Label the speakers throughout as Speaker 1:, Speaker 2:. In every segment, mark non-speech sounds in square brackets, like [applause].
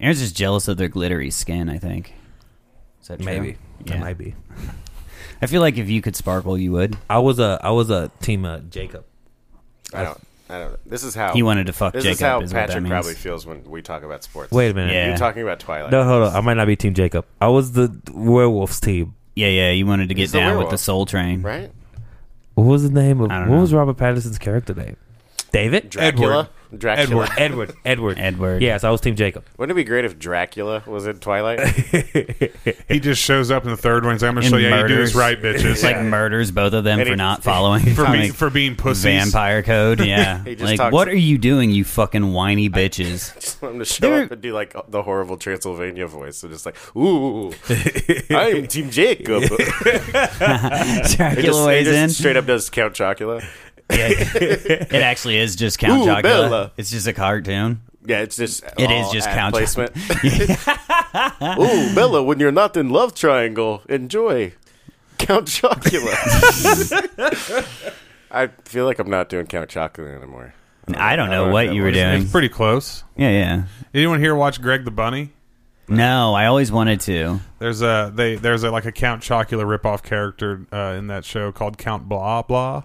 Speaker 1: Aaron's just jealous of their glittery skin. I think. Is that true?
Speaker 2: Maybe
Speaker 1: Yeah.
Speaker 2: it might be.
Speaker 1: I feel like if you could sparkle, you would.
Speaker 2: I was a I was a team of Jacob.
Speaker 3: I don't. I don't. This is how
Speaker 1: He wanted to fuck
Speaker 3: Oh, This
Speaker 1: Jacob.
Speaker 3: is how
Speaker 1: is what that
Speaker 3: Patrick
Speaker 1: means.
Speaker 3: probably feels when we talk about sports.
Speaker 2: Wait a minute.
Speaker 1: Yeah.
Speaker 3: You're talking about Twilight.
Speaker 2: No, hold on. I might not be team Jacob. I was the werewolves team.
Speaker 1: Yeah, yeah. You wanted to get
Speaker 3: He's the
Speaker 1: down with
Speaker 3: werewolf.
Speaker 1: the Soul Train.
Speaker 3: right?
Speaker 2: What was the name of
Speaker 1: I
Speaker 2: what
Speaker 1: don't know.
Speaker 2: was Robert Pattinson's character name? David
Speaker 3: Dracula. Dracula.
Speaker 2: Edward. Edward. Edward.
Speaker 1: Edward.
Speaker 2: Yes, I was team Jacob.
Speaker 3: Wouldn't it be great if Dracula was in Twilight?
Speaker 2: [laughs]
Speaker 4: He just shows up in the third one. He's like, I'm going to
Speaker 1: And
Speaker 4: show you how you do
Speaker 1: murders.
Speaker 4: this right, bitches.
Speaker 1: It's like murders both of them
Speaker 3: And
Speaker 1: for
Speaker 3: he- [laughs]
Speaker 1: not following
Speaker 4: for, being,
Speaker 1: like,
Speaker 4: for being pussies.
Speaker 1: vampire code. Yeah,
Speaker 3: He just
Speaker 1: like
Speaker 3: talks-
Speaker 1: what are you doing, you fucking whiny bitches?
Speaker 3: [laughs] Just want him to show
Speaker 1: They're-
Speaker 3: up and do like the horrible Transylvania voice, and just like,
Speaker 2: [laughs]
Speaker 3: "Ooh, I'm Team Jacob." he just,
Speaker 1: [laughs]
Speaker 3: he
Speaker 1: Dracula weighs
Speaker 3: just
Speaker 1: in.
Speaker 3: straight up does Count Chocula. [laughs]
Speaker 1: Yeah, it actually is just Count
Speaker 3: Ooh,
Speaker 1: Chocula.
Speaker 3: Bella.
Speaker 1: It's just a cartoon.
Speaker 3: Yeah, it's just
Speaker 1: It is
Speaker 3: all
Speaker 1: just
Speaker 3: ad
Speaker 1: Count [laughs]
Speaker 3: placement. [laughs] Ooh, Bella, when you're not in love triangle, enjoy Count Chocula. [laughs] I feel like I'm not doing Count Chocula anymore.
Speaker 1: I don't know
Speaker 3: Uh,
Speaker 1: what you were doing.
Speaker 4: It's pretty close.
Speaker 1: Yeah, yeah.
Speaker 4: Anyone here watch Greg the Bunny?
Speaker 1: No, I always wanted to.
Speaker 4: There's a they there's a like a Count Chocula ripoff character uh, in that show called Count Blah Blah,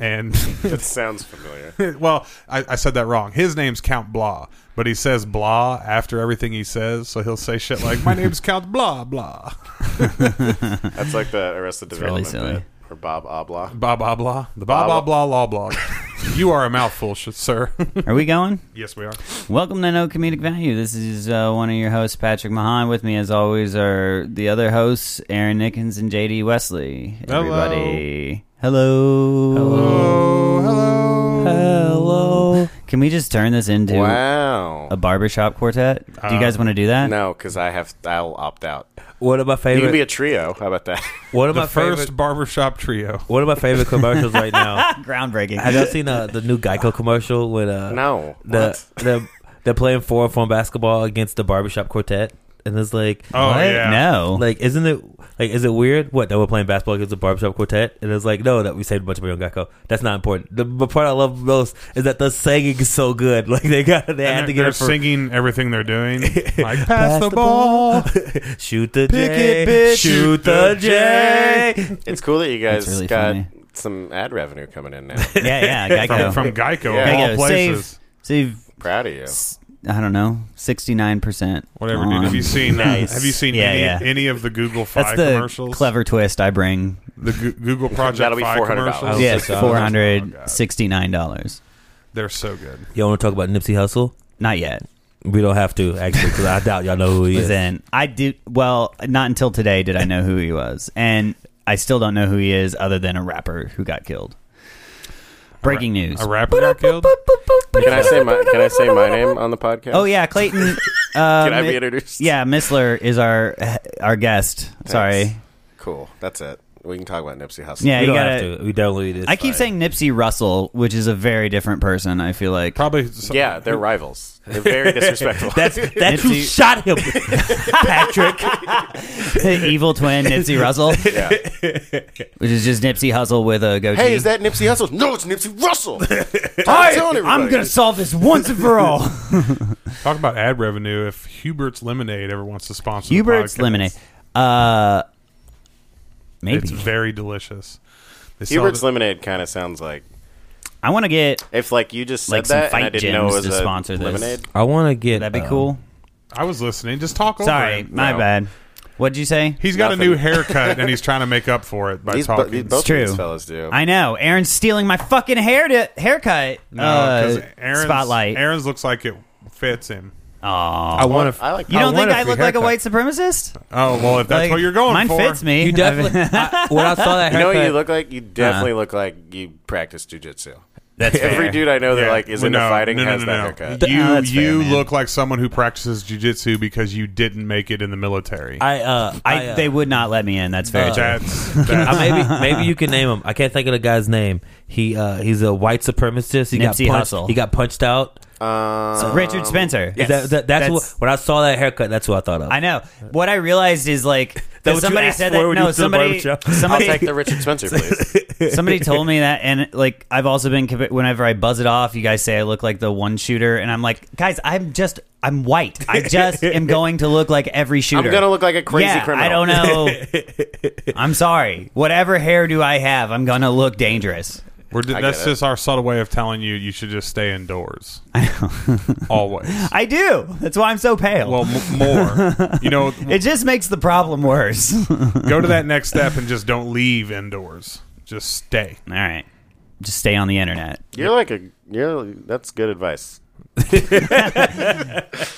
Speaker 4: and [laughs]
Speaker 3: That sounds familiar.
Speaker 4: well I, I said that wrong. His name's Count Blah, but he says Blah after everything he says, so he'll say shit like My name's Count Blah Blah,
Speaker 3: That's
Speaker 1: [laughs]
Speaker 3: like the Arrested
Speaker 1: really
Speaker 3: Development
Speaker 1: silly.
Speaker 3: bit, or Bob Obla.
Speaker 4: Blah Blah Blah, the Blah Blah Blah Blah Blah. you are a mouthful, sh- sir.
Speaker 1: Are we going?
Speaker 4: yes, [laughs] we are.
Speaker 1: Welcome to No Comedic Value. This is uh, one of your hosts, Patrick Mahan. With me, as always, are the other hosts, Aaron Nickens and JD Wesley.
Speaker 4: Hello.
Speaker 1: Everybody. Hello.
Speaker 4: Oh, hello.
Speaker 1: Hello. Can we just turn this into
Speaker 3: Wow.
Speaker 1: a barbershop quartet? Do you
Speaker 4: Uh,
Speaker 1: guys want to do that?
Speaker 3: No, because I have I'll opt out.
Speaker 2: One of my
Speaker 3: You can
Speaker 2: favorite.
Speaker 3: be a trio. How
Speaker 1: [laughs]
Speaker 3: about that?
Speaker 2: one of
Speaker 4: The
Speaker 2: my
Speaker 4: first
Speaker 2: favorite.
Speaker 4: barbershop trio.
Speaker 2: One of my favorite commercials right
Speaker 1: [laughs]
Speaker 2: now.
Speaker 1: Groundbreaking.
Speaker 2: Have y'all seen uh, the new Geico commercial with uh,
Speaker 3: No.
Speaker 2: the
Speaker 3: What?
Speaker 2: the they're playing four on four basketball against the barbershop quartet, and it's like
Speaker 4: [laughs] Oh
Speaker 1: What?
Speaker 4: yeah.
Speaker 1: No.
Speaker 3: [laughs]
Speaker 2: like isn't it like is it weird what that we're playing basketball against the barbershop quartet and it's like no that we saved a bunch of money on Geico that's not important the, the part I love most is that the singing is so good [laughs] like they got they
Speaker 4: And
Speaker 2: had to
Speaker 4: they're,
Speaker 2: get
Speaker 4: they're
Speaker 2: it for
Speaker 4: singing everything
Speaker 1: [laughs]
Speaker 4: they're doing. Like pass,
Speaker 2: Pass
Speaker 4: the,
Speaker 2: the
Speaker 4: ball.
Speaker 2: shoot the
Speaker 4: Pick
Speaker 2: J
Speaker 4: it, bitch.
Speaker 2: shoot the J
Speaker 3: It's cool that you
Speaker 1: [laughs]
Speaker 3: guys
Speaker 1: That's really
Speaker 3: got
Speaker 1: funny.
Speaker 3: some ad revenue coming in now.
Speaker 1: yeah, yeah.
Speaker 4: from,
Speaker 1: Geico.
Speaker 4: from Geico
Speaker 3: Yeah.
Speaker 4: of all
Speaker 1: Geico,
Speaker 4: places.
Speaker 1: save, save
Speaker 3: Proud of
Speaker 1: [laughs]
Speaker 3: you.
Speaker 1: s- I don't know, sixty nine percent.
Speaker 4: Whatever, dude. Have you
Speaker 1: [laughs]
Speaker 4: seen?
Speaker 2: Nice.
Speaker 4: Uh, have you seen
Speaker 1: Yeah,
Speaker 4: any,
Speaker 1: yeah.
Speaker 4: any of the Google Fi
Speaker 1: That's the
Speaker 4: commercials?
Speaker 1: clever twist I bring.
Speaker 4: The Goo- Google Project
Speaker 3: That'll be
Speaker 4: Fi
Speaker 3: $400.
Speaker 4: commercials.
Speaker 2: Oh,
Speaker 1: Yeah,
Speaker 2: so-
Speaker 1: four hundred
Speaker 4: Oh,
Speaker 1: sixty nine dollars.
Speaker 4: God. They're so good.
Speaker 2: y'all want to talk about Nipsey Hussle
Speaker 1: Not yet.
Speaker 2: we don't have to actually because I doubt y'all know who he
Speaker 1: Was
Speaker 2: is
Speaker 1: in. I did well. Not until today did I know who he was, and I still don't know who he is, other than a rapper who got killed. Breaking news.
Speaker 4: A rapper got killed.
Speaker 3: Can I say my Can I say my name on the podcast?
Speaker 1: Oh yeah, Clayton. Um,
Speaker 3: Can I be introduced?
Speaker 1: Yeah, Missler is our our guest. Sorry.
Speaker 3: Cool. That's it. We can talk about Nipsey Hussle.
Speaker 1: Yeah,
Speaker 2: we
Speaker 1: you
Speaker 2: don't
Speaker 1: gotta.
Speaker 2: have to we definitely this
Speaker 1: I
Speaker 2: [laughs]
Speaker 1: keep saying Nipsey Russell, which is a very different person. I feel like [laughs]
Speaker 4: Probably. so-
Speaker 3: Yeah, [laughs] they're rivals. They're [laughs] very disrespectful.
Speaker 2: that's that's who
Speaker 1: Nipsey-
Speaker 2: shot him Patrick
Speaker 1: the evil twin Nipsey Russell,
Speaker 3: yeah.
Speaker 1: which is just Nipsey Hussle with a goatee.
Speaker 3: [laughs] Hey, is that Nipsey Hussle? No, it's Nipsey
Speaker 1: [laughs]
Speaker 3: Russell.
Speaker 1: I,
Speaker 3: I'm telling everybody.
Speaker 1: I'm gonna solve this once and for all.
Speaker 4: Talk about ad revenue. If Hubert's Lemonade ever wants to sponsor, the
Speaker 1: Hubert's
Speaker 4: podcast,
Speaker 1: lemonade. Uh, maybe
Speaker 4: It's very delicious. They sell
Speaker 3: Hubert's
Speaker 4: the-
Speaker 3: lemonade kind of sounds like
Speaker 1: I want to get.
Speaker 3: if like you just said
Speaker 1: Like some
Speaker 3: that and I
Speaker 1: fight
Speaker 3: didn't know it
Speaker 1: gyms
Speaker 3: was
Speaker 1: to
Speaker 3: a
Speaker 1: sponsor this.
Speaker 3: lemonade.
Speaker 2: I want to get
Speaker 1: That'd be
Speaker 2: uh,
Speaker 1: cool.
Speaker 4: I was listening. Just talk over.
Speaker 1: Sorry,
Speaker 4: him.
Speaker 1: my
Speaker 3: No.
Speaker 1: bad. What'd you say?
Speaker 4: He's got
Speaker 3: Nothing.
Speaker 4: a new
Speaker 3: [laughs]
Speaker 4: haircut and he's trying to make up for it by
Speaker 3: These, bo-
Speaker 4: talking.
Speaker 3: these both
Speaker 1: It's true.
Speaker 3: of these fellas do.
Speaker 1: I know. Aaron's stealing my fucking hair to, haircut.
Speaker 4: No, 'cause
Speaker 1: uh,
Speaker 4: Aaron's-
Speaker 1: spotlight.
Speaker 4: Aaron's looks like it fits him.
Speaker 1: Aw.
Speaker 2: I want to
Speaker 3: I like.
Speaker 1: You
Speaker 2: [laughs] I
Speaker 1: don't think
Speaker 2: want a
Speaker 1: I
Speaker 2: free
Speaker 1: look like a
Speaker 2: haircut.
Speaker 1: white supremacist?
Speaker 4: Oh well, if that's
Speaker 1: Like,
Speaker 4: what you're going
Speaker 1: mine
Speaker 4: for,
Speaker 1: fits me.
Speaker 2: You definitely. I, when I saw that
Speaker 3: You know
Speaker 2: haircut,
Speaker 3: what you look like? You definitely look like you practice jujitsu.
Speaker 1: Uh, That's
Speaker 3: [laughs] Every dude I know that
Speaker 4: Yeah.
Speaker 3: like is
Speaker 4: Well,
Speaker 3: into
Speaker 4: no,
Speaker 3: fighting
Speaker 4: no, no,
Speaker 3: has
Speaker 4: no,
Speaker 3: that
Speaker 4: no.
Speaker 3: haircut.
Speaker 1: Th-
Speaker 4: You
Speaker 1: no, that's fair,
Speaker 4: you
Speaker 1: man.
Speaker 4: look like someone who practices jujitsu because you didn't make it in the military.
Speaker 2: I uh, I,
Speaker 1: [laughs] I,
Speaker 2: uh,
Speaker 1: they would not let me in. That's very
Speaker 2: Uh,
Speaker 1: true.
Speaker 3: [laughs]
Speaker 4: that's,
Speaker 2: [laughs]
Speaker 4: that's
Speaker 2: uh, maybe maybe you can name him. I can't think of the guy's name. He uh, he's a white supremacist. He
Speaker 1: Nipsey
Speaker 2: got punched,
Speaker 1: Hussle.
Speaker 2: He got punched out.
Speaker 3: Um,
Speaker 1: Richard Spencer.
Speaker 2: Is that, that, that's, what when I saw that haircut. That's what I thought of.
Speaker 1: I know. What I realized is like 'cause
Speaker 2: what you
Speaker 1: somebody
Speaker 2: asked
Speaker 1: said
Speaker 2: for
Speaker 1: that.
Speaker 2: when you
Speaker 1: No,
Speaker 2: went to the
Speaker 1: somebody.
Speaker 2: barbershop?
Speaker 3: [laughs] I'll
Speaker 1: Somebody. [laughs]
Speaker 3: take the Richard Spencer, please.
Speaker 1: Somebody told me that, and like I've also been compa- whenever I buzz it off, you guys say I look like the one shooter, and I'm like, guys, I'm just I'm white. I just am going to look like every shooter.
Speaker 3: I'm gonna look like a crazy
Speaker 1: yeah,
Speaker 3: criminal.
Speaker 1: I don't
Speaker 4: [laughs]
Speaker 1: know. I'm sorry. Whatever hair do I have, I'm gonna look dangerous.
Speaker 4: We're, d-
Speaker 3: I
Speaker 4: that's
Speaker 3: get it.
Speaker 4: just our subtle way of telling you you should just
Speaker 1: [laughs]
Speaker 4: stay indoors. Always.
Speaker 1: I do. That's why I'm so pale.
Speaker 4: Well, m- more. You know,
Speaker 1: [laughs] it just makes the problem worse. [laughs] All
Speaker 4: go to that next step and just don't leave indoors. Just stay.
Speaker 1: right, just stay on the internet.
Speaker 3: You're like a you're. That's good advice.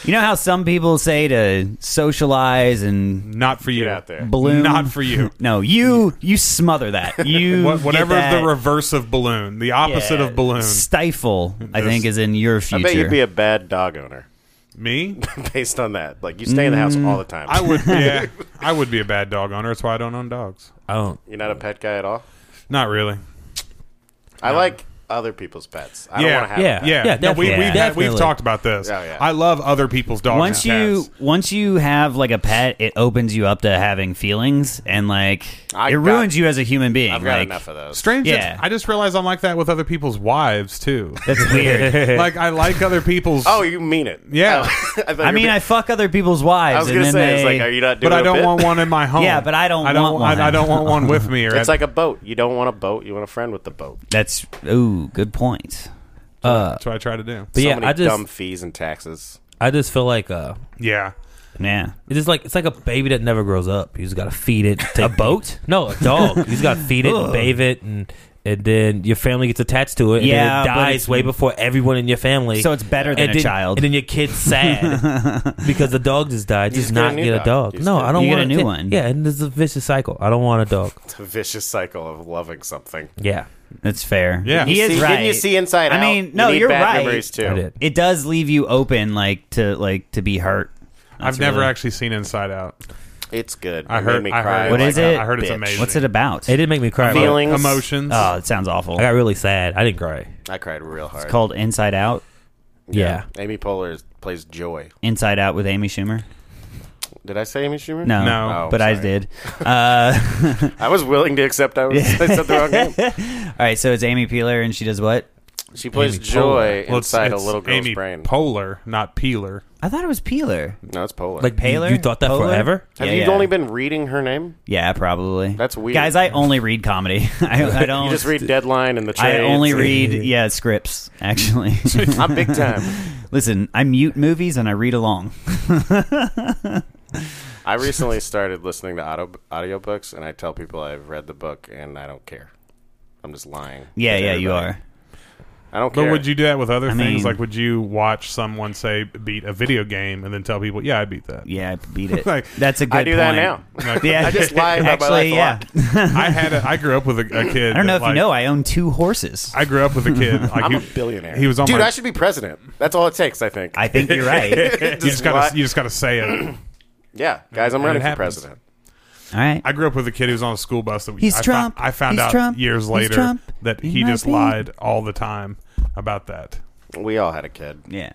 Speaker 1: You know how some people say to socialize and
Speaker 4: Not for you.
Speaker 3: Get out there.
Speaker 1: balloon.
Speaker 4: Not for you.
Speaker 1: No, you you smother
Speaker 4: [laughs]
Speaker 1: that. You
Speaker 4: What, whatever
Speaker 1: get that-
Speaker 4: the reverse of balloon, the opposite
Speaker 1: yeah,
Speaker 4: of balloon.
Speaker 1: Stifle, I think, is in your future.
Speaker 3: I bet you'd be a bad dog owner [laughs]
Speaker 4: Me?
Speaker 3: based on that. Like you stay in the
Speaker 1: Mm.
Speaker 3: house all the time.
Speaker 4: I would. Yeah,
Speaker 3: [laughs]
Speaker 4: I would be a bad dog owner. That's why I don't own dogs.
Speaker 2: I don't.
Speaker 3: You're not a pet guy at all.
Speaker 4: Not really.
Speaker 1: Uh,
Speaker 3: I like other people's pets. I
Speaker 4: Yeah.
Speaker 3: don't want to have.
Speaker 2: Yeah.
Speaker 3: a pet.
Speaker 4: Yeah, no,
Speaker 2: definitely.
Speaker 4: we, we've, had, we've
Speaker 2: Definitely.
Speaker 4: talked about this.
Speaker 3: Oh, yeah.
Speaker 4: I love other people's dogs.
Speaker 1: once
Speaker 4: and
Speaker 1: you
Speaker 4: cats.
Speaker 1: once you have like a pet, it opens you up to having feelings and like
Speaker 3: I
Speaker 1: it
Speaker 3: got-
Speaker 1: ruins you as a human being.
Speaker 3: I've got
Speaker 1: like,
Speaker 3: enough of those.
Speaker 4: strange,
Speaker 1: Yeah.
Speaker 4: it's- I just realized I'm like that with other people's wives too.
Speaker 1: That's
Speaker 3: [laughs]
Speaker 1: weird.
Speaker 4: like I like other people's.
Speaker 3: Oh, you mean it?
Speaker 4: Yeah.
Speaker 3: Oh, [laughs] I, thought
Speaker 1: I
Speaker 3: you
Speaker 1: mean,
Speaker 3: were-
Speaker 1: I fuck other people's wives.
Speaker 3: I was
Speaker 1: and then
Speaker 3: gonna say it's
Speaker 1: they,
Speaker 3: like, are you not doing?
Speaker 4: but I
Speaker 3: a
Speaker 4: don't
Speaker 3: bit?
Speaker 4: want one in my
Speaker 1: [laughs]
Speaker 4: home.
Speaker 1: Yeah, but I don't
Speaker 4: I don't
Speaker 1: want one.
Speaker 4: I, I don't want one with me.
Speaker 3: [laughs]
Speaker 4: Or
Speaker 3: It's like a boat. You don't want a boat. You want a friend with the boat.
Speaker 1: That's ooh, good point. Uh,
Speaker 4: that's what I try to do.
Speaker 2: But
Speaker 3: so
Speaker 2: yeah,
Speaker 3: many
Speaker 2: I just
Speaker 3: dumb fees and taxes.
Speaker 2: I just feel like uh,
Speaker 4: Yeah,
Speaker 1: Yeah.
Speaker 2: it's just like it's like a baby that never grows up. You just gotta feed it. a boat? No, a dog. You just gotta feed it, and
Speaker 1: Ugh.
Speaker 2: bathe it, and and then your family gets attached to it. And
Speaker 1: Yeah,
Speaker 2: then it
Speaker 1: but
Speaker 2: dies
Speaker 1: it's-
Speaker 2: way before everyone in your family.
Speaker 1: So it's better than
Speaker 2: and
Speaker 1: a
Speaker 2: then,
Speaker 1: child.
Speaker 2: and then your kid's sad
Speaker 1: [laughs]
Speaker 2: because the dog just died.
Speaker 3: You
Speaker 2: Just
Speaker 3: just get a
Speaker 2: not
Speaker 3: new
Speaker 2: get a
Speaker 3: dog.
Speaker 2: dog.
Speaker 3: You just
Speaker 2: No,
Speaker 3: get-
Speaker 2: I don't
Speaker 1: You get
Speaker 2: want
Speaker 1: a new
Speaker 2: yeah,
Speaker 1: one.
Speaker 2: Yeah, and it's a vicious cycle. I don't want a dog.
Speaker 3: It's a vicious cycle of loving something.
Speaker 2: Yeah,
Speaker 1: That's fair.
Speaker 4: Yeah.
Speaker 1: he
Speaker 3: see,
Speaker 1: is
Speaker 3: Didn't
Speaker 1: right.
Speaker 3: you see Inside
Speaker 1: I
Speaker 3: Out?
Speaker 1: mean,
Speaker 3: You
Speaker 1: no,
Speaker 3: need
Speaker 1: you're
Speaker 3: bad
Speaker 1: right.
Speaker 3: Memories too.
Speaker 2: I did.
Speaker 1: it does leave you open, like to like to be hurt. That's
Speaker 4: I've never
Speaker 1: really-
Speaker 4: actually seen Inside Out.
Speaker 3: It's good.
Speaker 4: I
Speaker 3: It
Speaker 4: heard-
Speaker 3: Made me
Speaker 4: I
Speaker 3: cry
Speaker 4: heard-
Speaker 1: What
Speaker 3: like
Speaker 1: is
Speaker 3: a
Speaker 1: it?
Speaker 4: I heard it's
Speaker 3: bitch.
Speaker 4: amazing.
Speaker 1: What's it about?
Speaker 2: it didn't make me cry. but
Speaker 3: Feeling- Feelings.
Speaker 4: emotions.
Speaker 1: oh, it sounds awful.
Speaker 2: I got really sad. I didn't cry.
Speaker 3: I cried real hard.
Speaker 1: It's called Inside Out.
Speaker 2: Yeah.
Speaker 3: Amy Poehler is- plays Joy.
Speaker 1: Inside Out with Amy Schumer.
Speaker 3: Did I say Amy
Speaker 1: [laughs]
Speaker 3: Schumer?
Speaker 1: No,
Speaker 4: No.
Speaker 1: but I
Speaker 3: Oh, sorry.
Speaker 1: did. Uh,
Speaker 3: I was willing to accept I, was,
Speaker 1: [laughs]
Speaker 3: I said the wrong name.
Speaker 1: all right, so it's Amy Peeler, and she does what?
Speaker 3: She plays
Speaker 2: Amy Poehler.
Speaker 3: Joy
Speaker 4: Well, it's-
Speaker 3: inside a
Speaker 4: it's
Speaker 3: little girl's
Speaker 4: Amy
Speaker 3: brain.
Speaker 4: Polar, not Peeler.
Speaker 1: I thought it was Peeler.
Speaker 3: no, it's Poehler.
Speaker 2: Like you,
Speaker 1: Paler?
Speaker 2: you thought that
Speaker 1: Polar?
Speaker 2: forever?
Speaker 3: Have
Speaker 1: yeah,
Speaker 3: you
Speaker 1: yeah.
Speaker 3: only been reading her name?
Speaker 1: Yeah, probably.
Speaker 3: That's weird.
Speaker 1: Guys, I only read comedy. [laughs] I, I don't.
Speaker 3: You just read Deadline and the
Speaker 1: Oh, I
Speaker 3: trades.
Speaker 1: only read yeah scripts. Actually,
Speaker 3: [laughs]
Speaker 1: [laughs]
Speaker 3: I'm big time.
Speaker 1: listen, I mute movies and I read along.
Speaker 3: I recently started listening to audio audiobooks, and I tell people I've read the book, and I don't care. I'm just lying.
Speaker 1: Yeah,
Speaker 3: to
Speaker 1: yeah, you
Speaker 3: everybody.
Speaker 1: are.
Speaker 3: I don't
Speaker 4: But
Speaker 3: care.
Speaker 4: would you do that with other
Speaker 1: I
Speaker 4: things?
Speaker 1: mean-
Speaker 4: like, would you watch someone say beat a video game and then tell people, "Yeah, I beat that."
Speaker 1: Yeah, I beat it.
Speaker 4: Like,
Speaker 1: That's a good.
Speaker 3: I do that
Speaker 1: point.
Speaker 3: now.
Speaker 4: [laughs]
Speaker 1: [laughs]
Speaker 4: Like,
Speaker 1: Yeah,
Speaker 3: I just lie about my
Speaker 1: Actually,
Speaker 3: life a
Speaker 1: yeah.
Speaker 3: lot.
Speaker 4: I had. A, I grew up with a, a kid.
Speaker 1: I don't know
Speaker 4: that,
Speaker 1: if
Speaker 4: like-
Speaker 1: you know, I own two horses.
Speaker 4: I grew up with a kid. Like,
Speaker 3: I'm
Speaker 4: he,
Speaker 3: a billionaire.
Speaker 4: He was on.
Speaker 3: Dude,
Speaker 4: my,
Speaker 3: I should be president. That's all it takes, I think.
Speaker 1: I think you're
Speaker 4: [laughs]
Speaker 1: right.
Speaker 4: [laughs] you just
Speaker 3: lie.
Speaker 4: gotta. You just gotta say it.
Speaker 3: yeah, guys, I'm
Speaker 4: And it
Speaker 3: running for
Speaker 4: happens.
Speaker 3: president.
Speaker 1: All right.
Speaker 4: I grew up with a kid who was on a school bus that we.
Speaker 1: He's
Speaker 4: I
Speaker 1: Trump.
Speaker 4: Found, I found
Speaker 1: He's
Speaker 4: out
Speaker 1: Trump.
Speaker 4: years
Speaker 1: He's
Speaker 4: later
Speaker 1: Trump.
Speaker 4: that
Speaker 1: In
Speaker 4: he
Speaker 1: my
Speaker 4: just
Speaker 1: opinion.
Speaker 4: lied all the time about that.
Speaker 3: We all had a kid.
Speaker 1: Yeah.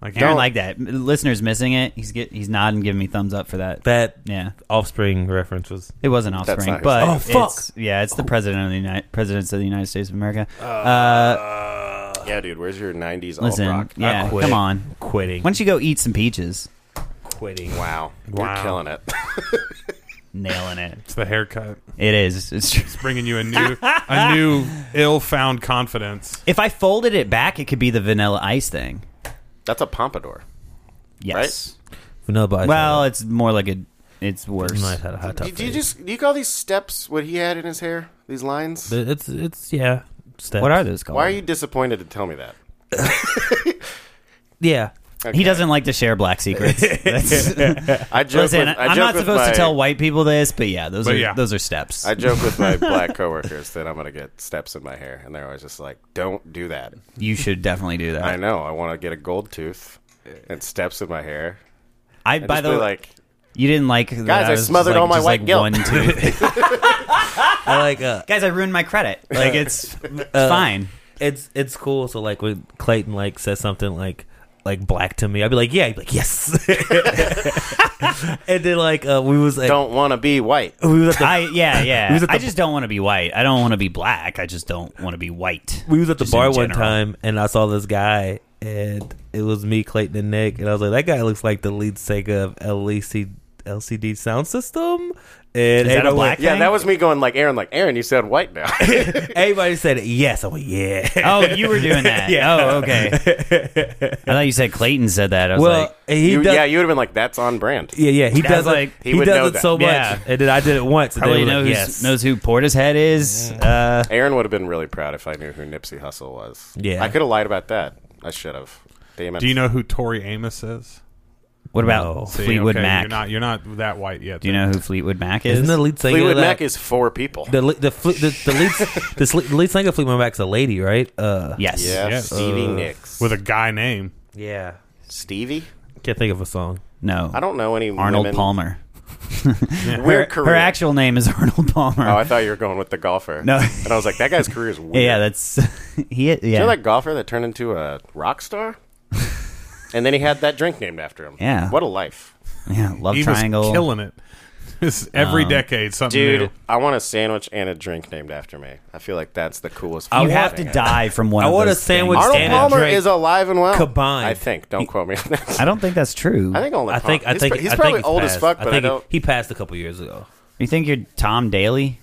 Speaker 4: Like
Speaker 1: Aaron
Speaker 4: don't-
Speaker 1: like that. M- Listeners missing it. He's get he's nodding, giving me thumbs up for that.
Speaker 2: That
Speaker 1: yeah,
Speaker 2: offspring reference was
Speaker 1: it wasn't
Speaker 3: not
Speaker 1: offspring,
Speaker 3: his
Speaker 1: but
Speaker 2: fault. Oh, fuck.
Speaker 1: it's- yeah, it's the president of the United presidents of the United States of America.
Speaker 3: Oh,
Speaker 1: Uh,
Speaker 3: Yeah, dude, where's your 90s
Speaker 1: listen,
Speaker 3: alt rock?
Speaker 1: yeah,
Speaker 2: quit.
Speaker 1: come on.
Speaker 2: quitting.
Speaker 1: Why don't you go eat some peaches?
Speaker 2: quitting.
Speaker 3: Wow.
Speaker 4: Wow.
Speaker 3: You're killing it. [laughs]
Speaker 1: Nailing it.
Speaker 4: it's the haircut.
Speaker 1: It is. It's true.
Speaker 4: bringing you a new
Speaker 3: [laughs]
Speaker 4: a new ill-found confidence.
Speaker 1: If I folded it back, it could be the vanilla ice thing.
Speaker 3: That's a pompadour.
Speaker 1: Yes.
Speaker 2: Vanilla Ice.
Speaker 1: Well, it's more like a. It's worse.
Speaker 2: Vanilla Ice had a hot
Speaker 3: Do,
Speaker 2: top.
Speaker 3: you- do you
Speaker 2: phase.
Speaker 3: just do you call these steps what he had in his hair? These lines?
Speaker 2: But It's it's yeah. Steps.
Speaker 1: What are those called?
Speaker 3: Why are you disappointed to tell me that?
Speaker 2: Yeah.
Speaker 3: Ah!
Speaker 1: He doesn't like to share black
Speaker 3: [laughs]
Speaker 1: secrets. That's-
Speaker 3: I joke
Speaker 1: listen,
Speaker 3: with, I
Speaker 1: I'm
Speaker 3: joke
Speaker 1: not
Speaker 3: with
Speaker 1: supposed
Speaker 3: my,
Speaker 1: to tell white people this, but yeah, those
Speaker 4: But
Speaker 1: are
Speaker 4: yeah.
Speaker 1: those are steps.
Speaker 3: I joke
Speaker 1: [laughs]
Speaker 3: with my black coworkers that I'm going to get steps in my hair, and they're always just like, don't do that.
Speaker 1: you should definitely do that.
Speaker 3: I know. I want to get a gold tooth and steps in my hair.
Speaker 1: I,
Speaker 3: And
Speaker 1: by
Speaker 3: just
Speaker 1: the
Speaker 3: be
Speaker 1: way,
Speaker 3: like,
Speaker 1: you didn't like guys.
Speaker 3: I smothered all my white guilt. [laughs]
Speaker 2: I like uh,
Speaker 1: guys, I ruined my credit. Like it's, it's fine.
Speaker 2: it's it's cool. So like when Clayton like says something like like black to me, I'd be like yeah, He'd be like yes. [laughs] and then like uh, we was like,
Speaker 3: Don't want to be white.
Speaker 2: we was at the,
Speaker 1: I yeah yeah.
Speaker 2: was at
Speaker 1: I
Speaker 2: the-
Speaker 1: just don't want to be white. I don't want to be black. I just don't want to be white.
Speaker 2: we was at the
Speaker 1: Just
Speaker 2: bar
Speaker 1: in
Speaker 2: one
Speaker 1: general.
Speaker 2: time, and I saw this guy, and it was me, Clayton, and Nick, and I was like, that guy looks like the lead singer of E LEC, LCD Sound System. And
Speaker 1: Is that a
Speaker 2: everyone-
Speaker 1: black
Speaker 3: Yeah,
Speaker 1: thing?
Speaker 3: that was me going like Aaron, like Aaron, you said
Speaker 1: [laughs]
Speaker 3: white now.
Speaker 2: [laughs] Everybody said yes. I went, yeah.
Speaker 1: Oh, you were doing
Speaker 2: [laughs]
Speaker 1: that. Oh, okay. I thought you said Clayton said that. I was
Speaker 2: well,
Speaker 1: like,
Speaker 2: and he
Speaker 3: you,
Speaker 2: does,
Speaker 3: yeah,
Speaker 2: yeah,
Speaker 3: you would have been like, that's on brand.
Speaker 2: yeah, He
Speaker 1: That's
Speaker 2: does like
Speaker 1: like-
Speaker 2: he,
Speaker 3: He would know
Speaker 2: does it
Speaker 3: that.
Speaker 2: so much,
Speaker 1: Yeah.
Speaker 2: and then I did it once. And they
Speaker 1: probably
Speaker 2: were like,
Speaker 1: know who's,
Speaker 2: yes.
Speaker 1: knows who Portishead is. Uh,
Speaker 3: Aaron would have been really proud if I knew who Nipsey Hussle was.
Speaker 2: Yeah.
Speaker 3: I could have lied about that. I should have. Damn it.
Speaker 4: Do you know who Tori Amos is?
Speaker 1: what about
Speaker 2: No.
Speaker 4: See,
Speaker 1: [laughs] Fleetwood
Speaker 4: okay,
Speaker 1: Mac?
Speaker 4: You're not, you're not that white yet.
Speaker 1: Do you know who Fleetwood Mac is?
Speaker 2: Isn't the lead singer
Speaker 3: Fleetwood
Speaker 2: of that-
Speaker 3: Mac is four people.
Speaker 2: the le- the fle- the, the lead
Speaker 3: [laughs]
Speaker 2: the, sle- the lead singer of Fleetwood Mac's a lady, right? Uh,
Speaker 1: yes.
Speaker 3: yeah,
Speaker 4: Yes.
Speaker 1: Uh,
Speaker 3: Stevie Nicks.
Speaker 4: With a guy name.
Speaker 2: yeah.
Speaker 3: Stevie?
Speaker 2: Can't think of a song.
Speaker 1: No.
Speaker 3: I don't know any
Speaker 1: Arnold
Speaker 3: women.
Speaker 1: Palmer.
Speaker 3: Weird career.
Speaker 1: Her actual name is [laughs] Arnold Palmer.
Speaker 3: Oh, I thought you were going with the golfer.
Speaker 1: No.
Speaker 3: and I was like, that guy's career is
Speaker 1: [laughs]
Speaker 3: weird.
Speaker 1: yeah, yeah, that's [laughs] he. Yeah.
Speaker 3: You know that golfer that turned into a
Speaker 1: [laughs]
Speaker 3: rock star? and then he had that drink named after him.
Speaker 1: Yeah.
Speaker 3: What a life.
Speaker 1: yeah. Love
Speaker 4: He
Speaker 1: triangle. Um,
Speaker 4: was killing it. [laughs] It's every decade something
Speaker 3: Dude,
Speaker 4: new.
Speaker 3: I want a sandwich and a drink named after me. I feel like that's the coolest.
Speaker 1: You
Speaker 3: fucking
Speaker 1: have to
Speaker 3: thing.
Speaker 1: die from one.
Speaker 2: I
Speaker 1: of
Speaker 2: want
Speaker 1: those
Speaker 2: a sandwich
Speaker 1: things.
Speaker 3: Arnold
Speaker 2: and a
Speaker 3: Palmer
Speaker 2: drink
Speaker 3: is alive and well.
Speaker 2: combined.
Speaker 3: I think. Don't quote me on that.
Speaker 1: I don't think that's true.
Speaker 3: [laughs] I think only.
Speaker 2: I think
Speaker 3: Palmer.
Speaker 2: I
Speaker 3: he's,
Speaker 2: think
Speaker 3: pro- he's
Speaker 2: I think
Speaker 3: probably
Speaker 2: he's
Speaker 3: old as
Speaker 2: passed.
Speaker 3: fuck, but I,
Speaker 2: think he-
Speaker 3: don't.
Speaker 2: He, passed a couple years ago.
Speaker 1: You think you're Tom Daly?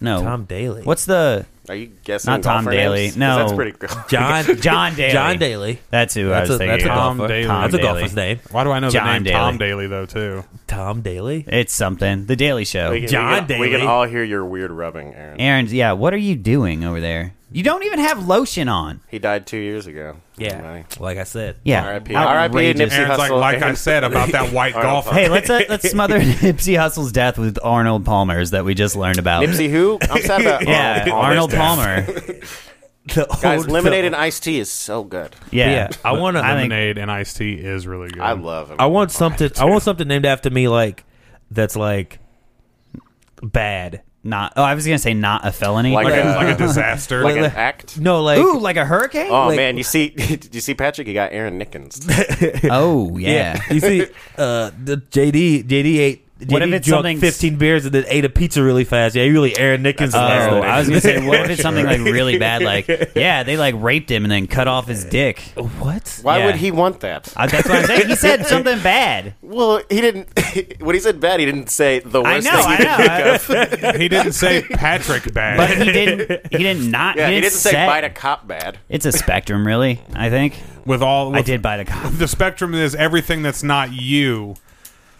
Speaker 1: No.
Speaker 2: Tom Daly.
Speaker 1: What's the
Speaker 3: are you guessing?
Speaker 1: Not Tom
Speaker 3: golfer names?
Speaker 1: Daly.
Speaker 3: 'Cause
Speaker 1: No.
Speaker 3: that's pretty cool.
Speaker 2: John [laughs]
Speaker 1: John Daly?
Speaker 2: John Daly.
Speaker 1: That's who
Speaker 2: That's
Speaker 1: I was
Speaker 2: a,
Speaker 1: thinking.
Speaker 2: that's a
Speaker 1: of.
Speaker 4: Tom
Speaker 2: golfer.
Speaker 4: Daly.
Speaker 2: That's a
Speaker 1: Daly.
Speaker 2: golfer's name.
Speaker 4: Why do I know
Speaker 1: John
Speaker 4: the name
Speaker 1: Daly.
Speaker 4: Tom Daly though too?
Speaker 2: Tom Daly.
Speaker 1: It's something. The Daily
Speaker 3: We
Speaker 1: Show.
Speaker 3: can-
Speaker 2: John
Speaker 3: we can, We
Speaker 2: Daly.
Speaker 3: can all hear your weird rubbing, Aaron.
Speaker 1: Aaron's. Yeah. What are you doing over there? You don't even have lotion on.
Speaker 3: He died two years ago.
Speaker 2: Yeah.
Speaker 3: Right.
Speaker 2: Like I said.
Speaker 1: Yeah.
Speaker 3: R.I.P. R.I.P.
Speaker 1: Outrageous.
Speaker 3: Nipsey.
Speaker 4: Aaron's like,
Speaker 3: Hussle
Speaker 4: like I
Speaker 3: and-
Speaker 4: said
Speaker 3: [laughs]
Speaker 4: about that white golfer.
Speaker 1: Hey, let's uh, let's smother Nipsey Hussle's death with Arnold Palmer's that we just learned about.
Speaker 3: Nipsey who? I'm sad about
Speaker 1: yeah, Arnold
Speaker 3: [laughs]
Speaker 1: Palmer.
Speaker 2: The
Speaker 3: Guys,
Speaker 2: old-
Speaker 3: lemonade and iced tea is so good.
Speaker 1: Yeah.
Speaker 2: [laughs] Yeah. I want
Speaker 1: I
Speaker 2: to.
Speaker 1: think-
Speaker 4: Lemonade and iced tea is really good.
Speaker 3: I love him.
Speaker 2: I want something. I want something named after me. Like that's like bad.
Speaker 1: Not. Oh, I was gonna say not a felony.
Speaker 3: like,
Speaker 4: like,
Speaker 3: a,
Speaker 1: [laughs]
Speaker 4: a, like a disaster.
Speaker 3: like an
Speaker 2: like-
Speaker 3: act.
Speaker 2: No, like
Speaker 1: ooh, like a hurricane.
Speaker 3: Oh
Speaker 2: like-
Speaker 3: man, you see, [laughs] did you see Patrick? He got Aaron Nickens.
Speaker 1: Oh, yeah.
Speaker 2: [laughs] you see, uh, the JD JD ate. JD
Speaker 1: What if it's
Speaker 2: drunk
Speaker 1: something-
Speaker 2: 15 beers and then ate a pizza really fast? Yeah, you really Aaron Nickens.
Speaker 1: Oh,
Speaker 2: last night.
Speaker 1: I was gonna
Speaker 2: [laughs]
Speaker 1: say, what if it's something like really bad? [laughs] Like, yeah, they like raped him and then cut off his dick.
Speaker 2: what?
Speaker 3: Why
Speaker 1: Yeah.
Speaker 3: would he want that?
Speaker 1: Uh, that's what I'm saying. He said something bad.
Speaker 3: well, he didn't. when he said bad, he didn't say the
Speaker 1: I
Speaker 3: [laughs] worst
Speaker 1: know,
Speaker 3: thing.
Speaker 1: I know. I-
Speaker 4: he didn't say Patrick
Speaker 1: [laughs]
Speaker 4: bad.
Speaker 1: but he didn't. He didn't not.
Speaker 3: [laughs] Yeah, he didn't say
Speaker 1: set-
Speaker 3: bite a cop bad.
Speaker 1: It's a spectrum, really. I think
Speaker 4: with all with,
Speaker 1: I did bite a cop.
Speaker 4: [laughs] The spectrum is everything that's not you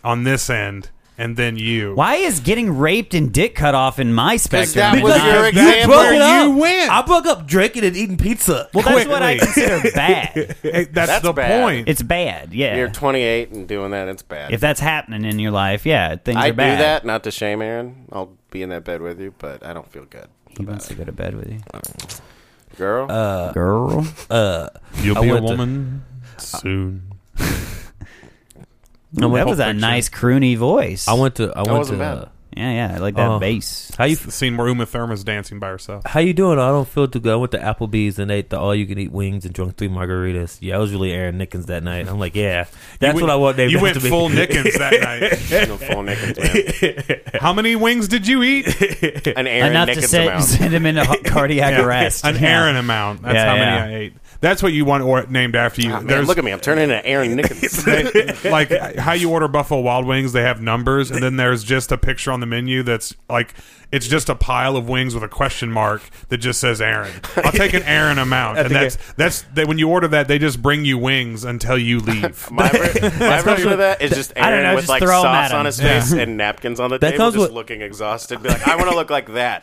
Speaker 4: on this end, and then you.
Speaker 1: Why is getting raped and dick cut off in my spectrum?
Speaker 3: that
Speaker 1: and
Speaker 3: was
Speaker 1: not-
Speaker 3: your
Speaker 4: that's
Speaker 3: example.
Speaker 4: where
Speaker 2: it up.
Speaker 4: you win.
Speaker 2: I broke up drinking and eating pizza.
Speaker 1: well, that's what I
Speaker 4: quickly.
Speaker 1: consider bad.
Speaker 4: Hey, that's,
Speaker 3: That's
Speaker 4: the
Speaker 3: bad.
Speaker 4: point.
Speaker 1: It's bad.
Speaker 3: [laughs]
Speaker 1: Yeah.
Speaker 3: You're 28 and doing that. It's bad.
Speaker 1: if that's happening in your life, yeah, things
Speaker 3: I
Speaker 1: are
Speaker 3: do
Speaker 1: bad.
Speaker 3: that, not to shame Aaron. I'll be in that bed with you, but I don't feel good. Uh,
Speaker 1: He wants to go to bed with you,
Speaker 3: Girl,
Speaker 1: girl.
Speaker 4: You'll
Speaker 2: I
Speaker 4: be a
Speaker 2: went to-
Speaker 4: woman
Speaker 1: Uh,
Speaker 4: soon.
Speaker 1: Ooh, that
Speaker 2: Pulp
Speaker 1: was a
Speaker 2: Fiction.
Speaker 1: nice croony voice.
Speaker 2: I went to. I went
Speaker 3: wasn't
Speaker 2: to.
Speaker 3: bad.
Speaker 2: uh,
Speaker 1: Yeah, yeah, I like that
Speaker 2: Oh.
Speaker 1: bass.
Speaker 2: how you
Speaker 4: The scene where Uma Thurman's dancing by herself.
Speaker 2: How you doing? I don't feel too good. I went to Applebee's and ate the all you can eat wings and drunk three margaritas. Yeah, I was really Aaron Nickens that night. I'm like, yeah, that's what I want. named
Speaker 4: You
Speaker 2: after
Speaker 4: went
Speaker 2: me.
Speaker 4: full Nickens that
Speaker 2: [laughs]
Speaker 4: night.
Speaker 3: no full Nickens, man.
Speaker 4: How many wings did you eat?
Speaker 3: An Aaron
Speaker 1: Enough
Speaker 3: Nickens
Speaker 1: to [laughs] send,
Speaker 3: amount.
Speaker 1: send him into ho-
Speaker 2: [laughs]
Speaker 1: cardiac arrest.
Speaker 4: An
Speaker 1: Yeah.
Speaker 4: Aaron amount. That's
Speaker 1: Yeah,
Speaker 4: how
Speaker 1: yeah.
Speaker 4: many I ate. That's what you want or named after you.
Speaker 3: Ah, man,
Speaker 4: There's-
Speaker 3: look
Speaker 4: [laughs]
Speaker 3: at me. I'm turning into Aaron Nickens.
Speaker 4: they- like how you order Buffalo Wild Wings, they have numbers, and then there's just a picture on the menu that's like it's just a pile of wings with a question mark that just says Aaron. I'll take an
Speaker 2: [laughs]
Speaker 4: Aaron amount, and that's that's they, when you order that they just bring you wings until
Speaker 3: [laughs]
Speaker 4: you leave.
Speaker 3: my ver- my version of that is just
Speaker 1: I don't
Speaker 3: Aaron
Speaker 1: know,
Speaker 3: with
Speaker 1: just
Speaker 3: like
Speaker 1: throw 'em
Speaker 3: sauce
Speaker 1: at
Speaker 3: on
Speaker 1: him.
Speaker 3: his face and napkins on the
Speaker 2: That
Speaker 3: table,
Speaker 2: comes
Speaker 3: just
Speaker 2: with-
Speaker 3: looking exhausted. Be like, I want to look like that.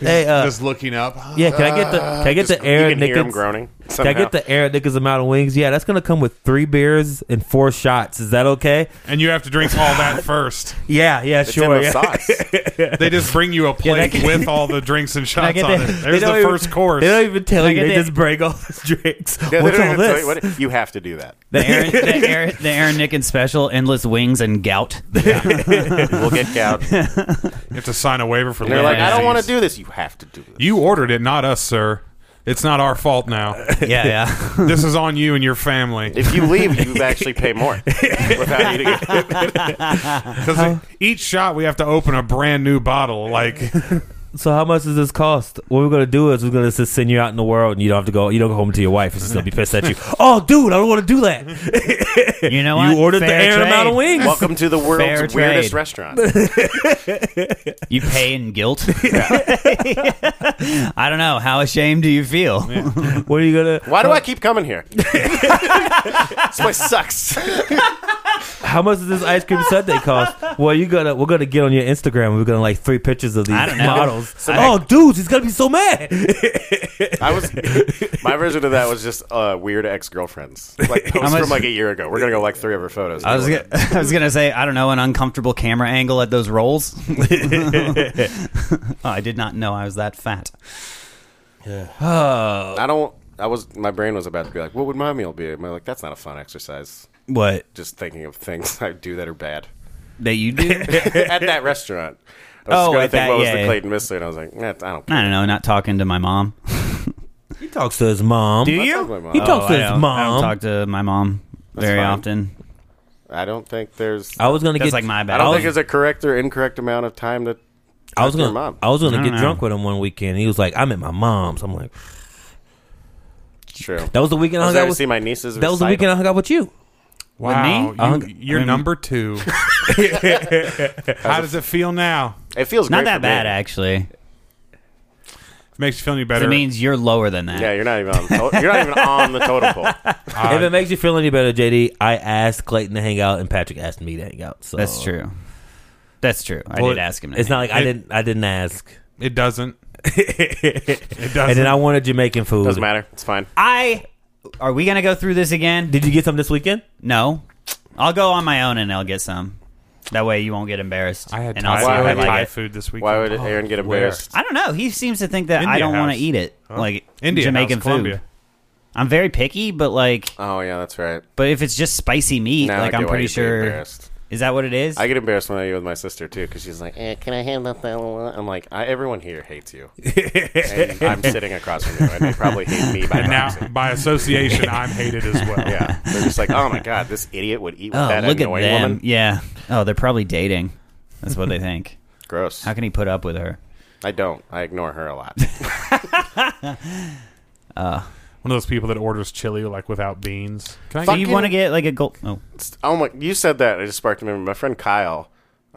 Speaker 2: Hey, uh,
Speaker 4: just looking up.
Speaker 2: yeah, can I get the can I get
Speaker 3: Uh, Just-
Speaker 2: the Aaron
Speaker 3: you can hear him
Speaker 2: Nickens?
Speaker 3: groaning.
Speaker 2: Can I
Speaker 3: somehow.
Speaker 2: get the Aaron Nickens amount of wings? Yeah, that's gonna come with three beers and four shots. Is that okay?
Speaker 4: And you have to drink all
Speaker 3: [laughs]
Speaker 4: that first.
Speaker 2: Yeah, yeah,
Speaker 3: It's
Speaker 2: sure.
Speaker 3: in the
Speaker 2: yeah. [laughs]
Speaker 3: sauce.
Speaker 4: They just bring you a
Speaker 1: that
Speaker 4: plate
Speaker 1: can-
Speaker 4: with all the drinks and
Speaker 1: I
Speaker 4: shots
Speaker 1: get
Speaker 4: on
Speaker 1: that?
Speaker 4: it.
Speaker 1: They
Speaker 4: There's the
Speaker 2: don't even-
Speaker 4: first course.
Speaker 2: They don't even tell
Speaker 1: Can I
Speaker 2: you.
Speaker 1: get
Speaker 2: They
Speaker 1: the-
Speaker 2: just bring all these drinks.
Speaker 3: Yeah, they
Speaker 2: What's
Speaker 3: don't
Speaker 2: all
Speaker 3: even tell you
Speaker 2: this?
Speaker 3: what it- you have to do that.
Speaker 2: [laughs]
Speaker 1: The Aaron, the Aaron, the Aaron Nickens special, endless wings and gout. [laughs]
Speaker 3: We'll get gout. And
Speaker 4: you have to sign a waiver for.
Speaker 3: they're like,
Speaker 1: Yeah.
Speaker 3: I don't want to do this. You have to do this.
Speaker 4: You ordered it, not us, sir. It's not our fault now.
Speaker 1: Yeah, yeah.
Speaker 2: [laughs]
Speaker 4: this is on you and your family.
Speaker 3: [laughs] If you leave, you actually pay more without
Speaker 1: [laughs]
Speaker 3: eating it.
Speaker 4: Because each shot, we have to open a brand new bottle. Like,
Speaker 2: So how much does this cost? What we're gonna do is we're gonna just send you out in the world, and you don't have to go. You don't go home to your wife. She's gonna be pissed [laughs] at you. Oh, dude, I don't want to do that.
Speaker 1: You
Speaker 2: [laughs]
Speaker 1: know what?
Speaker 2: You ordered the
Speaker 1: Fair
Speaker 2: air
Speaker 1: trade.
Speaker 2: amount of wings.
Speaker 3: Welcome to the
Speaker 1: Fair
Speaker 3: world's
Speaker 1: trade.
Speaker 3: weirdest restaurant.
Speaker 1: You pay in
Speaker 2: [laughs]
Speaker 1: guilt. [laughs] I don't know. How ashamed do you feel?
Speaker 2: What are you gonna?
Speaker 3: Why do I keep coming here? this place sucks.
Speaker 2: How much does this ice cream sundae cost? Well, you gonna we're gonna get on your Instagram. We're gonna like three pictures of these
Speaker 1: I don't know.
Speaker 2: models.
Speaker 1: So-
Speaker 2: oh, dudes, he's gonna be so mad.
Speaker 3: I was my version of that was just uh, weird ex girlfriends, like posts
Speaker 1: much-
Speaker 3: from like a year ago. We're gonna go like three of her photos.
Speaker 1: [laughs] I was gonna, [laughs] I was gonna say I don't know an uncomfortable camera angle at those
Speaker 2: [laughs]
Speaker 1: rolls. [laughs] Oh, I did not know I was that fat.
Speaker 3: I don't. I was. My brain was about to be like, "What would my meal be?" I'm like, "That's not a fun exercise."
Speaker 1: What
Speaker 3: Just thinking of things [laughs] I do that are bad
Speaker 1: that you
Speaker 2: [laughs]
Speaker 1: do?
Speaker 3: [laughs] at that restaurant. I was
Speaker 1: Oh,
Speaker 3: just gonna
Speaker 1: at
Speaker 3: think
Speaker 1: that-
Speaker 3: what was
Speaker 1: yeah,
Speaker 3: the
Speaker 1: yeah.
Speaker 3: Clayton Missler, and I was like, eh, "I don't."
Speaker 1: I don't know. Not talking to my mom.
Speaker 2: he talks to his mom.
Speaker 1: Do
Speaker 3: I
Speaker 1: you?
Speaker 3: talk to my
Speaker 2: He
Speaker 3: mom.
Speaker 4: Oh,
Speaker 1: I
Speaker 2: talks to his
Speaker 1: don't, I don't
Speaker 2: mom.
Speaker 1: talk to my mom very
Speaker 3: fine.
Speaker 1: often.
Speaker 3: I don't think there's.
Speaker 2: I was gonna
Speaker 1: That's
Speaker 2: get
Speaker 1: like my
Speaker 3: I
Speaker 1: bad.
Speaker 3: don't
Speaker 2: was-
Speaker 3: think there's a correct or incorrect amount of time to.
Speaker 2: I was
Speaker 3: talk to
Speaker 2: gonna
Speaker 3: your mom.
Speaker 2: I was gonna
Speaker 1: I
Speaker 2: get
Speaker 1: don't know.
Speaker 2: drunk with him one weekend. He was like, "I'm at my mom's." I'm like,
Speaker 3: True.
Speaker 2: "That was the weekend
Speaker 3: I
Speaker 2: I hung
Speaker 3: was there
Speaker 2: out
Speaker 3: to
Speaker 2: with."
Speaker 3: see my nieces.
Speaker 2: That was the weekend I hung out with you.
Speaker 4: wow,
Speaker 1: me?
Speaker 4: you,
Speaker 2: hung-
Speaker 4: you're number two. How does it feel now?
Speaker 3: It feels
Speaker 1: Not
Speaker 3: great
Speaker 1: that
Speaker 3: for
Speaker 1: bad
Speaker 3: me.
Speaker 1: actually.
Speaker 4: It makes you feel any
Speaker 1: 'Cause
Speaker 4: better.
Speaker 1: It means you're lower than that.
Speaker 3: Yeah, you're not even on. The to- you're not even on the
Speaker 1: [laughs]
Speaker 3: totem pole.
Speaker 4: Uh,
Speaker 2: if it makes you feel any better, JD, I asked Clayton to hang out, and Patrick asked me to hang out. So
Speaker 1: That's true. That's true. I
Speaker 4: Well,
Speaker 1: did ask him. to
Speaker 2: It's
Speaker 1: hang
Speaker 2: not like I
Speaker 4: It-
Speaker 2: didn't. I
Speaker 1: [laughs]
Speaker 2: didn't ask.
Speaker 4: it doesn't.
Speaker 2: and
Speaker 4: It doesn't.
Speaker 2: then I wanted Jamaican food.
Speaker 3: Doesn't matter. It's fine.
Speaker 1: I are we gonna go through this again?
Speaker 2: Did you get some this weekend?
Speaker 1: no, I'll go on my own and I'll get some. That way you won't get embarrassed.
Speaker 4: I had
Speaker 1: and
Speaker 4: Thai,
Speaker 1: I'll see
Speaker 3: Why
Speaker 1: if
Speaker 4: I
Speaker 1: I
Speaker 4: had
Speaker 3: would
Speaker 4: Thai
Speaker 1: like it.
Speaker 4: food this week.
Speaker 3: Why would Aaron get embarrassed?
Speaker 1: I don't know. He seems to think that I
Speaker 4: India
Speaker 1: don't want to
Speaker 4: House.
Speaker 1: eat it. Like
Speaker 4: India
Speaker 1: Jamaican
Speaker 4: House,
Speaker 1: food.
Speaker 4: Colombia.
Speaker 1: I'm very picky, but like,
Speaker 3: Oh yeah, that's right.
Speaker 1: but if it's just spicy meat,
Speaker 3: Now I
Speaker 1: like
Speaker 3: get
Speaker 1: I'm
Speaker 3: why
Speaker 1: pretty
Speaker 3: you'd be
Speaker 1: sure.
Speaker 3: embarrassed.
Speaker 1: Is that what it is?
Speaker 3: I get embarrassed when I eat with my sister too, because she's like, eh, "Can I have that?" blah, blah, blah?" I'm like, I, "Everyone here hates
Speaker 1: [laughs]
Speaker 3: you." and I'm sitting across from you, and they probably hate me by
Speaker 4: And now,
Speaker 3: proxy.
Speaker 4: by association, I'm hated as well.
Speaker 3: Yeah, they're just like, "Oh my god, this idiot would eat with
Speaker 1: oh,
Speaker 3: that
Speaker 1: look at them.
Speaker 3: annoying woman."
Speaker 1: Yeah. Oh, they're probably dating. That's what they think.
Speaker 3: Gross.
Speaker 1: How can he put up with her?
Speaker 3: I don't. I ignore her a
Speaker 1: [laughs]
Speaker 3: lot.
Speaker 4: One of those people that orders chili like
Speaker 3: [sighs]
Speaker 4: without beans. Can I
Speaker 1: Do
Speaker 3: Fuck
Speaker 4: get
Speaker 1: you
Speaker 3: Fucking-
Speaker 1: want to get like a gold? Oh,
Speaker 3: oh my! You said that. It just sparked a memory. My friend Kyle,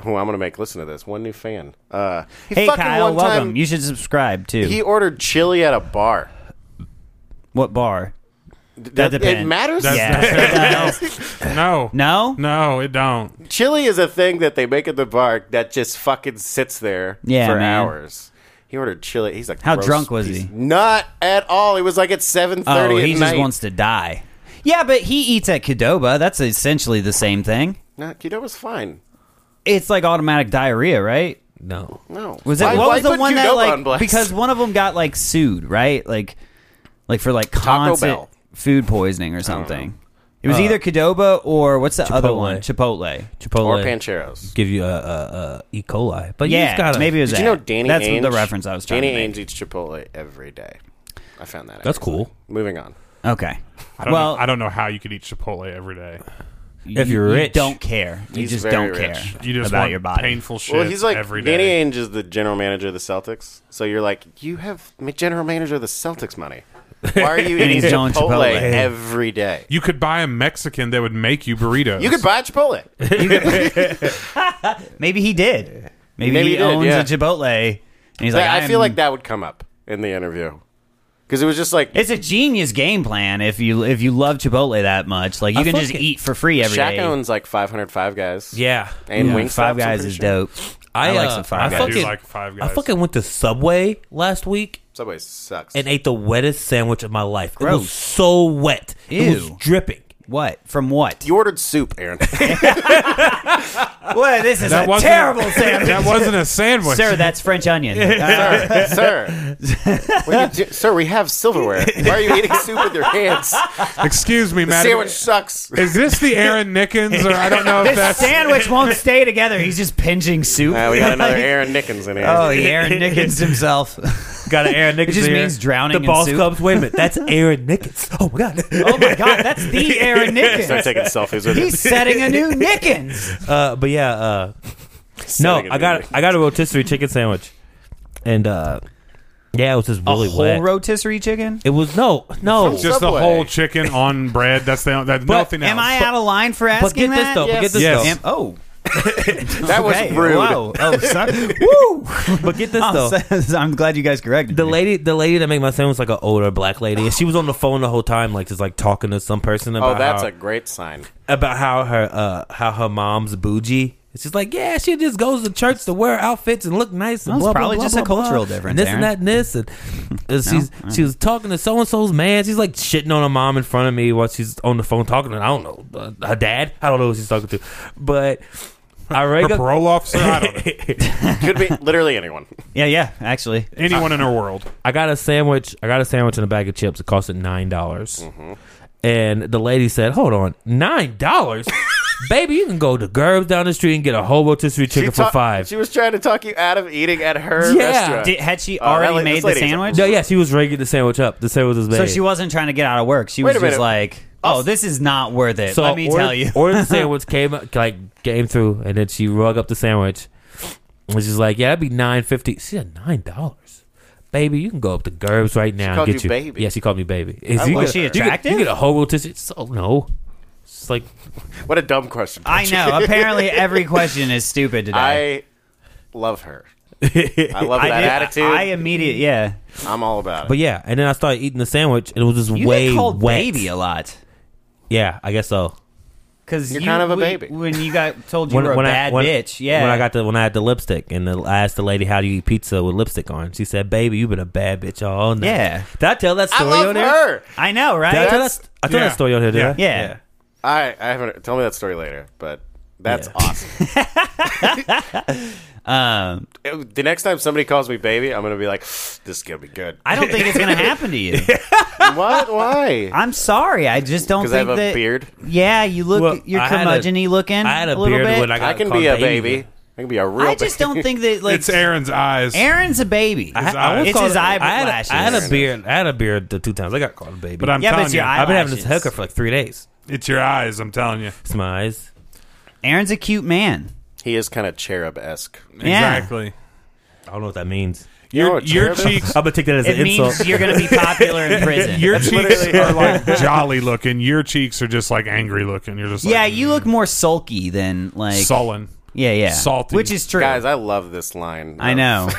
Speaker 3: who I'm gonna make listen to this, one new fan. Uh, he
Speaker 1: hey
Speaker 3: fucking
Speaker 1: Kyle,
Speaker 3: one
Speaker 1: welcome.
Speaker 3: time-
Speaker 1: you should subscribe too.
Speaker 3: he ordered chili at a bar.
Speaker 1: what bar?
Speaker 3: That, it
Speaker 1: depends.
Speaker 3: matters.
Speaker 4: That's-
Speaker 1: Yeah.
Speaker 4: no,
Speaker 1: no.
Speaker 4: no, it don't.
Speaker 3: chili is a thing that they make at the bar that just fucking sits there
Speaker 1: Yeah,
Speaker 3: for
Speaker 1: man.
Speaker 3: hours. He ordered chili. He's like,
Speaker 1: How drunk was he?
Speaker 3: Not at all. He was like at seven [laughs] thirty.
Speaker 1: Oh,
Speaker 3: at
Speaker 1: he just
Speaker 3: night.
Speaker 1: wants to die. Yeah, but he eats at Qdoba. That's essentially the same thing.
Speaker 3: No, keto was fine.
Speaker 1: It's like automatic diarrhea, right?
Speaker 2: No.
Speaker 3: No,
Speaker 1: Was it
Speaker 3: Why-
Speaker 1: what
Speaker 3: why
Speaker 1: was the
Speaker 3: put
Speaker 1: one that
Speaker 3: Qdoba
Speaker 1: like
Speaker 3: on blast?
Speaker 1: because one of them got like sued, right? Like like for like constant
Speaker 3: Bell.
Speaker 1: food poisoning or something. It
Speaker 3: Uh,
Speaker 1: was either Qdoba or what's the other one? Chipotle.
Speaker 2: Chipotle
Speaker 3: [laughs] or pancheros?
Speaker 2: give you a, a, a E. coli, but you
Speaker 1: Yeah,
Speaker 2: just gotta,
Speaker 1: maybe it was
Speaker 3: Did you
Speaker 1: that.
Speaker 3: know Danny?
Speaker 1: That's
Speaker 3: Ainge?
Speaker 1: the reference I was trying
Speaker 3: Danny
Speaker 1: to make.
Speaker 3: Ainge eats Chipotle every day. I found that. out
Speaker 2: That's
Speaker 3: recently.
Speaker 2: cool.
Speaker 3: Moving on.
Speaker 1: Okay.
Speaker 4: I don't
Speaker 1: well,
Speaker 4: know, I don't know how you could eat Chipotle every day.
Speaker 2: If you're
Speaker 1: you
Speaker 2: rich.
Speaker 1: don't care. You
Speaker 3: He's
Speaker 1: just
Speaker 3: very
Speaker 1: don't
Speaker 3: rich.
Speaker 1: care
Speaker 4: You just
Speaker 1: about
Speaker 4: want
Speaker 1: your body.
Speaker 4: painful shit.
Speaker 3: Well, he's like
Speaker 4: every
Speaker 3: Danny
Speaker 4: day.
Speaker 3: Ainge is the general manager of the Celtics. So you're like, you have ma- general manager of the Celtics money. Why
Speaker 1: [laughs]
Speaker 3: are you eating
Speaker 1: he's doing
Speaker 3: Chipotle,
Speaker 1: Chipotle.
Speaker 3: every day?
Speaker 1: [laughs]
Speaker 4: You could buy a Mexican that would make you burritos.
Speaker 3: You could buy Chipotle.
Speaker 1: Maybe he did. Maybe,
Speaker 3: Maybe
Speaker 1: he,
Speaker 3: he did,
Speaker 1: owns
Speaker 3: yeah.
Speaker 1: a Chipotle. And he's
Speaker 3: That-
Speaker 1: like,
Speaker 3: I feel
Speaker 1: I'm-
Speaker 3: like that would come up in the interview because it was just like
Speaker 1: It's a genius game plan if you if you love Chipotle that much. Like you
Speaker 2: I
Speaker 1: can
Speaker 2: fuck
Speaker 1: just
Speaker 2: it.
Speaker 1: eat for free every day.
Speaker 3: Shaq owns like 505 guys.
Speaker 2: Yeah,
Speaker 3: and
Speaker 1: Yeah,
Speaker 3: Wingstop's,
Speaker 1: Five
Speaker 3: I'm
Speaker 1: Guys
Speaker 3: pretty
Speaker 1: is
Speaker 3: sure.
Speaker 1: dope. I like
Speaker 2: uh,
Speaker 1: some Five
Speaker 2: I
Speaker 1: Guys.
Speaker 4: I do
Speaker 2: fucking,
Speaker 4: like Five
Speaker 2: I
Speaker 4: Guys.
Speaker 2: fucking went to Subway last week
Speaker 3: Subway sucks.
Speaker 2: and ate the wettest sandwich of my life. It
Speaker 1: Gross.
Speaker 2: was so wet. It was
Speaker 1: Ew. [laughs]
Speaker 2: dripping.
Speaker 1: What from what?
Speaker 3: [laughs] you ordered soup, Aaron.
Speaker 1: [laughs] What this is a
Speaker 4: wasn't- [laughs]
Speaker 1: terrible sandwich,
Speaker 4: that wasn't a sandwich.
Speaker 1: sir. That's French onion. Uh,
Speaker 3: sir, sir, [laughs] What are you do- sir, we have silverware. Why are you eating soup with your hands?
Speaker 4: Excuse me, madam.
Speaker 3: Sandwich sucks.
Speaker 4: [laughs] Is this the Aaron Nickens or I don't
Speaker 1: [laughs]
Speaker 4: know if
Speaker 1: this
Speaker 4: that's
Speaker 1: sandwich won't stay together. He's just pinching soup. [laughs]
Speaker 2: Oh,
Speaker 3: Uh, we got another Aaron Nickens in here.
Speaker 1: oh, he Aaron Nickens himself.
Speaker 2: Got an Aaron Nickens.
Speaker 1: It just
Speaker 2: here.
Speaker 1: means drowning
Speaker 2: The
Speaker 1: in
Speaker 2: ball
Speaker 1: soup.
Speaker 2: comes. Wait a minute,
Speaker 1: [laughs]
Speaker 2: that's Aaron Nickens. Oh my god.
Speaker 1: Oh my god, that's the Aaron
Speaker 3: Start
Speaker 1: Nickens.
Speaker 3: taking selfies with
Speaker 1: He's
Speaker 3: it.
Speaker 1: setting a new Nickens.
Speaker 2: Uh, but yeah, uh, no,
Speaker 3: Setting a
Speaker 2: I got
Speaker 3: new-
Speaker 2: I got a rotisserie chicken sandwich, and uh, yeah, it was just
Speaker 1: A
Speaker 2: really
Speaker 1: whole
Speaker 2: wet.
Speaker 1: rotisserie chicken.
Speaker 2: it was no, no.
Speaker 3: From
Speaker 4: Just
Speaker 3: Subway.
Speaker 4: the whole chicken on bread. That's the that's nothing else.
Speaker 1: Am I out of line for asking
Speaker 2: But get this
Speaker 1: that?
Speaker 2: though. But
Speaker 3: Yes.
Speaker 2: get this
Speaker 4: Yes.
Speaker 2: though.
Speaker 1: Am- oh,
Speaker 3: That was
Speaker 1: okay.
Speaker 3: rude.
Speaker 1: Whoa. Oh, sorry. Woo.
Speaker 2: [laughs] But get this
Speaker 1: I'm,
Speaker 2: though.
Speaker 1: s- [laughs] I'm glad you guys corrected
Speaker 2: The
Speaker 1: me.
Speaker 2: lady, the lady that made my sandwich was like an older black lady, and she was on the phone the whole time, like just like talking to some person
Speaker 3: Oh,
Speaker 2: about
Speaker 3: that's
Speaker 2: how,
Speaker 3: a great sign.
Speaker 2: about how her uh how her mom's bougie. It's just like, yeah, she just goes to church to wear outfits and look nice. And
Speaker 1: Well, it's
Speaker 2: blah, blah,
Speaker 1: probably
Speaker 2: blah,
Speaker 1: just
Speaker 2: blah,
Speaker 1: a
Speaker 2: blah,
Speaker 1: cultural
Speaker 2: and
Speaker 1: difference,
Speaker 2: This
Speaker 1: Aaron.
Speaker 2: and that, and
Speaker 1: [laughs]
Speaker 2: this, and and she's she was talking to so and so's man. She's like shitting on her mom in front of me while she's on the phone talking to I don't know uh, her dad. I don't know who she's talking to, but I
Speaker 4: Her
Speaker 2: reg-
Speaker 4: parole officer?
Speaker 1: [laughs]
Speaker 4: I don't know.
Speaker 2: [laughs]
Speaker 3: Could be literally anyone.
Speaker 1: yeah, yeah, actually.
Speaker 4: Anyone in her world.
Speaker 2: I got a sandwich. I got a sandwich and a bag of chips. It costed nine dollars.
Speaker 1: Mm-hmm.
Speaker 2: And the lady said, "Hold on, nine
Speaker 1: [laughs]
Speaker 2: dollars, baby. You can go to Gerb's down the street and get a whole rotisserie chicken for
Speaker 3: ta-
Speaker 2: five.
Speaker 3: She was trying to talk you out of eating at her
Speaker 2: Yeah.
Speaker 3: [laughs] restaurant.
Speaker 1: Did, had she
Speaker 3: Oh, that
Speaker 1: already
Speaker 3: la- this
Speaker 1: made the
Speaker 3: lady's a-
Speaker 1: sandwich?
Speaker 2: no, yeah, she was rigging the sandwich up. The sandwich was made.
Speaker 1: So she wasn't trying to get out of work. She
Speaker 3: Wait
Speaker 1: was
Speaker 3: a minute.
Speaker 1: just like, "Oh,
Speaker 3: Us-
Speaker 1: this is not worth it."
Speaker 2: So
Speaker 1: Let me
Speaker 2: ordered-
Speaker 1: tell you. [laughs]
Speaker 2: ordered the sandwich came up- like came through, and then she rug up the sandwich. And she's like, "Yeah, that'd be nine fifty. She said nine dollars." Baby, you can go up to Gerb's right now
Speaker 3: called
Speaker 2: and get
Speaker 3: you
Speaker 2: you.
Speaker 3: baby.
Speaker 2: Yeah, she called me baby. Is
Speaker 3: love
Speaker 1: her.
Speaker 2: you get,
Speaker 1: attractive?
Speaker 2: you get a whole rotisserie. So no, it's like
Speaker 3: What a dumb question.
Speaker 1: I know. Apparently, every question is stupid today.
Speaker 3: [laughs] I
Speaker 2: [laughs]
Speaker 3: love her. I love
Speaker 1: I
Speaker 3: that
Speaker 1: did-
Speaker 3: attitude.
Speaker 1: I
Speaker 3: I,
Speaker 1: immediate. Yeah,
Speaker 3: am all about it.
Speaker 2: But yeah, and then I started eating the sandwich, and it was just
Speaker 1: you
Speaker 2: way
Speaker 1: get called
Speaker 2: wet.
Speaker 1: baby a lot
Speaker 2: Yeah, I guess so.
Speaker 1: because
Speaker 3: You're kind of a baby.
Speaker 1: When you
Speaker 3: [laughs]
Speaker 1: got told you were a bad
Speaker 2: I, when,
Speaker 1: bitch, yeah.
Speaker 2: When I got the when I had the lipstick, and the, I asked the lady, "How do you eat pizza with lipstick on?" She said, "Baby, you've been a bad bitch all night."
Speaker 1: Yeah.
Speaker 2: Did I tell that
Speaker 3: I
Speaker 2: story
Speaker 3: love
Speaker 2: on here?
Speaker 3: her.
Speaker 1: I know, right?
Speaker 2: Did I tell, that,
Speaker 1: That's-
Speaker 2: st- I told
Speaker 4: Yeah.
Speaker 2: that story on here? Did
Speaker 4: Yeah.
Speaker 2: I?
Speaker 1: yeah.
Speaker 3: I, I haven't. Tell me that story later. But that's
Speaker 2: Yeah.
Speaker 3: awesome.
Speaker 1: [laughs] Um,
Speaker 3: It- the next time somebody calls me baby, I'm gonna be like, [sighs] "This is gonna be good."
Speaker 1: I don't think it's
Speaker 2: [laughs]
Speaker 1: gonna happen to you.
Speaker 3: what?
Speaker 1: [laughs]
Speaker 3: Why?
Speaker 1: I'm sorry. I just don't
Speaker 3: [laughs] Because
Speaker 1: think
Speaker 3: I have a
Speaker 1: that.
Speaker 3: beard.
Speaker 1: Yeah, you look.
Speaker 2: Well,
Speaker 1: you're
Speaker 2: I had a-
Speaker 1: curmudgeon-y looking.
Speaker 2: I had a,
Speaker 1: little
Speaker 2: beard
Speaker 1: bit.
Speaker 2: when I got
Speaker 3: I can
Speaker 2: called
Speaker 3: be a baby. I can be a real.
Speaker 1: I just
Speaker 3: baby.
Speaker 1: don't think
Speaker 4: [laughs]
Speaker 1: that like
Speaker 4: It's Aaron's eyes.
Speaker 1: Aaron's a baby.
Speaker 2: I,
Speaker 4: eyes.
Speaker 2: I was
Speaker 4: It's
Speaker 2: called-
Speaker 1: his eye
Speaker 2: I had, a- I had a
Speaker 1: eyelashes.
Speaker 2: beard. I had a beard the two times. I got called a baby.
Speaker 4: But I'm
Speaker 1: Yeah, but
Speaker 4: telling
Speaker 1: it's
Speaker 4: you,
Speaker 1: your eye-
Speaker 2: I've been having this
Speaker 1: eyelashes.
Speaker 2: hooker for like three days.
Speaker 4: it's your eyes. I'm telling you.
Speaker 2: It's my eyes.
Speaker 1: Aaron's a cute man.
Speaker 3: [laughs] he is kind of cherub esque.
Speaker 1: Yeah.
Speaker 4: Exactly.
Speaker 2: I don't know what
Speaker 1: [laughs]
Speaker 2: that means.
Speaker 4: Your,
Speaker 3: know what
Speaker 4: your
Speaker 3: cherub is?
Speaker 4: cheeks
Speaker 2: I'm gonna take that as
Speaker 1: It
Speaker 2: an
Speaker 1: means
Speaker 2: insult.
Speaker 1: you're
Speaker 4: [laughs]
Speaker 1: going to be popular in prison.
Speaker 4: Your cheeks are like
Speaker 3: [laughs]
Speaker 4: jolly looking. Your cheeks are just like angry looking. You're just like,
Speaker 1: yeah, you look more sulky than like
Speaker 4: sullen.
Speaker 1: yeah, yeah,
Speaker 4: salty.
Speaker 1: which is true.
Speaker 3: [laughs] Guys, I love this line.
Speaker 1: I
Speaker 3: [laughs]
Speaker 1: know.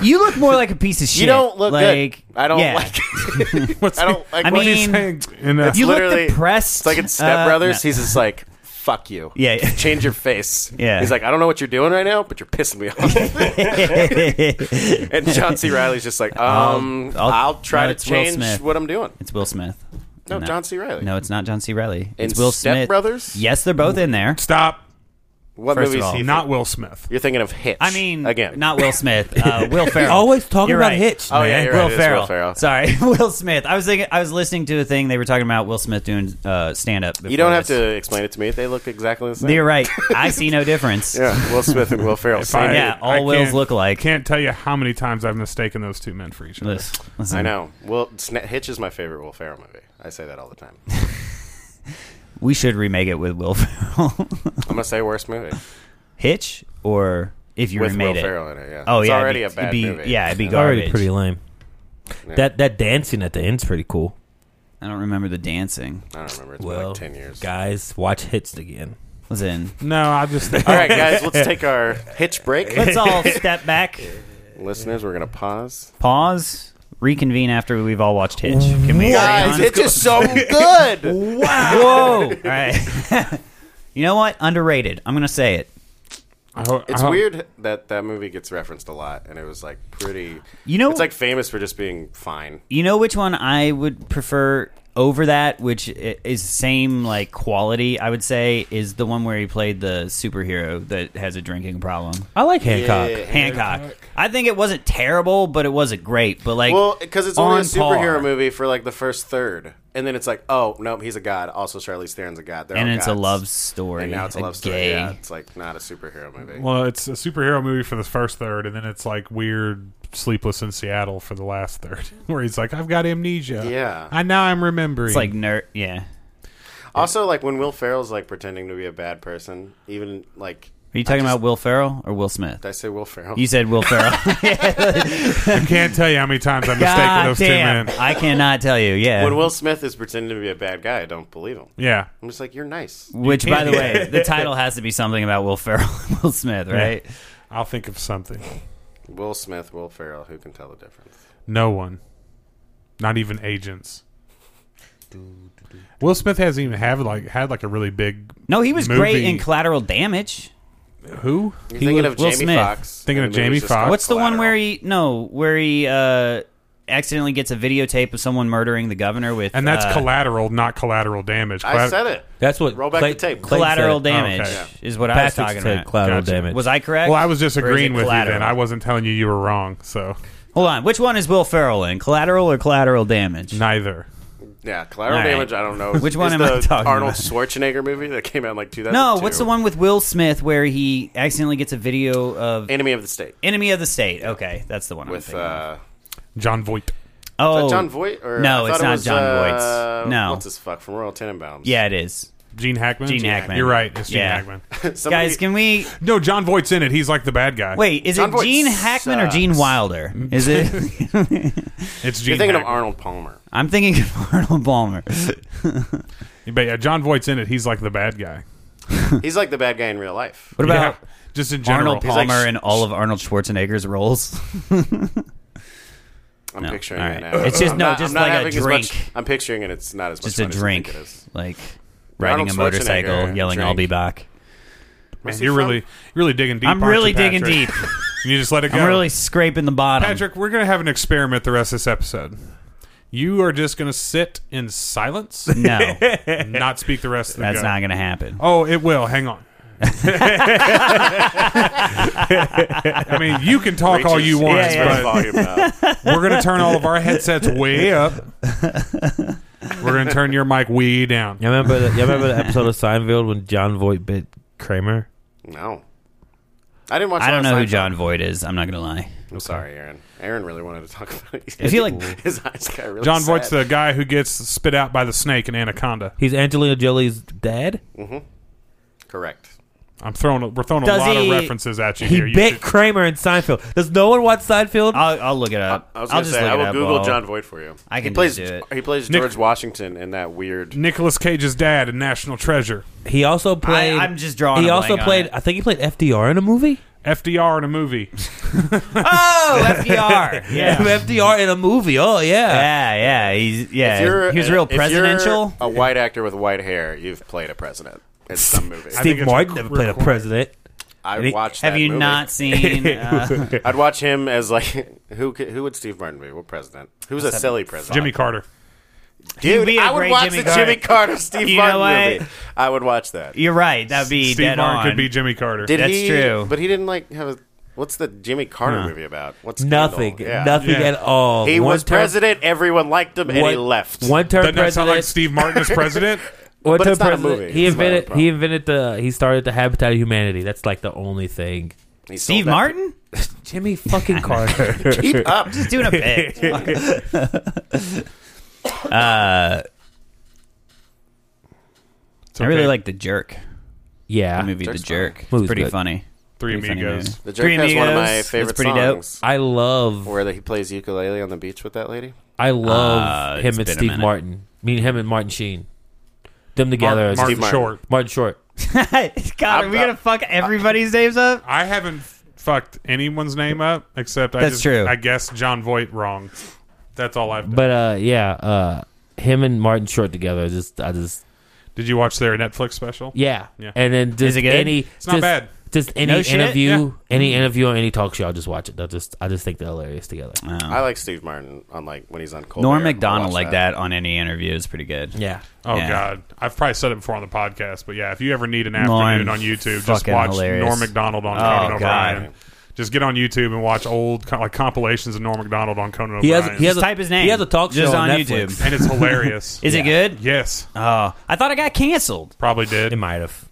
Speaker 1: you look more like a piece of shit.
Speaker 3: You don't look
Speaker 1: like
Speaker 3: good. I don't
Speaker 1: yeah. [laughs]
Speaker 3: like. [laughs]
Speaker 4: What's
Speaker 3: I don't like.
Speaker 1: I
Speaker 3: what he's
Speaker 1: mean,
Speaker 3: saying.
Speaker 4: And, uh,
Speaker 1: You look
Speaker 3: Literally,
Speaker 1: depressed.
Speaker 3: It's like in
Speaker 1: Uh,
Speaker 3: Step
Speaker 1: no.
Speaker 3: Brothers, he's just like, "Fuck you."
Speaker 1: [laughs] Yeah.
Speaker 3: Change your face.
Speaker 1: Yeah.
Speaker 3: He's like, "I don't know what you're doing right now, but you're pissing
Speaker 1: [laughs]
Speaker 3: me off." [laughs] and John C. Riley's just like, "Um,
Speaker 1: I'll-
Speaker 3: I'll, try
Speaker 1: no,
Speaker 3: to
Speaker 1: it's Will
Speaker 3: change
Speaker 1: Smith.
Speaker 3: what I'm doing."
Speaker 1: it's Will Smith.
Speaker 3: No, John C. Riley.
Speaker 1: No, it's not John C. Riley.
Speaker 3: In
Speaker 1: It's Will
Speaker 3: Step
Speaker 1: Smith.
Speaker 3: Brothers?
Speaker 1: Yes, they're both in there.
Speaker 4: stop.
Speaker 3: What
Speaker 1: First
Speaker 3: movie
Speaker 1: of
Speaker 3: is
Speaker 1: all,
Speaker 3: he?
Speaker 4: Not Will Smith.
Speaker 3: You're thinking of Hitch.
Speaker 1: I mean,
Speaker 3: again,
Speaker 1: not Will Smith.
Speaker 3: [laughs]
Speaker 1: Uh, Will Ferrell.
Speaker 2: Always talking
Speaker 1: You're
Speaker 2: about
Speaker 1: right.
Speaker 2: Hitch.
Speaker 3: Oh, yeah,
Speaker 2: man.
Speaker 3: you're right.
Speaker 1: Will
Speaker 3: it is
Speaker 1: Ferrell.
Speaker 3: Will Ferrell.
Speaker 1: Sorry, [laughs] Will Smith. I was thinking. I was listening to a thing they were talking about Will Smith doing uh, stand up.
Speaker 3: you don't have to explain it to me. They look exactly the same.
Speaker 1: You're right. I see no difference.
Speaker 3: [laughs] Yeah, Will Smith and
Speaker 1: [laughs]
Speaker 3: Will Ferrell. same.
Speaker 4: I-
Speaker 1: Yeah, all Wills
Speaker 4: can't-
Speaker 1: look alike.
Speaker 4: Can't tell you how many times I've mistaken those two men for each other.
Speaker 1: Listen, listen.
Speaker 3: I know. Will Sna- Hitch is my favorite Will Ferrell movie. I say that all
Speaker 1: [laughs]
Speaker 3: the time.
Speaker 1: We should remake it with Will [laughs] Ferrell.
Speaker 3: I'm gonna say worst movie
Speaker 1: Hitch, or if you
Speaker 3: with
Speaker 1: remade
Speaker 3: Will
Speaker 1: it.
Speaker 3: Ferrell in it. Yeah.
Speaker 1: Oh
Speaker 3: it's
Speaker 1: yeah,
Speaker 3: already
Speaker 1: it'd be-
Speaker 3: a bad
Speaker 1: it'd be-
Speaker 3: movie.
Speaker 1: Yeah, it'd be
Speaker 2: Already
Speaker 1: garbage.
Speaker 2: pretty lame.
Speaker 3: Yeah.
Speaker 2: That that dancing at the end's pretty cool.
Speaker 1: I don't remember the dancing.
Speaker 3: I don't remember. It's been
Speaker 2: Well,
Speaker 3: like ten years.
Speaker 2: guys, watch hits again.
Speaker 1: Listen,
Speaker 4: No,
Speaker 3: [laughs]
Speaker 4: I just
Speaker 3: All
Speaker 1: [laughs]
Speaker 3: right, guys, let's take our hitch break.
Speaker 1: let's
Speaker 2: [laughs]
Speaker 1: all step back,
Speaker 3: [laughs] Listeners, we're gonna pause.
Speaker 1: pause, reconvene after we've all watched Hitch. Can we?
Speaker 3: Guys,
Speaker 1: agree on?
Speaker 3: it's just so
Speaker 1: [laughs]
Speaker 3: good.
Speaker 1: Whoa! all right. [laughs] you know what? Underrated. I'm gonna say it.
Speaker 4: I ho- I
Speaker 3: It's
Speaker 4: ho-
Speaker 3: weird that that movie gets referenced a lot, and it was like pretty.
Speaker 1: You know-
Speaker 3: it's like famous for just being fine.
Speaker 1: You know which one I would prefer over that, which i- is same like quality. I would say is the one where he played the superhero that has a drinking problem.
Speaker 2: I like Hancock.
Speaker 3: Yeah.
Speaker 1: Hancock. I think it wasn't terrible, but it wasn't great. But like,
Speaker 3: Well, because it's only
Speaker 1: on
Speaker 3: a superhero
Speaker 1: par.
Speaker 3: movie for like the first third, and then it's like, oh no, he's a god. Also, Charlize Theron's a god. They're
Speaker 1: and
Speaker 3: all
Speaker 1: it's
Speaker 3: gods.
Speaker 1: a love story.
Speaker 3: And now it's a love story.
Speaker 1: Gay.
Speaker 3: Yeah, it's like not a superhero movie.
Speaker 4: Well, it's a superhero movie for the first third, and then it's like weird Sleepless in Seattle for the last third, [laughs] where he's like, I've got amnesia.
Speaker 3: Yeah.
Speaker 4: I now I'm remembering.
Speaker 1: It's like nerd. Yeah.
Speaker 3: also, like when Will Ferrell's like pretending to be a bad person, even like
Speaker 1: Are you talking about Will Ferrell or Will Smith?
Speaker 3: did I say Will Ferrell?
Speaker 1: You
Speaker 3: [laughs]
Speaker 1: said Will Ferrell.
Speaker 4: I can't tell you how many times I'm mistaken
Speaker 1: God
Speaker 4: those
Speaker 1: damn.
Speaker 4: two men.
Speaker 1: I cannot tell you. Yeah.
Speaker 3: when Will Smith is pretending to be a bad guy, I don't believe him.
Speaker 4: Yeah.
Speaker 3: I'm just like, you're nice.
Speaker 1: Which, by the way, the title has to be something about Will Ferrell [laughs] and Will Smith, right?
Speaker 4: I'll think of something.
Speaker 3: Will Smith, Will Ferrell, who can tell the difference?
Speaker 4: No one. Not even agents. Will Smith hasn't even have like had like a really big
Speaker 1: No, he was great
Speaker 4: Movie.
Speaker 1: in Collateral Damage.
Speaker 4: who?
Speaker 3: You're
Speaker 1: He
Speaker 3: thinking
Speaker 1: was
Speaker 3: of
Speaker 1: Will
Speaker 3: Jamie
Speaker 1: Smith.
Speaker 3: Foxx.
Speaker 4: Thinking
Speaker 3: and
Speaker 4: of
Speaker 3: the movie's
Speaker 4: Jamie
Speaker 3: just called
Speaker 4: Fox.
Speaker 1: What's the one where
Speaker 3: Collateral.
Speaker 1: he no, where he uh accidentally gets a videotape of someone murdering the governor with
Speaker 4: And that's
Speaker 1: uh,
Speaker 4: collateral, not collateral damage.
Speaker 3: I
Speaker 4: Colla-
Speaker 3: said it.
Speaker 2: That's what
Speaker 3: Roll back
Speaker 2: Clay-
Speaker 3: the tape.
Speaker 2: Clay
Speaker 1: collateral
Speaker 2: said.
Speaker 1: damage
Speaker 4: oh, okay. Yeah.
Speaker 1: is what
Speaker 2: Patrick
Speaker 1: I was talking
Speaker 2: said
Speaker 1: about.
Speaker 2: collateral
Speaker 4: Gotcha.
Speaker 2: damage.
Speaker 1: Was I correct?
Speaker 4: Well, I was
Speaker 1: Or is
Speaker 4: disagreeing
Speaker 1: it
Speaker 4: with you then.
Speaker 1: collateral?
Speaker 4: I wasn't telling you you were wrong, so
Speaker 1: Hold on. Which one is Will Ferrell in? Collateral or collateral damage?
Speaker 4: neither.
Speaker 3: Yeah, collateral
Speaker 1: All right.
Speaker 3: damage. I don't know.
Speaker 1: [laughs] Which one
Speaker 3: Is
Speaker 1: am I
Speaker 3: the
Speaker 1: talking
Speaker 3: Arnold
Speaker 1: about?
Speaker 3: Schwarzenegger movie that came out in like 2000.
Speaker 1: No, what's the one with Will Smith where he accidentally gets a video of
Speaker 3: Enemy of the State
Speaker 1: Enemy of the State? Okay, that's the one I'm
Speaker 3: with
Speaker 1: thinking. of.
Speaker 3: uh,
Speaker 4: John Voight.
Speaker 1: oh,
Speaker 3: oh, John Voight. Or
Speaker 1: No, it's
Speaker 3: I thought it
Speaker 1: not
Speaker 3: was,
Speaker 1: John
Speaker 3: uh,
Speaker 1: Voight's. No.
Speaker 3: What's his fuck from Royal Tenenbaums?
Speaker 1: Yeah, it is.
Speaker 4: Gene Hackman.
Speaker 1: Gene Hackman.
Speaker 4: You're right. It's Gene
Speaker 1: Yeah.
Speaker 4: Hackman.
Speaker 3: [laughs] Somebody-
Speaker 1: Guys, can we
Speaker 4: No, John Voight's in it. He's like the bad guy.
Speaker 1: wait? Is
Speaker 3: John uh,
Speaker 1: it
Speaker 3: Voight
Speaker 1: Gene Hackman or Gene
Speaker 3: sucks.
Speaker 1: Wilder? Is it?
Speaker 4: [laughs]
Speaker 1: [laughs]
Speaker 4: it's Gene.
Speaker 3: you're thinking of
Speaker 4: Hackman.
Speaker 3: Arnold Palmer.
Speaker 1: I'm thinking of [laughs] Arnold Palmer.
Speaker 4: But yeah, John Voight's in it. He's like the bad guy.
Speaker 3: He's like the bad guy in real life.
Speaker 1: What
Speaker 4: Yeah,
Speaker 1: about
Speaker 4: just in general.
Speaker 1: Arnold
Speaker 4: He's
Speaker 1: Palmer
Speaker 4: like,
Speaker 1: in all of Arnold Schwarzenegger's roles? [laughs]
Speaker 3: I'm
Speaker 1: No.
Speaker 3: picturing
Speaker 1: All
Speaker 3: it
Speaker 1: right.
Speaker 3: now.
Speaker 1: It's just-
Speaker 3: I'm
Speaker 1: no,
Speaker 3: not,
Speaker 1: just
Speaker 3: I'm not
Speaker 1: like a
Speaker 3: having as much-
Speaker 1: drink.
Speaker 3: I'm picturing it. It's not as much
Speaker 1: Just a
Speaker 3: fun as I
Speaker 1: drink,
Speaker 3: think it is.
Speaker 1: like riding
Speaker 3: Arnold
Speaker 1: a motorcycle,
Speaker 3: Schwarzenegger
Speaker 1: yelling
Speaker 3: drank.
Speaker 1: "I'll be back."
Speaker 4: Man, you're really, you're really digging deep.
Speaker 1: I'm
Speaker 4: aren't
Speaker 1: really
Speaker 4: you,
Speaker 1: digging
Speaker 4: Patrick?
Speaker 1: deep.
Speaker 4: [laughs] You just let it go.
Speaker 1: I'm really scraping the bottom.
Speaker 4: Patrick, we're gonna have an experiment the rest of this episode. You are just gonna sit in silence,
Speaker 1: [laughs]
Speaker 3: [laughs]
Speaker 1: No,
Speaker 4: and not speak the rest of the
Speaker 1: that's
Speaker 4: go.
Speaker 1: not going to happen.
Speaker 4: Oh, it will.
Speaker 1: [laughs]
Speaker 4: Hang on. I mean, you can talk all you
Speaker 3: [laughs]
Speaker 4: want,
Speaker 1: Yeah, yeah.
Speaker 4: but
Speaker 3: Volume up.
Speaker 4: we're going to turn all of our headsets way up. We're going to turn your mic way down.
Speaker 1: [laughs]
Speaker 2: You remember the, you remember the episode of Seinfeld when John Voight bit Kramer?
Speaker 3: No. I didn't watch.
Speaker 1: I don't know who
Speaker 3: Seinfeld.
Speaker 1: John Voight is. I'm not going to lie.
Speaker 3: I'm sorry, Aaron. Aaron really wanted to talk [laughs] about it.
Speaker 1: I feel like
Speaker 3: his eyes got really.
Speaker 4: John
Speaker 3: sad.
Speaker 4: Voight's the guy who gets spit out by the snake in Anaconda.
Speaker 2: He's Angelina Jolie's dad.
Speaker 3: Mm. correct.
Speaker 4: I'm throwing. We're throwing
Speaker 1: Does
Speaker 4: a lot
Speaker 1: he-
Speaker 4: of references at you
Speaker 2: He
Speaker 4: here. You
Speaker 2: bit
Speaker 4: should-
Speaker 2: Kramer in Seinfeld. Does no one watch Seinfeld?
Speaker 1: I'll, I'll look it up.
Speaker 3: I was
Speaker 1: will
Speaker 3: gonna
Speaker 1: just
Speaker 3: say
Speaker 1: look
Speaker 3: I
Speaker 1: it
Speaker 3: will
Speaker 1: up
Speaker 3: Google
Speaker 1: while-
Speaker 3: John Voight for you.
Speaker 1: I
Speaker 3: he
Speaker 1: can
Speaker 3: plays.
Speaker 1: just do it.
Speaker 3: He plays
Speaker 4: Nick-
Speaker 3: George Washington in that weird.
Speaker 4: Nicolas Cage's dad in National Treasure.
Speaker 2: He also played.
Speaker 1: I'm just drawing
Speaker 2: He
Speaker 1: a
Speaker 2: also
Speaker 1: blank on
Speaker 2: played.
Speaker 1: it.
Speaker 3: [laughs]
Speaker 2: I think he played FDR in a movie.
Speaker 4: FDR in a movie.
Speaker 1: Oh,
Speaker 3: [laughs]
Speaker 1: FDR.
Speaker 2: [laughs]
Speaker 1: Yeah.
Speaker 2: FDR in a movie. Oh yeah.
Speaker 1: Yeah, yeah, he's
Speaker 3: If you're-
Speaker 1: yeah. He was real
Speaker 3: if you're
Speaker 1: presidential.
Speaker 3: A white actor with white hair. You've played a president
Speaker 1: [laughs]
Speaker 3: in some movie.
Speaker 4: I think
Speaker 2: Steve
Speaker 4: it's
Speaker 2: Martin never played a
Speaker 4: recorded.
Speaker 2: president.
Speaker 3: I
Speaker 2: Any-
Speaker 3: watched.
Speaker 1: Have
Speaker 3: that
Speaker 1: you
Speaker 3: movie.
Speaker 1: not
Speaker 3: [laughs]
Speaker 1: seen? Uh,
Speaker 3: I'd watch him as like [laughs] who? c- Who would Steve Martin be? What president? Who's a silly president?
Speaker 4: Jimmy Carter.
Speaker 3: Dude,
Speaker 1: be a
Speaker 3: I would
Speaker 1: great
Speaker 3: watch
Speaker 1: Jimmy
Speaker 3: the
Speaker 1: Carter.
Speaker 3: Jimmy Carter Steve
Speaker 1: You know
Speaker 3: Martin
Speaker 1: what?
Speaker 3: movie. I would watch that.
Speaker 1: you're right. That'd be
Speaker 4: Steve
Speaker 1: dead
Speaker 4: Martin
Speaker 1: on.
Speaker 4: could be Jimmy Carter.
Speaker 3: Did
Speaker 1: That's
Speaker 3: he,
Speaker 1: true.
Speaker 3: But he didn't like have a. What's the Jimmy Carter movie about? What's
Speaker 2: Nothing.
Speaker 3: Yeah.
Speaker 2: Nothing
Speaker 4: Yeah.
Speaker 2: at all.
Speaker 3: He
Speaker 2: One
Speaker 3: was
Speaker 2: term-
Speaker 3: president. Everyone liked him, and he left.
Speaker 2: One term
Speaker 4: Doesn't that sound
Speaker 2: president.
Speaker 4: like Steve Martin as president?
Speaker 2: one
Speaker 3: But
Speaker 2: term
Speaker 3: it's not a
Speaker 2: president.
Speaker 3: movie.
Speaker 2: He
Speaker 3: It's my other
Speaker 2: invented.
Speaker 3: problem.
Speaker 2: He invented the. He started the Habitat of Humanity. That's like the only thing.
Speaker 3: He sold
Speaker 1: Steve
Speaker 3: that-
Speaker 1: Martin
Speaker 2: Jimmy [laughs] fucking Carter.
Speaker 3: Keep up.
Speaker 1: just doing a
Speaker 3: [laughs]
Speaker 1: bit. uh,
Speaker 4: It's
Speaker 1: I really
Speaker 4: okay.
Speaker 1: like the jerk.
Speaker 2: yeah.
Speaker 1: The movie
Speaker 3: Jerk's
Speaker 1: The Jerk. It's
Speaker 2: Movie's
Speaker 1: pretty
Speaker 2: good.
Speaker 1: funny.
Speaker 4: Three
Speaker 1: Pretty funny
Speaker 4: Amigos.
Speaker 1: movie.
Speaker 3: The
Speaker 1: Three
Speaker 3: Jerk has one of
Speaker 1: Amigos.
Speaker 3: my
Speaker 1: That's
Speaker 3: favorite
Speaker 1: pretty dope.
Speaker 3: songs,
Speaker 2: I love.
Speaker 3: where he plays ukulele on the beach with that lady.
Speaker 2: I
Speaker 1: Uh,
Speaker 2: love
Speaker 1: it's
Speaker 2: him and
Speaker 1: been a
Speaker 2: Steve
Speaker 1: minute.
Speaker 2: Martin. I mean him and Martin Sheen. Them together.
Speaker 4: Martin,
Speaker 2: is-
Speaker 4: Martin
Speaker 3: Steve Martin.
Speaker 4: Short.
Speaker 2: Martin Short.
Speaker 1: [laughs] God, are we gonna fuck everybody's names up?
Speaker 4: I haven't f- fucked anyone's name up except I
Speaker 1: That's
Speaker 4: just,
Speaker 1: true.
Speaker 4: I guess John Voight wrong. That's all I've done.
Speaker 2: But uh, yeah, uh, him and Martin Short together. Just I just
Speaker 4: Did you watch their Netflix special?
Speaker 2: yeah.
Speaker 4: Yeah.
Speaker 2: And then just
Speaker 1: it good?
Speaker 2: any.
Speaker 4: It's not
Speaker 2: just-
Speaker 4: bad.
Speaker 2: Just any
Speaker 1: No shit?
Speaker 2: interview,
Speaker 4: Yeah.
Speaker 2: any interview on any talk show, I'll just watch it. They'll just I just think they're hilarious together.
Speaker 3: I like Steve Martin on like when he's on Colbert.
Speaker 1: Oh. Norm
Speaker 3: I'll
Speaker 1: Macdonald
Speaker 3: watch
Speaker 1: like that on any interview is pretty good.
Speaker 2: Yeah.
Speaker 4: Oh
Speaker 1: Yeah.
Speaker 4: God, I've probably said it before on the podcast, but yeah, if you ever need an
Speaker 1: Norm,
Speaker 4: afternoon on YouTube, just
Speaker 1: fucking
Speaker 4: watch
Speaker 1: hilarious.
Speaker 4: Norm Macdonald on
Speaker 1: Oh,
Speaker 4: Conan
Speaker 1: God.
Speaker 4: O'Brien. Just get on YouTube and watch old co- like compilations of Norm Macdonald on Conan
Speaker 2: He
Speaker 4: O'Brien.
Speaker 2: has, he has
Speaker 1: Just
Speaker 2: a,
Speaker 1: type his name.
Speaker 2: He has a talk show
Speaker 1: Just
Speaker 2: on,
Speaker 1: on
Speaker 2: Netflix.
Speaker 1: YouTube.
Speaker 4: and it's hilarious.
Speaker 1: [laughs] Is it good?
Speaker 4: Yes,
Speaker 1: Oh, I thought it got canceled.
Speaker 4: probably did.
Speaker 2: It might have.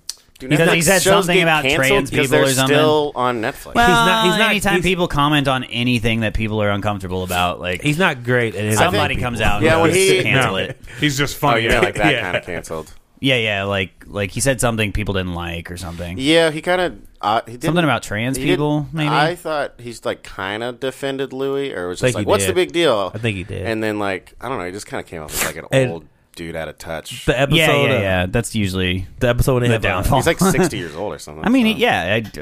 Speaker 3: Do
Speaker 1: Because he
Speaker 3: Netflix
Speaker 1: said
Speaker 3: shows
Speaker 1: something
Speaker 3: get
Speaker 1: about
Speaker 3: canceled
Speaker 1: trans
Speaker 3: 'Cause
Speaker 1: people
Speaker 3: they're
Speaker 1: or something.
Speaker 3: still on Netflix.
Speaker 1: Well,
Speaker 2: not- he's not-
Speaker 1: Uh, anytime
Speaker 2: he's-
Speaker 1: people comment on anything that people are uncomfortable about, like
Speaker 2: He's not great. At
Speaker 1: somebody
Speaker 3: think-
Speaker 1: comes out and
Speaker 3: Yeah, when
Speaker 1: goes,
Speaker 3: he-
Speaker 1: cancel
Speaker 4: No.
Speaker 1: it.
Speaker 4: He's just
Speaker 3: oh,
Speaker 4: funny.
Speaker 3: you mean
Speaker 1: [laughs]
Speaker 3: like
Speaker 4: [laughs]
Speaker 3: that
Speaker 4: Yeah.
Speaker 3: kind of canceled?
Speaker 1: Yeah, yeah, like like he said something people didn't like or something.
Speaker 3: Yeah, he kind of uh, he did
Speaker 1: Something about trans people, maybe.
Speaker 3: I thought he's like kind of defended Louis, or was
Speaker 2: think
Speaker 3: just
Speaker 2: he
Speaker 3: like, "What's
Speaker 2: did.
Speaker 3: the big deal?"
Speaker 2: I think he did.
Speaker 3: And then like I don't know, he just kind of came off as like an
Speaker 2: And-
Speaker 3: old dude out of touch.
Speaker 2: the episode.
Speaker 1: yeah, yeah,
Speaker 2: uh,
Speaker 1: yeah. That's usually
Speaker 2: The episode when they
Speaker 1: The
Speaker 2: have uh,
Speaker 1: downfall.
Speaker 3: He's like sixty years old or
Speaker 1: [laughs]
Speaker 3: something.
Speaker 1: I mean,
Speaker 3: so.
Speaker 1: yeah, I
Speaker 4: [laughs]
Speaker 1: d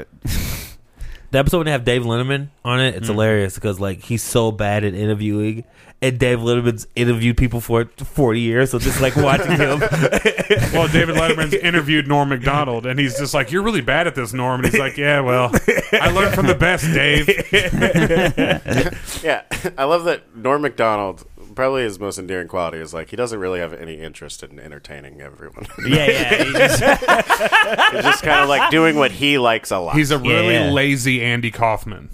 Speaker 2: the episode when they have Dave Letterman on it.
Speaker 1: Mm.
Speaker 2: It's hilarious because like he's so bad at interviewing, and Dave Letterman's interviewed people for forty years. So just like watching
Speaker 1: [laughs]
Speaker 2: him,
Speaker 4: Well,
Speaker 3: [laughs]
Speaker 4: David Letterman's interviewed Norm Macdonald, and he's just like, "You're really bad at this, Norm." And he's like, "Yeah, well, I learned from the best, Dave."
Speaker 3: [laughs] Yeah, [laughs] I love that Norm Macdonald. Probably his most endearing quality is like he doesn't really have any interest in entertaining everyone. [laughs]
Speaker 1: yeah, yeah. he just-
Speaker 3: He's just kind of like doing what he likes a lot.
Speaker 4: He's a really
Speaker 1: Yeah.
Speaker 4: lazy Andy Kaufman.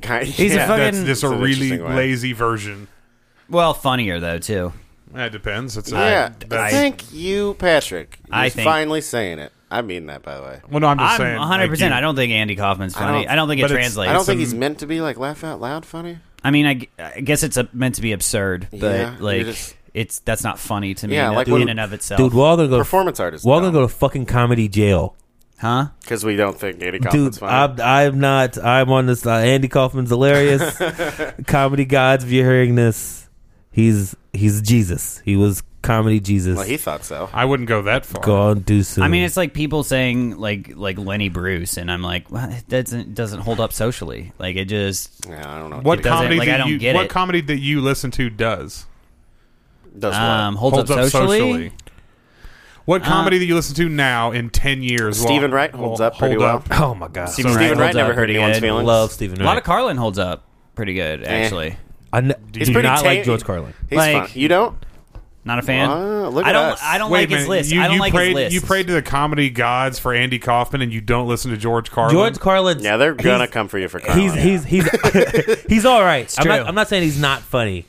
Speaker 3: kind
Speaker 1: he's a fucking-
Speaker 4: That's just a
Speaker 3: It's an
Speaker 4: really
Speaker 3: interesting way.
Speaker 4: lazy version.
Speaker 1: [laughs] well, funnier though too.
Speaker 4: That depends. It's a,
Speaker 3: yeah.
Speaker 4: that's-
Speaker 3: thank you, Patrick.
Speaker 1: I
Speaker 3: He's
Speaker 1: think-
Speaker 3: finally saying it. I mean that, by the way.
Speaker 4: well, no, I'm just
Speaker 1: I'm
Speaker 4: saying.
Speaker 1: 100. percent I
Speaker 4: like,
Speaker 1: don't think Andy Kaufman's
Speaker 3: don't-
Speaker 1: funny. I don't, think it
Speaker 4: but it's-
Speaker 1: translates.
Speaker 3: I
Speaker 1: I,
Speaker 3: don't think
Speaker 4: some-
Speaker 3: he's meant to be like laugh out loud funny.
Speaker 1: mean, I, g- I guess it's a, meant to be absurd, but
Speaker 3: Yeah, you're
Speaker 1: like
Speaker 3: just-
Speaker 1: it's that's not funny to me.
Speaker 3: Yeah,
Speaker 1: in,
Speaker 3: like
Speaker 1: in
Speaker 3: when-
Speaker 1: and of itself,
Speaker 2: dude, we're all gonna go
Speaker 3: Performance artist.
Speaker 2: We're all gonna go to fucking comedy jail,
Speaker 1: huh?
Speaker 3: because we don't think Andy Kaufman's
Speaker 2: dude. I'm,
Speaker 3: funny.
Speaker 2: I'm not. I'm on this. Uh, Andy Kaufman's
Speaker 3: [laughs]
Speaker 2: hilarious. comedy gods, if you're hearing this, he's he's Jesus. He was comedy Jesus.
Speaker 3: well, he thought so.
Speaker 4: I wouldn't go that far.
Speaker 2: Gone too soon.
Speaker 1: I mean, it's like people saying like like Lenny Bruce, and I'm like, well, it doesn't doesn't hold up socially. Like it just
Speaker 3: Yeah, I don't know.
Speaker 4: What
Speaker 3: It
Speaker 1: doesn't-
Speaker 4: comedy
Speaker 1: like, I
Speaker 4: that
Speaker 1: don't
Speaker 4: you?
Speaker 1: get
Speaker 4: what
Speaker 1: it.
Speaker 4: comedy that you listen to does
Speaker 3: does what?
Speaker 1: um, holds, up, socially. Uh,
Speaker 4: What comedy that you listen to now in ten years? will-
Speaker 3: Stephen Wright holds
Speaker 4: will
Speaker 3: up pretty
Speaker 4: hold
Speaker 3: well.
Speaker 4: up.
Speaker 2: oh my god,
Speaker 1: Stephen
Speaker 3: Stephen
Speaker 1: holds
Speaker 3: Wright
Speaker 1: up
Speaker 3: never hurt
Speaker 1: pretty
Speaker 3: anyone's
Speaker 1: good.
Speaker 3: feelings.
Speaker 2: love Stephen.
Speaker 1: A lot of Carlin holds up pretty
Speaker 3: Eh.
Speaker 1: good, actually.
Speaker 2: I kn-
Speaker 3: He's
Speaker 2: do
Speaker 3: pretty
Speaker 2: not like
Speaker 3: tame.
Speaker 2: George Carlin.
Speaker 3: He's
Speaker 1: Like-
Speaker 3: fun. You don't?
Speaker 1: Not a fan.
Speaker 3: Wow, look
Speaker 1: I
Speaker 3: at
Speaker 1: don't.
Speaker 3: us.
Speaker 1: I don't
Speaker 4: Wait
Speaker 1: like
Speaker 4: a minute.
Speaker 1: his list.
Speaker 4: You,
Speaker 1: I don't
Speaker 4: you
Speaker 1: like
Speaker 4: prayed,
Speaker 1: his list.
Speaker 4: You prayed to the comedy gods for Andy Kaufman, and you don't listen to George Carlin.
Speaker 2: George Carlin.
Speaker 3: Yeah, they're gonna
Speaker 2: he's,
Speaker 3: come for you for Carlin.
Speaker 2: He's he's
Speaker 3: [laughs]
Speaker 2: he's he's all right. I'm
Speaker 1: true.
Speaker 2: not, I'm not saying he's not funny.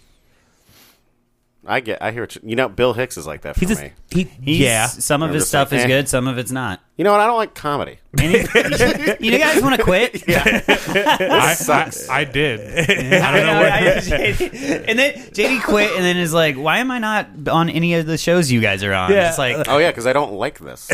Speaker 3: I get. I hear what you, you know. Bill Hicks is like that for
Speaker 2: He just
Speaker 3: me.
Speaker 2: he
Speaker 1: [laughs] He's-
Speaker 2: yeah.
Speaker 1: Some of
Speaker 3: I'm
Speaker 1: his
Speaker 3: just
Speaker 1: stuff
Speaker 3: like,
Speaker 1: is
Speaker 3: eh.
Speaker 1: good. Some of it's not.
Speaker 3: You know what? I don't like comedy.
Speaker 1: And he- you guys want to quit?
Speaker 4: I, I, I did. [laughs] I don't know
Speaker 1: [laughs]
Speaker 4: what.
Speaker 1: and then JD quit, and then is like, "Why am I not on any of the shows you guys are on?"
Speaker 2: Yeah.
Speaker 1: It's like,
Speaker 3: Oh yeah, because I don't like
Speaker 2: [laughs]
Speaker 3: this.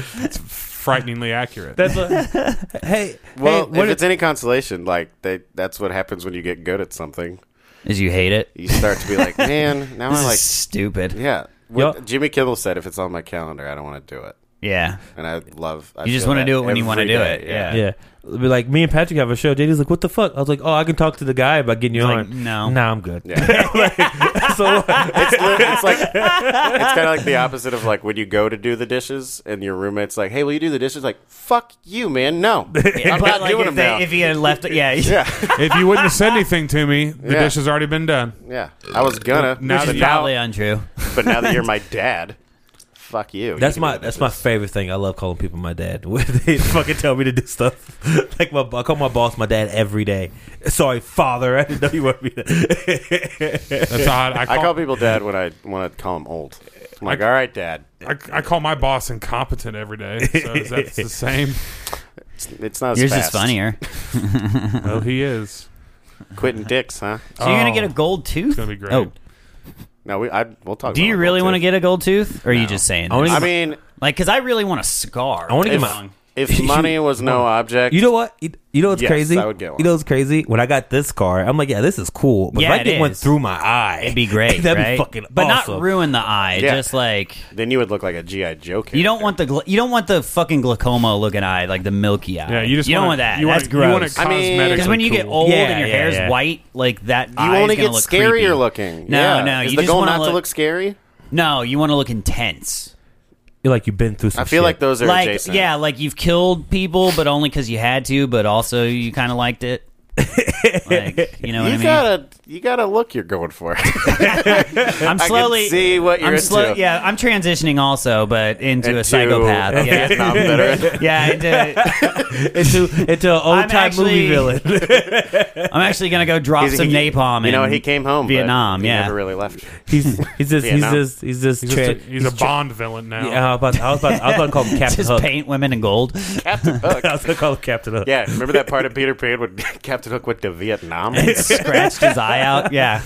Speaker 4: frighteningly accurate.
Speaker 2: That's what, hey
Speaker 3: Well,
Speaker 2: hey, what
Speaker 3: if
Speaker 2: if-
Speaker 3: it's any consolation, like they, that's what happens when you get good at something.
Speaker 1: is you hate it?
Speaker 3: You start to
Speaker 2: [laughs]
Speaker 3: be like, man, now
Speaker 1: This
Speaker 3: I
Speaker 1: is
Speaker 3: [laughs] like.
Speaker 1: stupid.
Speaker 3: Yeah, what
Speaker 2: Yo-
Speaker 3: Jimmy Kimmel said, if it's on my calendar, I don't want to do it,
Speaker 1: Yeah.
Speaker 3: and I love. I
Speaker 1: You just
Speaker 3: feel
Speaker 1: wanna
Speaker 3: that
Speaker 1: do it when you
Speaker 3: every
Speaker 1: wanna do
Speaker 3: day,
Speaker 1: it, yeah.
Speaker 2: yeah. It'd Be like me and Patrick have a show. JD's like, "What the fuck?" I was like, "Oh, I can talk to the guy about getting you
Speaker 1: Like,
Speaker 2: on."
Speaker 1: no.
Speaker 2: nah, I'm good.
Speaker 1: [laughs]
Speaker 3: Yeah.
Speaker 2: so
Speaker 3: it's, li- it's like it's kind of like the opposite of like when you go to do the dishes and your roommate's like, "Hey, will you do the dishes?" Like, "Fuck you,
Speaker 1: [laughs]
Speaker 3: man! No, I'm
Speaker 1: But
Speaker 3: not
Speaker 1: like
Speaker 3: doing
Speaker 1: if,
Speaker 3: them
Speaker 1: they,
Speaker 3: now."
Speaker 1: if he had left, yeah,
Speaker 3: yeah,
Speaker 4: [laughs] if you wouldn't have said anything to me, the
Speaker 3: Yeah.
Speaker 4: dish has already been done.
Speaker 3: yeah, I was gonna,
Speaker 4: Now
Speaker 3: but,
Speaker 4: that you-
Speaker 3: now,
Speaker 1: probably untrue.
Speaker 3: but now that you're my dad, fuck you.
Speaker 2: that's
Speaker 3: You can
Speaker 2: my
Speaker 3: do the
Speaker 2: that's my
Speaker 3: dishes.
Speaker 2: favorite thing. I love calling people my dad. [laughs] When they fucking tell me to do stuff. [laughs] Like my I call my boss my dad every day. Sorry, father. [laughs] I didn't know you wanted me to.
Speaker 4: That's odd.
Speaker 3: [laughs]
Speaker 4: I
Speaker 3: I call
Speaker 4: call,
Speaker 3: people dad when I want to call them old. I'm like,
Speaker 4: I-
Speaker 3: all right, dad.
Speaker 4: I, I call my boss incompetent every day. So is that
Speaker 3: [laughs]
Speaker 4: the same?
Speaker 3: It's, it's not as
Speaker 1: Yours is
Speaker 3: fast.
Speaker 1: funnier.
Speaker 4: Oh, he is.
Speaker 3: Quitting dicks, huh?
Speaker 1: So you're gonna
Speaker 4: Oh.
Speaker 1: get a gold tooth? It's
Speaker 4: gonna be great.
Speaker 1: Oh,
Speaker 3: No, we. I, we'll talk.
Speaker 1: do
Speaker 3: about
Speaker 1: you
Speaker 3: it
Speaker 1: really
Speaker 3: too.
Speaker 1: want to get a gold tooth, or are you just saying?
Speaker 2: I wanna
Speaker 1: this?
Speaker 3: I mean,
Speaker 1: Like, because I really want a scar.
Speaker 2: I want to get
Speaker 3: if,
Speaker 2: my
Speaker 1: [laughs]
Speaker 3: if money was no
Speaker 2: [laughs]
Speaker 3: object,
Speaker 2: You know what? You, you know what's
Speaker 3: Yes,
Speaker 2: crazy?
Speaker 3: I would get one.
Speaker 2: You know what's crazy? When I got this car, I'm like, yeah, this is cool. But
Speaker 1: Yeah,
Speaker 2: if I
Speaker 1: it
Speaker 2: get one
Speaker 1: is.
Speaker 2: through my eye,
Speaker 1: It'd be great,
Speaker 2: [laughs] That'd
Speaker 1: right?
Speaker 2: be fucking
Speaker 1: but
Speaker 2: awesome.
Speaker 1: not ruin the eye.
Speaker 3: Yeah.
Speaker 1: Just like
Speaker 3: then you would look like a GI Joe. Character.
Speaker 1: you don't want the gla- you don't want the fucking glaucoma looking eye, like the milky eye.
Speaker 4: Yeah, you just
Speaker 1: you
Speaker 4: wanna,
Speaker 1: don't want that.
Speaker 4: You
Speaker 1: That's
Speaker 4: want, You want
Speaker 1: gross.
Speaker 4: it
Speaker 3: I mean-
Speaker 4: cosmetically
Speaker 1: Because when you get
Speaker 4: cool.
Speaker 1: old
Speaker 2: Yeah,
Speaker 1: and your
Speaker 2: yeah,
Speaker 1: hair's
Speaker 2: yeah.
Speaker 1: white, like that,
Speaker 3: You
Speaker 1: eye
Speaker 3: want
Speaker 1: is
Speaker 3: to
Speaker 1: gonna
Speaker 3: get
Speaker 1: look
Speaker 3: scarier
Speaker 1: creepy.
Speaker 3: looking.
Speaker 1: No,
Speaker 3: yeah.
Speaker 1: no,
Speaker 3: Is
Speaker 1: you
Speaker 3: the
Speaker 1: just
Speaker 3: goal
Speaker 1: wanna
Speaker 3: not to
Speaker 1: look-
Speaker 3: look scary?
Speaker 1: No, you want to look intense.
Speaker 2: You're like you've been through some.
Speaker 3: I feel
Speaker 2: shit.
Speaker 3: like those are
Speaker 1: like
Speaker 3: adjacent.
Speaker 4: [laughs]
Speaker 1: yeah, like you've killed people, but only because you had to, but also you kind of liked it. Like, you know what
Speaker 3: you
Speaker 1: I mean?
Speaker 3: gotta, you gotta look. You're going for [laughs]
Speaker 1: I'm
Speaker 3: can
Speaker 1: slowly
Speaker 3: see what you're
Speaker 1: I'm
Speaker 3: into.
Speaker 1: yeah, I'm transitioning also, but into,
Speaker 3: Into-
Speaker 1: a psychopath. Yeah,
Speaker 3: Vietnam
Speaker 1: [laughs]
Speaker 3: veteran.
Speaker 1: yeah. Into,
Speaker 2: [laughs] into into an old time
Speaker 1: actually-
Speaker 2: movie villain.
Speaker 1: I'm actually gonna go drop
Speaker 3: He's-
Speaker 1: some
Speaker 3: he-
Speaker 1: napalm.
Speaker 3: You know,
Speaker 1: in
Speaker 3: he came home. but
Speaker 1: Vietnam.
Speaker 3: he
Speaker 1: yeah,
Speaker 3: never really left.
Speaker 2: [laughs] he's he's just he's
Speaker 3: Vietnam.
Speaker 2: just he's just
Speaker 4: He's, just
Speaker 2: tra-
Speaker 4: a, he's a Bond villain now.
Speaker 2: yeah, I was about to, I was about to, I was about to [laughs] call him
Speaker 1: [laughs]
Speaker 2: Captain
Speaker 1: just
Speaker 2: Hook.
Speaker 1: paint women in gold.
Speaker 3: Captain
Speaker 1: [laughs]
Speaker 3: Hook.
Speaker 2: I was gonna call him Captain Hook.
Speaker 3: Yeah, remember that part of Peter Pan when [laughs] Captain Hook went to
Speaker 1: [laughs]
Speaker 3: Vietnam?
Speaker 1: Scratched his eye
Speaker 4: [laughs]
Speaker 1: out. Yeah,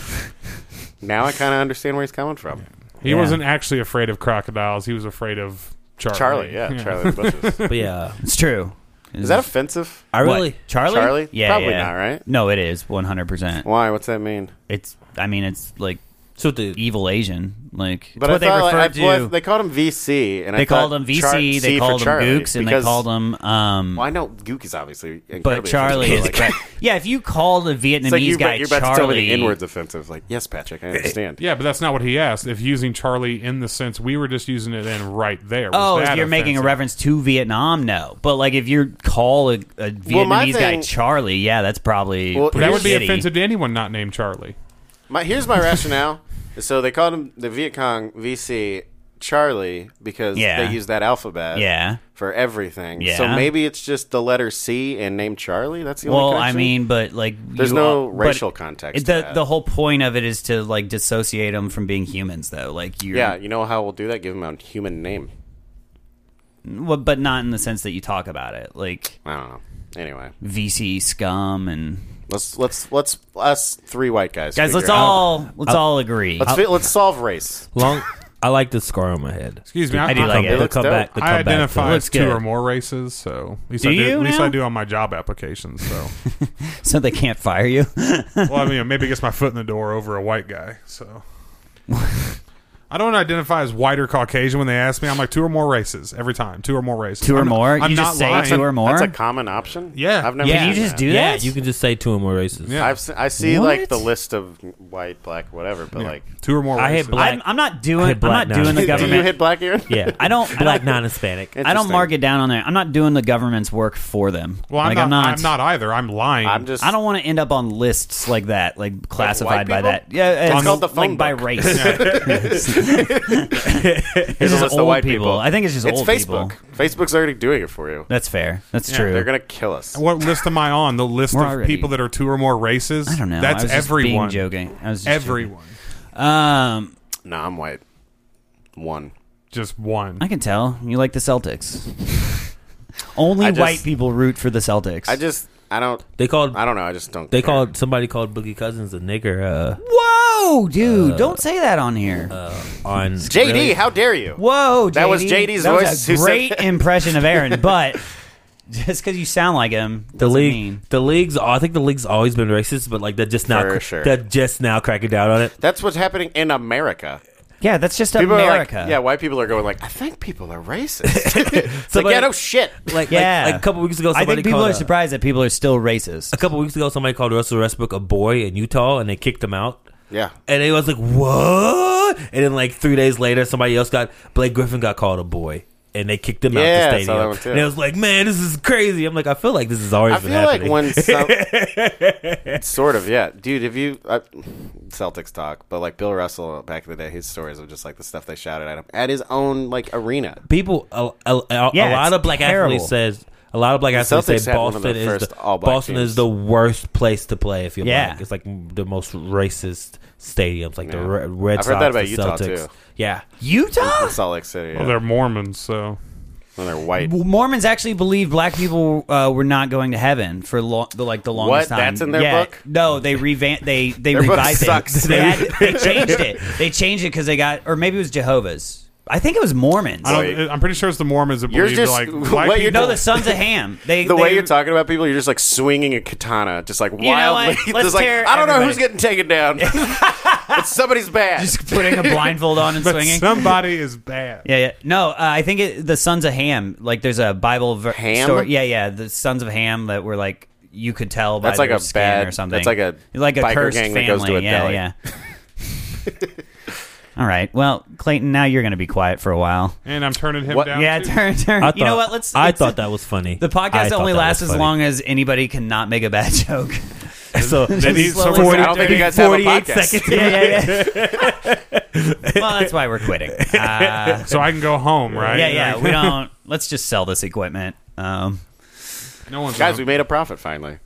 Speaker 3: now I kind of understand where he's coming from.
Speaker 4: He
Speaker 1: Yeah.
Speaker 4: wasn't actually afraid of crocodiles. He was afraid of Charlie.
Speaker 3: Charlie, yeah, Charlie in the
Speaker 1: [laughs]
Speaker 3: bushes.
Speaker 2: but [laughs] yeah,
Speaker 1: it's true.
Speaker 3: Is that offensive?
Speaker 2: I
Speaker 1: What,
Speaker 2: really
Speaker 1: Charlie?
Speaker 3: Charlie?
Speaker 1: Yeah,
Speaker 3: Probably
Speaker 1: yeah.
Speaker 3: not, right?
Speaker 1: No, it is 100. percent
Speaker 3: Why? What's that mean?
Speaker 1: It's. I mean, it's like
Speaker 2: so the
Speaker 1: evil Asian. Like, it's
Speaker 3: But
Speaker 1: what
Speaker 3: I
Speaker 1: they
Speaker 3: thought, like,
Speaker 1: refer
Speaker 3: I-
Speaker 1: to.
Speaker 3: well, they called him VC, and I
Speaker 1: they called
Speaker 3: thought
Speaker 1: them VC.
Speaker 3: Char- C
Speaker 1: they
Speaker 3: for
Speaker 1: called them
Speaker 3: Charlie,
Speaker 1: Gooks, and they
Speaker 3: because-
Speaker 1: called them. Um,
Speaker 3: Well, I know Gook is obviously, incredibly
Speaker 1: but Charlie is.
Speaker 3: offensive, but, like,
Speaker 1: [laughs] yeah, if you called a Vietnamese
Speaker 3: it's like you,
Speaker 1: guy
Speaker 3: you're about
Speaker 1: Charlie,
Speaker 3: to tell me the N-word's offensive. Like, yes, Patrick, I understand.
Speaker 4: Yeah, but that's not what he asked. If using Charlie in the sense we were just using it in right there. Was
Speaker 1: Oh, if
Speaker 4: that
Speaker 1: you're making a
Speaker 4: offensive?
Speaker 1: reference to Vietnam, no. But like if you call a, a
Speaker 3: Well, my
Speaker 1: Vietnamese guy
Speaker 3: thing-
Speaker 1: Charlie, yeah, that's probably
Speaker 3: Well,
Speaker 1: pretty
Speaker 4: that would be
Speaker 1: shitty.
Speaker 4: offensive to anyone not named Charlie.
Speaker 3: My, here's my rationale. So they called him the Viet Cong VC Charlie because
Speaker 1: Yeah.
Speaker 3: they use that alphabet
Speaker 1: Yeah.
Speaker 3: for everything. So
Speaker 1: Yeah.
Speaker 3: maybe it's just the letter C and name Charlie. That's the
Speaker 1: Well,
Speaker 3: only
Speaker 1: I
Speaker 3: connection?
Speaker 1: mean, but like
Speaker 3: There's
Speaker 1: you
Speaker 3: no
Speaker 1: are- but
Speaker 3: racial context
Speaker 1: it-
Speaker 3: to
Speaker 1: The
Speaker 3: that.
Speaker 1: the whole point of it is to like dissociate them from being humans, though. Like you,
Speaker 3: yeah, you know how we'll do that? Give him a human name.
Speaker 1: well, but not in the sense that you talk about it, like
Speaker 3: I don't know. Anyway,
Speaker 1: VC scum and
Speaker 3: let's let's let's us three white guys.
Speaker 1: guys. Let's
Speaker 3: figure out-
Speaker 1: all let's all agree.
Speaker 3: let's fi- let's solve race.
Speaker 2: long. I like the scar on my head.
Speaker 4: Excuse me, I,
Speaker 1: I do
Speaker 4: I-
Speaker 1: like it.
Speaker 2: The
Speaker 3: looks dope.
Speaker 2: comeback. The
Speaker 4: I
Speaker 2: comeback.
Speaker 4: identify
Speaker 1: though.
Speaker 4: as
Speaker 1: Looks
Speaker 4: two
Speaker 1: good.
Speaker 4: or more races, so at least,
Speaker 1: Do
Speaker 4: I, do,
Speaker 1: you
Speaker 4: at least
Speaker 1: now?
Speaker 4: I do on my job applications. So,
Speaker 1: so they can't fire you.
Speaker 4: well, I mean, maybe it gets my foot in the door over a white guy.
Speaker 3: [laughs]
Speaker 4: So, I don't identify as white or Caucasian when they ask me. I'm like two or more races every time. Two or more races.
Speaker 1: Two or
Speaker 4: I'm not-
Speaker 1: more?
Speaker 4: I'm
Speaker 1: You
Speaker 4: not
Speaker 1: just say
Speaker 4: lying.
Speaker 1: two or more?
Speaker 3: That's a common option.
Speaker 4: Yeah.
Speaker 3: I've never.
Speaker 1: yeah,
Speaker 3: seen
Speaker 1: you just
Speaker 3: that.
Speaker 1: do
Speaker 2: Yeah,
Speaker 1: that.
Speaker 2: you can just say two or more races.
Speaker 4: Yeah.
Speaker 3: I've se- I see like
Speaker 1: What?
Speaker 3: the list of white, black, whatever, but like
Speaker 4: Two or more.
Speaker 2: I
Speaker 4: races.
Speaker 2: hate black.
Speaker 1: I'm, I'm not doing.
Speaker 2: I
Speaker 1: I'm
Speaker 2: hit black
Speaker 1: not
Speaker 2: now.
Speaker 1: doing [laughs] the
Speaker 2: Did
Speaker 3: Did you
Speaker 1: government.
Speaker 3: [laughs] hit black Aaron?
Speaker 1: [laughs]
Speaker 2: Yeah.
Speaker 1: I don't. I
Speaker 2: black
Speaker 1: don't
Speaker 2: non-Hispanic.
Speaker 1: I don't
Speaker 3: Interesting.
Speaker 1: mark it down on there. I'm not doing the government's work for them.
Speaker 4: Well, I'm,
Speaker 1: like,
Speaker 4: not, I'm not either. I'm lying.
Speaker 3: I'm just.
Speaker 1: I don't want to end up on lists like that, like classified by
Speaker 3: people?
Speaker 1: that. Yeah, it's,
Speaker 4: called
Speaker 3: the
Speaker 1: like
Speaker 3: phone
Speaker 1: by
Speaker 3: book.
Speaker 1: race. [laughs] it's
Speaker 3: [laughs] a
Speaker 1: just
Speaker 3: list of
Speaker 1: old
Speaker 3: white
Speaker 1: people.
Speaker 3: people.
Speaker 1: I think it's just
Speaker 3: It's
Speaker 1: old
Speaker 3: Facebook.
Speaker 1: people.
Speaker 3: Facebook's already doing it for you.
Speaker 1: That's fair. That's true.
Speaker 3: They're gonna kill us.
Speaker 4: What list am I on? The list
Speaker 1: We're
Speaker 4: of
Speaker 1: already-
Speaker 4: people that are two or more races.
Speaker 1: I don't know. I
Speaker 4: That's
Speaker 1: was just being
Speaker 4: everyone.
Speaker 1: joking. I was just
Speaker 4: everyone.
Speaker 1: joking. Um,
Speaker 3: No, I'm white. One.
Speaker 4: Just one.
Speaker 1: I can tell you like the
Speaker 3: [laughs]
Speaker 1: Celtics. Only
Speaker 3: I just-
Speaker 1: white people root for the Celtics.
Speaker 3: I just. I don't.
Speaker 2: They called.
Speaker 3: I don't know. I just don't.
Speaker 2: They
Speaker 3: care.
Speaker 2: called somebody called Boogie Cousins a nigger uh,
Speaker 1: Whoa,
Speaker 3: Uh,
Speaker 1: dude! don't say that on here.
Speaker 2: on
Speaker 3: JD.
Speaker 2: Really?
Speaker 3: How dare you?
Speaker 1: Whoa,
Speaker 3: uh, That
Speaker 1: JD.
Speaker 3: was JD's
Speaker 1: That was
Speaker 3: voice
Speaker 1: a
Speaker 3: who said [laughs]
Speaker 1: great
Speaker 3: that.
Speaker 1: impression of Aaron,
Speaker 3: [laughs]
Speaker 1: but just because you sound like him,
Speaker 2: The
Speaker 1: doesn't
Speaker 2: league,
Speaker 1: mean-
Speaker 2: the league's. I think the league's always been racist, but like they're just now,
Speaker 3: For sure.
Speaker 2: they're just now cracking down on it.
Speaker 3: That's what's happening in America.
Speaker 1: yeah, that's just
Speaker 3: People
Speaker 1: America.
Speaker 3: are like, yeah, white people are going like, I think people are racist. [laughs] it's like,
Speaker 2: Somebody-
Speaker 3: yeah, no shit.
Speaker 2: Like,
Speaker 1: yeah.
Speaker 2: like, like a couple weeks ago,
Speaker 1: I
Speaker 2: somebody
Speaker 1: think people
Speaker 2: called
Speaker 1: are
Speaker 2: uh,
Speaker 1: surprised that people are still racist.
Speaker 2: a couple weeks ago, somebody called Russell Westbrook a boy in Utah, and they kicked him out.
Speaker 3: Yeah.
Speaker 2: And it was like, what? And then like three days later, somebody else got Blake Griffin got called a boy, and they kicked him
Speaker 3: Yeah,
Speaker 2: out
Speaker 3: I
Speaker 2: the
Speaker 3: saw
Speaker 2: stadium.
Speaker 3: that one too.
Speaker 2: And it was like, man, this is crazy. I'm like, I feel like this is always
Speaker 3: I
Speaker 2: been
Speaker 3: feel like
Speaker 2: happening.
Speaker 3: when some, sort of yeah, dude. If you uh, Celtics talk, but like Bill Russell back in the day, his stories of just like the stuff they shouted at him at his own like arena.
Speaker 2: people, a, a, a,
Speaker 1: Yeah,
Speaker 2: a lot
Speaker 1: it's
Speaker 2: of black
Speaker 1: terrible.
Speaker 2: athletes says. A lot of black athletes
Speaker 3: Celtics
Speaker 2: say
Speaker 3: had one of
Speaker 2: Boston
Speaker 3: the
Speaker 2: is
Speaker 3: first
Speaker 2: the,
Speaker 3: all-black
Speaker 2: Boston
Speaker 3: teams.
Speaker 2: is the worst place to play if you're
Speaker 1: Yeah.
Speaker 2: black. It's like the most racist stadiums, like the
Speaker 3: Yeah.
Speaker 2: Re- Red
Speaker 3: I've
Speaker 2: Sox,
Speaker 3: heard that about
Speaker 2: the
Speaker 3: Utah,
Speaker 2: Celtics.
Speaker 3: too.
Speaker 2: Yeah,
Speaker 1: Utah?
Speaker 3: Salt Lake City.
Speaker 4: Well,
Speaker 3: yeah,
Speaker 4: they're Mormons, so
Speaker 3: when they're white.
Speaker 1: Mormons actually believe black people uh, were not going to heaven for lo- the, like the longest
Speaker 3: What?
Speaker 1: time.
Speaker 3: That's in their
Speaker 1: Yeah.
Speaker 3: book?
Speaker 1: No, they revamped. They they
Speaker 3: Their book
Speaker 1: revised
Speaker 3: sucks.
Speaker 1: it. They, had, they changed it. They changed it because they got, or maybe it was Jehovah's. I think it was Mormons.
Speaker 4: I don't,
Speaker 3: Like-
Speaker 4: I'm pretty sure it's the Mormons that
Speaker 3: You're
Speaker 4: believe
Speaker 3: just- [laughs]
Speaker 4: like
Speaker 3: what
Speaker 4: black
Speaker 3: you're
Speaker 4: people.
Speaker 1: no,
Speaker 4: [laughs]
Speaker 1: the Sons of Ham. They
Speaker 3: The way
Speaker 1: they-
Speaker 3: you're talking about people, you're just like swinging a katana, just like
Speaker 1: know
Speaker 3: wildly. [laughs]
Speaker 1: what? Let's
Speaker 3: just like
Speaker 1: tear
Speaker 3: I don't know
Speaker 1: everybody.
Speaker 3: who's getting taken down, but somebody's bad.
Speaker 1: just putting a blindfold on and
Speaker 4: but
Speaker 1: swinging.
Speaker 4: somebody is bad.
Speaker 1: Yeah, yeah. No, uh, I think it, the sons of Ham. Like, there's a Bible ver-
Speaker 3: Ham?
Speaker 1: story. Yeah, yeah. The sons of Ham that were like you could tell by
Speaker 3: That's like
Speaker 1: their
Speaker 3: a
Speaker 1: skin
Speaker 3: bad-
Speaker 1: or something.
Speaker 3: that's like a
Speaker 1: like a
Speaker 3: biker
Speaker 1: cursed
Speaker 3: gang that
Speaker 1: family.
Speaker 3: goes to a
Speaker 1: yeah,
Speaker 3: deli.
Speaker 1: yeah.
Speaker 3: [laughs]
Speaker 1: All right. Well, Clayton, now you're going to be quiet for a while.
Speaker 4: And I'm turning him
Speaker 3: What-
Speaker 4: down.
Speaker 1: Yeah,
Speaker 4: too.
Speaker 1: turn, turn.
Speaker 2: I thought,
Speaker 1: you know what? Let's.
Speaker 2: I
Speaker 1: it's-
Speaker 2: thought that was funny.
Speaker 1: the
Speaker 2: I
Speaker 1: podcast
Speaker 2: thought
Speaker 1: only
Speaker 2: that was
Speaker 1: lasts as
Speaker 2: funny.
Speaker 4: [laughs]
Speaker 1: long as anybody can not make a bad [laughs] joke.
Speaker 2: [laughs]
Speaker 1: so
Speaker 4: Then he's- so
Speaker 1: slowly-
Speaker 3: I don't think you guys have a
Speaker 2: 48
Speaker 3: podcast.
Speaker 2: seconds.
Speaker 1: yeah, yeah,
Speaker 4: [laughs]
Speaker 1: yeah. well, that's why we're quitting. Uh,
Speaker 4: so [laughs] I can go home, right?
Speaker 1: yeah, yeah.
Speaker 4: Like,
Speaker 1: We don't. Let's just sell this equipment. Um,
Speaker 4: no one's
Speaker 3: Guys, we
Speaker 4: gonna-
Speaker 3: made a profit finally.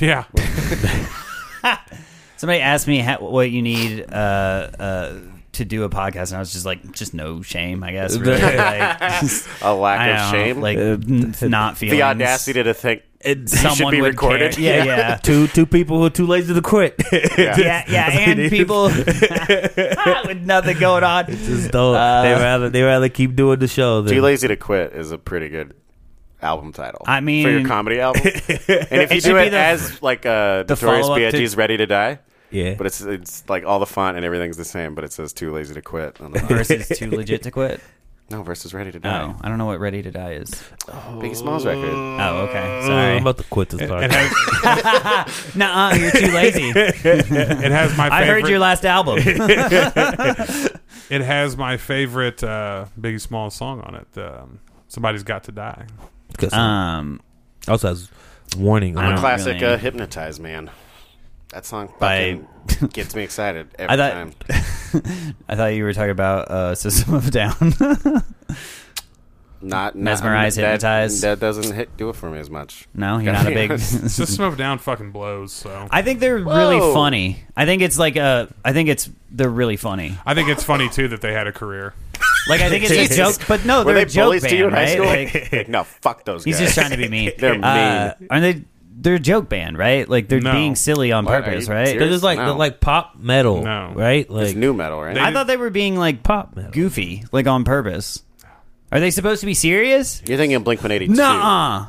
Speaker 4: yeah.
Speaker 1: somebody asked me how, what you need uh, uh, to do a podcast, and I was just like, just no shame, I guess.
Speaker 3: [laughs]
Speaker 1: Really. like, just,
Speaker 3: A lack
Speaker 1: I
Speaker 3: of
Speaker 1: don't know,
Speaker 3: shame.
Speaker 1: like n- not feeling
Speaker 3: Uh, the audacity to think it should be recorded.
Speaker 1: Yeah, yeah.
Speaker 2: two two people who are too lazy to quit. [laughs]
Speaker 3: Yeah. [laughs]
Speaker 1: Yeah, yeah, and people [laughs] with nothing going on. [laughs]
Speaker 2: Just don't.
Speaker 1: Uh,
Speaker 2: they rather they rather keep doing the show. Than,
Speaker 3: Too lazy to quit is a pretty good album title.
Speaker 1: I
Speaker 3: for your
Speaker 1: mean- [laughs]
Speaker 3: comedy album, and if you
Speaker 1: should
Speaker 3: do
Speaker 1: be
Speaker 3: it
Speaker 1: the-
Speaker 3: as like uh, Notorious
Speaker 1: follow-up to-
Speaker 3: B.I.G.'s "Ready to Die,"
Speaker 2: Yeah,
Speaker 3: but it's it's like all the font and everything's the same, but it says "Too lazy to quit." On the
Speaker 1: [laughs]
Speaker 3: front.
Speaker 1: Versus too legit to quit.
Speaker 3: no, versus "Ready to Die."
Speaker 1: Oh, I don't know what ready to die is.
Speaker 3: Biggie Smalls record.
Speaker 1: Oh, okay.
Speaker 2: I'm
Speaker 1: Sorry.
Speaker 2: about to quit this
Speaker 4: It
Speaker 2: podcast.
Speaker 4: has,
Speaker 1: Nuh-uh, you're too lazy.
Speaker 3: [laughs]
Speaker 4: [laughs] it has my. Favorite,
Speaker 1: I heard your last album.
Speaker 4: It has my favorite uh, Biggie Smalls song on it. Um, Somebody's got to die.
Speaker 1: Um,
Speaker 2: also has warning.
Speaker 1: I
Speaker 3: I'm
Speaker 1: don't
Speaker 3: a classic
Speaker 1: really-
Speaker 3: uh, "Hypnotize Man." That song
Speaker 1: By- [laughs]
Speaker 3: fucking gets me excited every
Speaker 1: I thought-
Speaker 3: time.
Speaker 1: [laughs] I thought you were talking about uh, System of a Down. [laughs]
Speaker 3: Not not-
Speaker 1: Mesmerize,
Speaker 3: that-
Speaker 1: hypnotize.
Speaker 3: That doesn't hit, do it for me as much.
Speaker 1: no, you're not a
Speaker 3: [laughs]
Speaker 1: big.
Speaker 4: System of a Down fucking blows. So
Speaker 1: [laughs] I think they're really
Speaker 3: Whoa.
Speaker 1: funny. I think it's like a. I think it's they're really funny.
Speaker 4: I think it's funny too that they had a career.
Speaker 1: Like I think it's a
Speaker 3: [laughs] Jesus.
Speaker 1: joke, but no, they're
Speaker 3: Were they
Speaker 1: a joke
Speaker 3: bullies
Speaker 1: band,
Speaker 3: to you in
Speaker 1: right?
Speaker 3: high school?
Speaker 1: Like,
Speaker 3: [laughs] Like, no, fuck those
Speaker 1: He's
Speaker 3: guys.
Speaker 1: just trying to be mean.
Speaker 3: [laughs] They're mean.
Speaker 1: Uh, aren't they? They're a joke band, right? Like they're
Speaker 4: No.
Speaker 1: being silly on
Speaker 3: What, are
Speaker 1: purpose,
Speaker 3: you
Speaker 1: right?
Speaker 3: serious?
Speaker 2: They're just like
Speaker 3: No.
Speaker 2: they're like pop metal,
Speaker 4: No.
Speaker 2: right? Like
Speaker 3: it's new metal, right?
Speaker 1: I thought they were being like
Speaker 2: pop metal.
Speaker 1: goofy, like on purpose. Are they supposed to be serious?
Speaker 3: You're thinking Blink 182.
Speaker 1: Nuh-uh.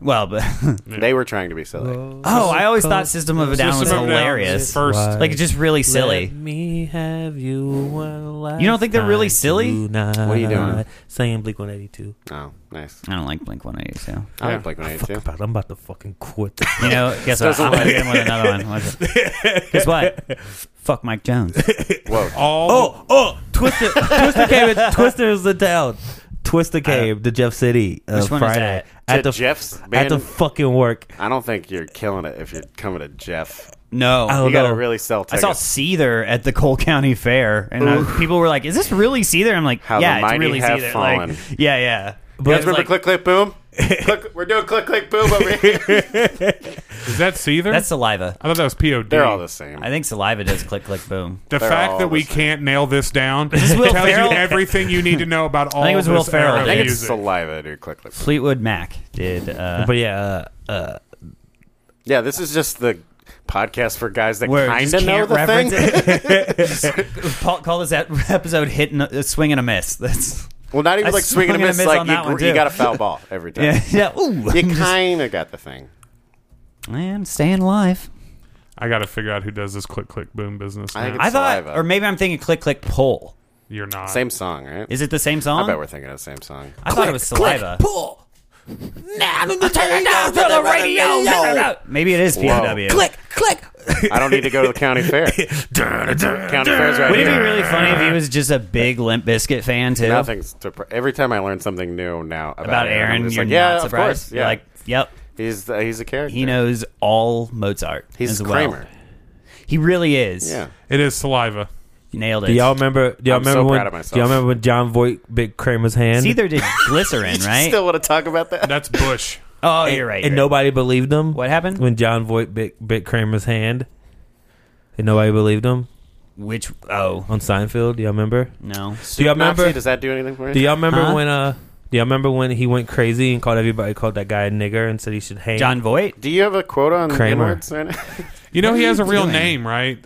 Speaker 1: Well, but [laughs]
Speaker 3: They were trying to be silly.
Speaker 1: oh, I always thought System of a Down was
Speaker 4: System of a Down
Speaker 1: hilarious.
Speaker 4: First,
Speaker 2: Why?
Speaker 1: Like just really silly.
Speaker 2: Let me have you one last
Speaker 1: You don't think they're really
Speaker 2: time
Speaker 1: silly?
Speaker 2: tonight.
Speaker 3: What are you doing?
Speaker 2: Singing Bleak 182.
Speaker 3: oh, nice.
Speaker 1: I don't like Blink One Eighty Two.
Speaker 3: I
Speaker 4: Yeah.
Speaker 3: like Blink 182.
Speaker 2: I'm about to fucking quit.
Speaker 1: You
Speaker 3: [laughs]
Speaker 1: know, guess what?
Speaker 3: Doesn't
Speaker 1: I'm gonna
Speaker 3: like-
Speaker 1: hit him with another one. What's it? Guess
Speaker 3: [laughs]
Speaker 1: what? Fuck Mike Jones.
Speaker 3: Whoa.
Speaker 4: All
Speaker 2: oh, oh, Twister, Twister came. In, Twister's the town. Twister came to Jeff City uh,
Speaker 1: Which one is
Speaker 2: Friday
Speaker 1: that?
Speaker 2: at
Speaker 3: To
Speaker 2: the
Speaker 3: Jeff's
Speaker 2: at
Speaker 3: band?
Speaker 2: the fucking work.
Speaker 3: I don't think you're killing it if you're coming to Jeff.
Speaker 1: No,
Speaker 2: Oh,
Speaker 3: You got
Speaker 2: no.
Speaker 3: to really sell
Speaker 1: I
Speaker 3: tickets.
Speaker 1: saw Seether at the Cole County Fair, and I- people were like, "Is this really Seether?" I'm like,
Speaker 3: How the
Speaker 1: "Yeah, it's
Speaker 3: mighty
Speaker 1: really
Speaker 3: have
Speaker 1: Seether."
Speaker 3: fallen.
Speaker 1: Like, yeah, yeah. But
Speaker 3: You guys remember click,
Speaker 1: [laughs]
Speaker 3: click, boom? click, we're doing click, click, boom over here.
Speaker 4: is that Seether?
Speaker 1: that's saliva.
Speaker 4: I thought that was POD.
Speaker 3: They're all the same.
Speaker 1: I think saliva does click click boom.
Speaker 4: The
Speaker 3: They're
Speaker 4: fact
Speaker 3: all
Speaker 4: that we
Speaker 3: the same.
Speaker 4: can't nail this down
Speaker 1: Will
Speaker 4: tells
Speaker 1: Ferrell?
Speaker 4: you everything you need to know about all
Speaker 1: think it was
Speaker 4: this
Speaker 1: Will Ferrell.
Speaker 4: era of
Speaker 3: I think it's
Speaker 4: music.
Speaker 3: saliva, dude. Click, click. boom.
Speaker 1: Fleetwood Mac did. Uh,
Speaker 2: But yeah, uh, uh,
Speaker 3: Yeah, this is just the podcast for guys that
Speaker 1: where
Speaker 3: kind
Speaker 1: just
Speaker 3: of know
Speaker 1: can't
Speaker 3: the
Speaker 1: reference
Speaker 3: thing.
Speaker 1: it. Just call, call this ep- [laughs] episode "Hit and a, Swing and a Miss."
Speaker 3: [laughs]
Speaker 1: That's
Speaker 3: [laughs] Well, not even
Speaker 1: I
Speaker 3: like swing and a
Speaker 1: swung
Speaker 3: miss.
Speaker 1: and a miss on that
Speaker 3: Like
Speaker 1: one,
Speaker 3: you, you
Speaker 1: too.
Speaker 3: got a foul ball
Speaker 1: [laughs]
Speaker 3: every time.
Speaker 1: yeah, yeah. Ooh, [laughs]
Speaker 3: You kind of got the thing.
Speaker 1: man, staying alive.
Speaker 4: I got to figure out who does this click click boom business.
Speaker 3: I think
Speaker 4: now.
Speaker 3: it's-
Speaker 1: I thought,
Speaker 3: Saliva.
Speaker 1: or maybe I'm thinking click click pull.
Speaker 4: You're not. [laughs]
Speaker 3: Same song, right?
Speaker 1: Is it the same song?
Speaker 3: I bet we're thinking of the same song.
Speaker 1: I thought it was saliva.
Speaker 2: pull. Now I'm gonna turn it down to the radio.
Speaker 1: Maybe it is POW.
Speaker 2: Click, click.
Speaker 3: I don't need to go to the
Speaker 1: [laughs]
Speaker 3: county fair. county [laughs] fair's right
Speaker 1: Wouldn't it be
Speaker 3: here.
Speaker 1: really funny if he was just a big Limp Bizkit fan too?
Speaker 3: Nothing's surpri- every time I learn something new now about,
Speaker 1: About
Speaker 3: Aaron, I'm
Speaker 1: Aaron,
Speaker 3: just
Speaker 1: you're
Speaker 3: like,
Speaker 1: not
Speaker 3: yeah,
Speaker 1: surprised.
Speaker 3: Of course, yeah,
Speaker 1: You're like, yep,
Speaker 3: he's the, he's a character.
Speaker 1: he knows all Mozart.
Speaker 3: He's
Speaker 1: as well.
Speaker 3: Kramer.
Speaker 1: He really is.
Speaker 3: Yeah,
Speaker 4: It is saliva.
Speaker 1: You nailed it.
Speaker 2: Do y'all remember? Do y'all
Speaker 3: I'm so
Speaker 2: remember when?
Speaker 3: proud of myself.
Speaker 2: Do y'all remember when John Voight bit Kramer's hand?
Speaker 1: Seether
Speaker 3: [laughs]
Speaker 1: did glycerin, right?
Speaker 3: Still want to talk about that?
Speaker 4: That's Bush.
Speaker 1: oh, you're right.
Speaker 2: and
Speaker 1: you're right.
Speaker 2: nobody believed him.
Speaker 1: What happened?
Speaker 2: when John Voight bit, bit Kramer's hand? And nobody believed him
Speaker 1: Which? Oh
Speaker 2: on Seinfeld. Do y'all remember?
Speaker 1: no.
Speaker 2: Do y'all
Speaker 3: Nazi,
Speaker 2: remember?
Speaker 3: does that do anything for you?
Speaker 2: Do y'all remember
Speaker 1: Huh?
Speaker 2: when uh? Do y'all remember when he went crazy and called everybody called that guy a nigger and said he should hang?
Speaker 1: John Voight,
Speaker 3: do you have a quote on
Speaker 2: Kramer.
Speaker 3: N-words right now? [laughs]
Speaker 4: You know he has a
Speaker 1: you
Speaker 4: real
Speaker 1: doing?
Speaker 4: name, right?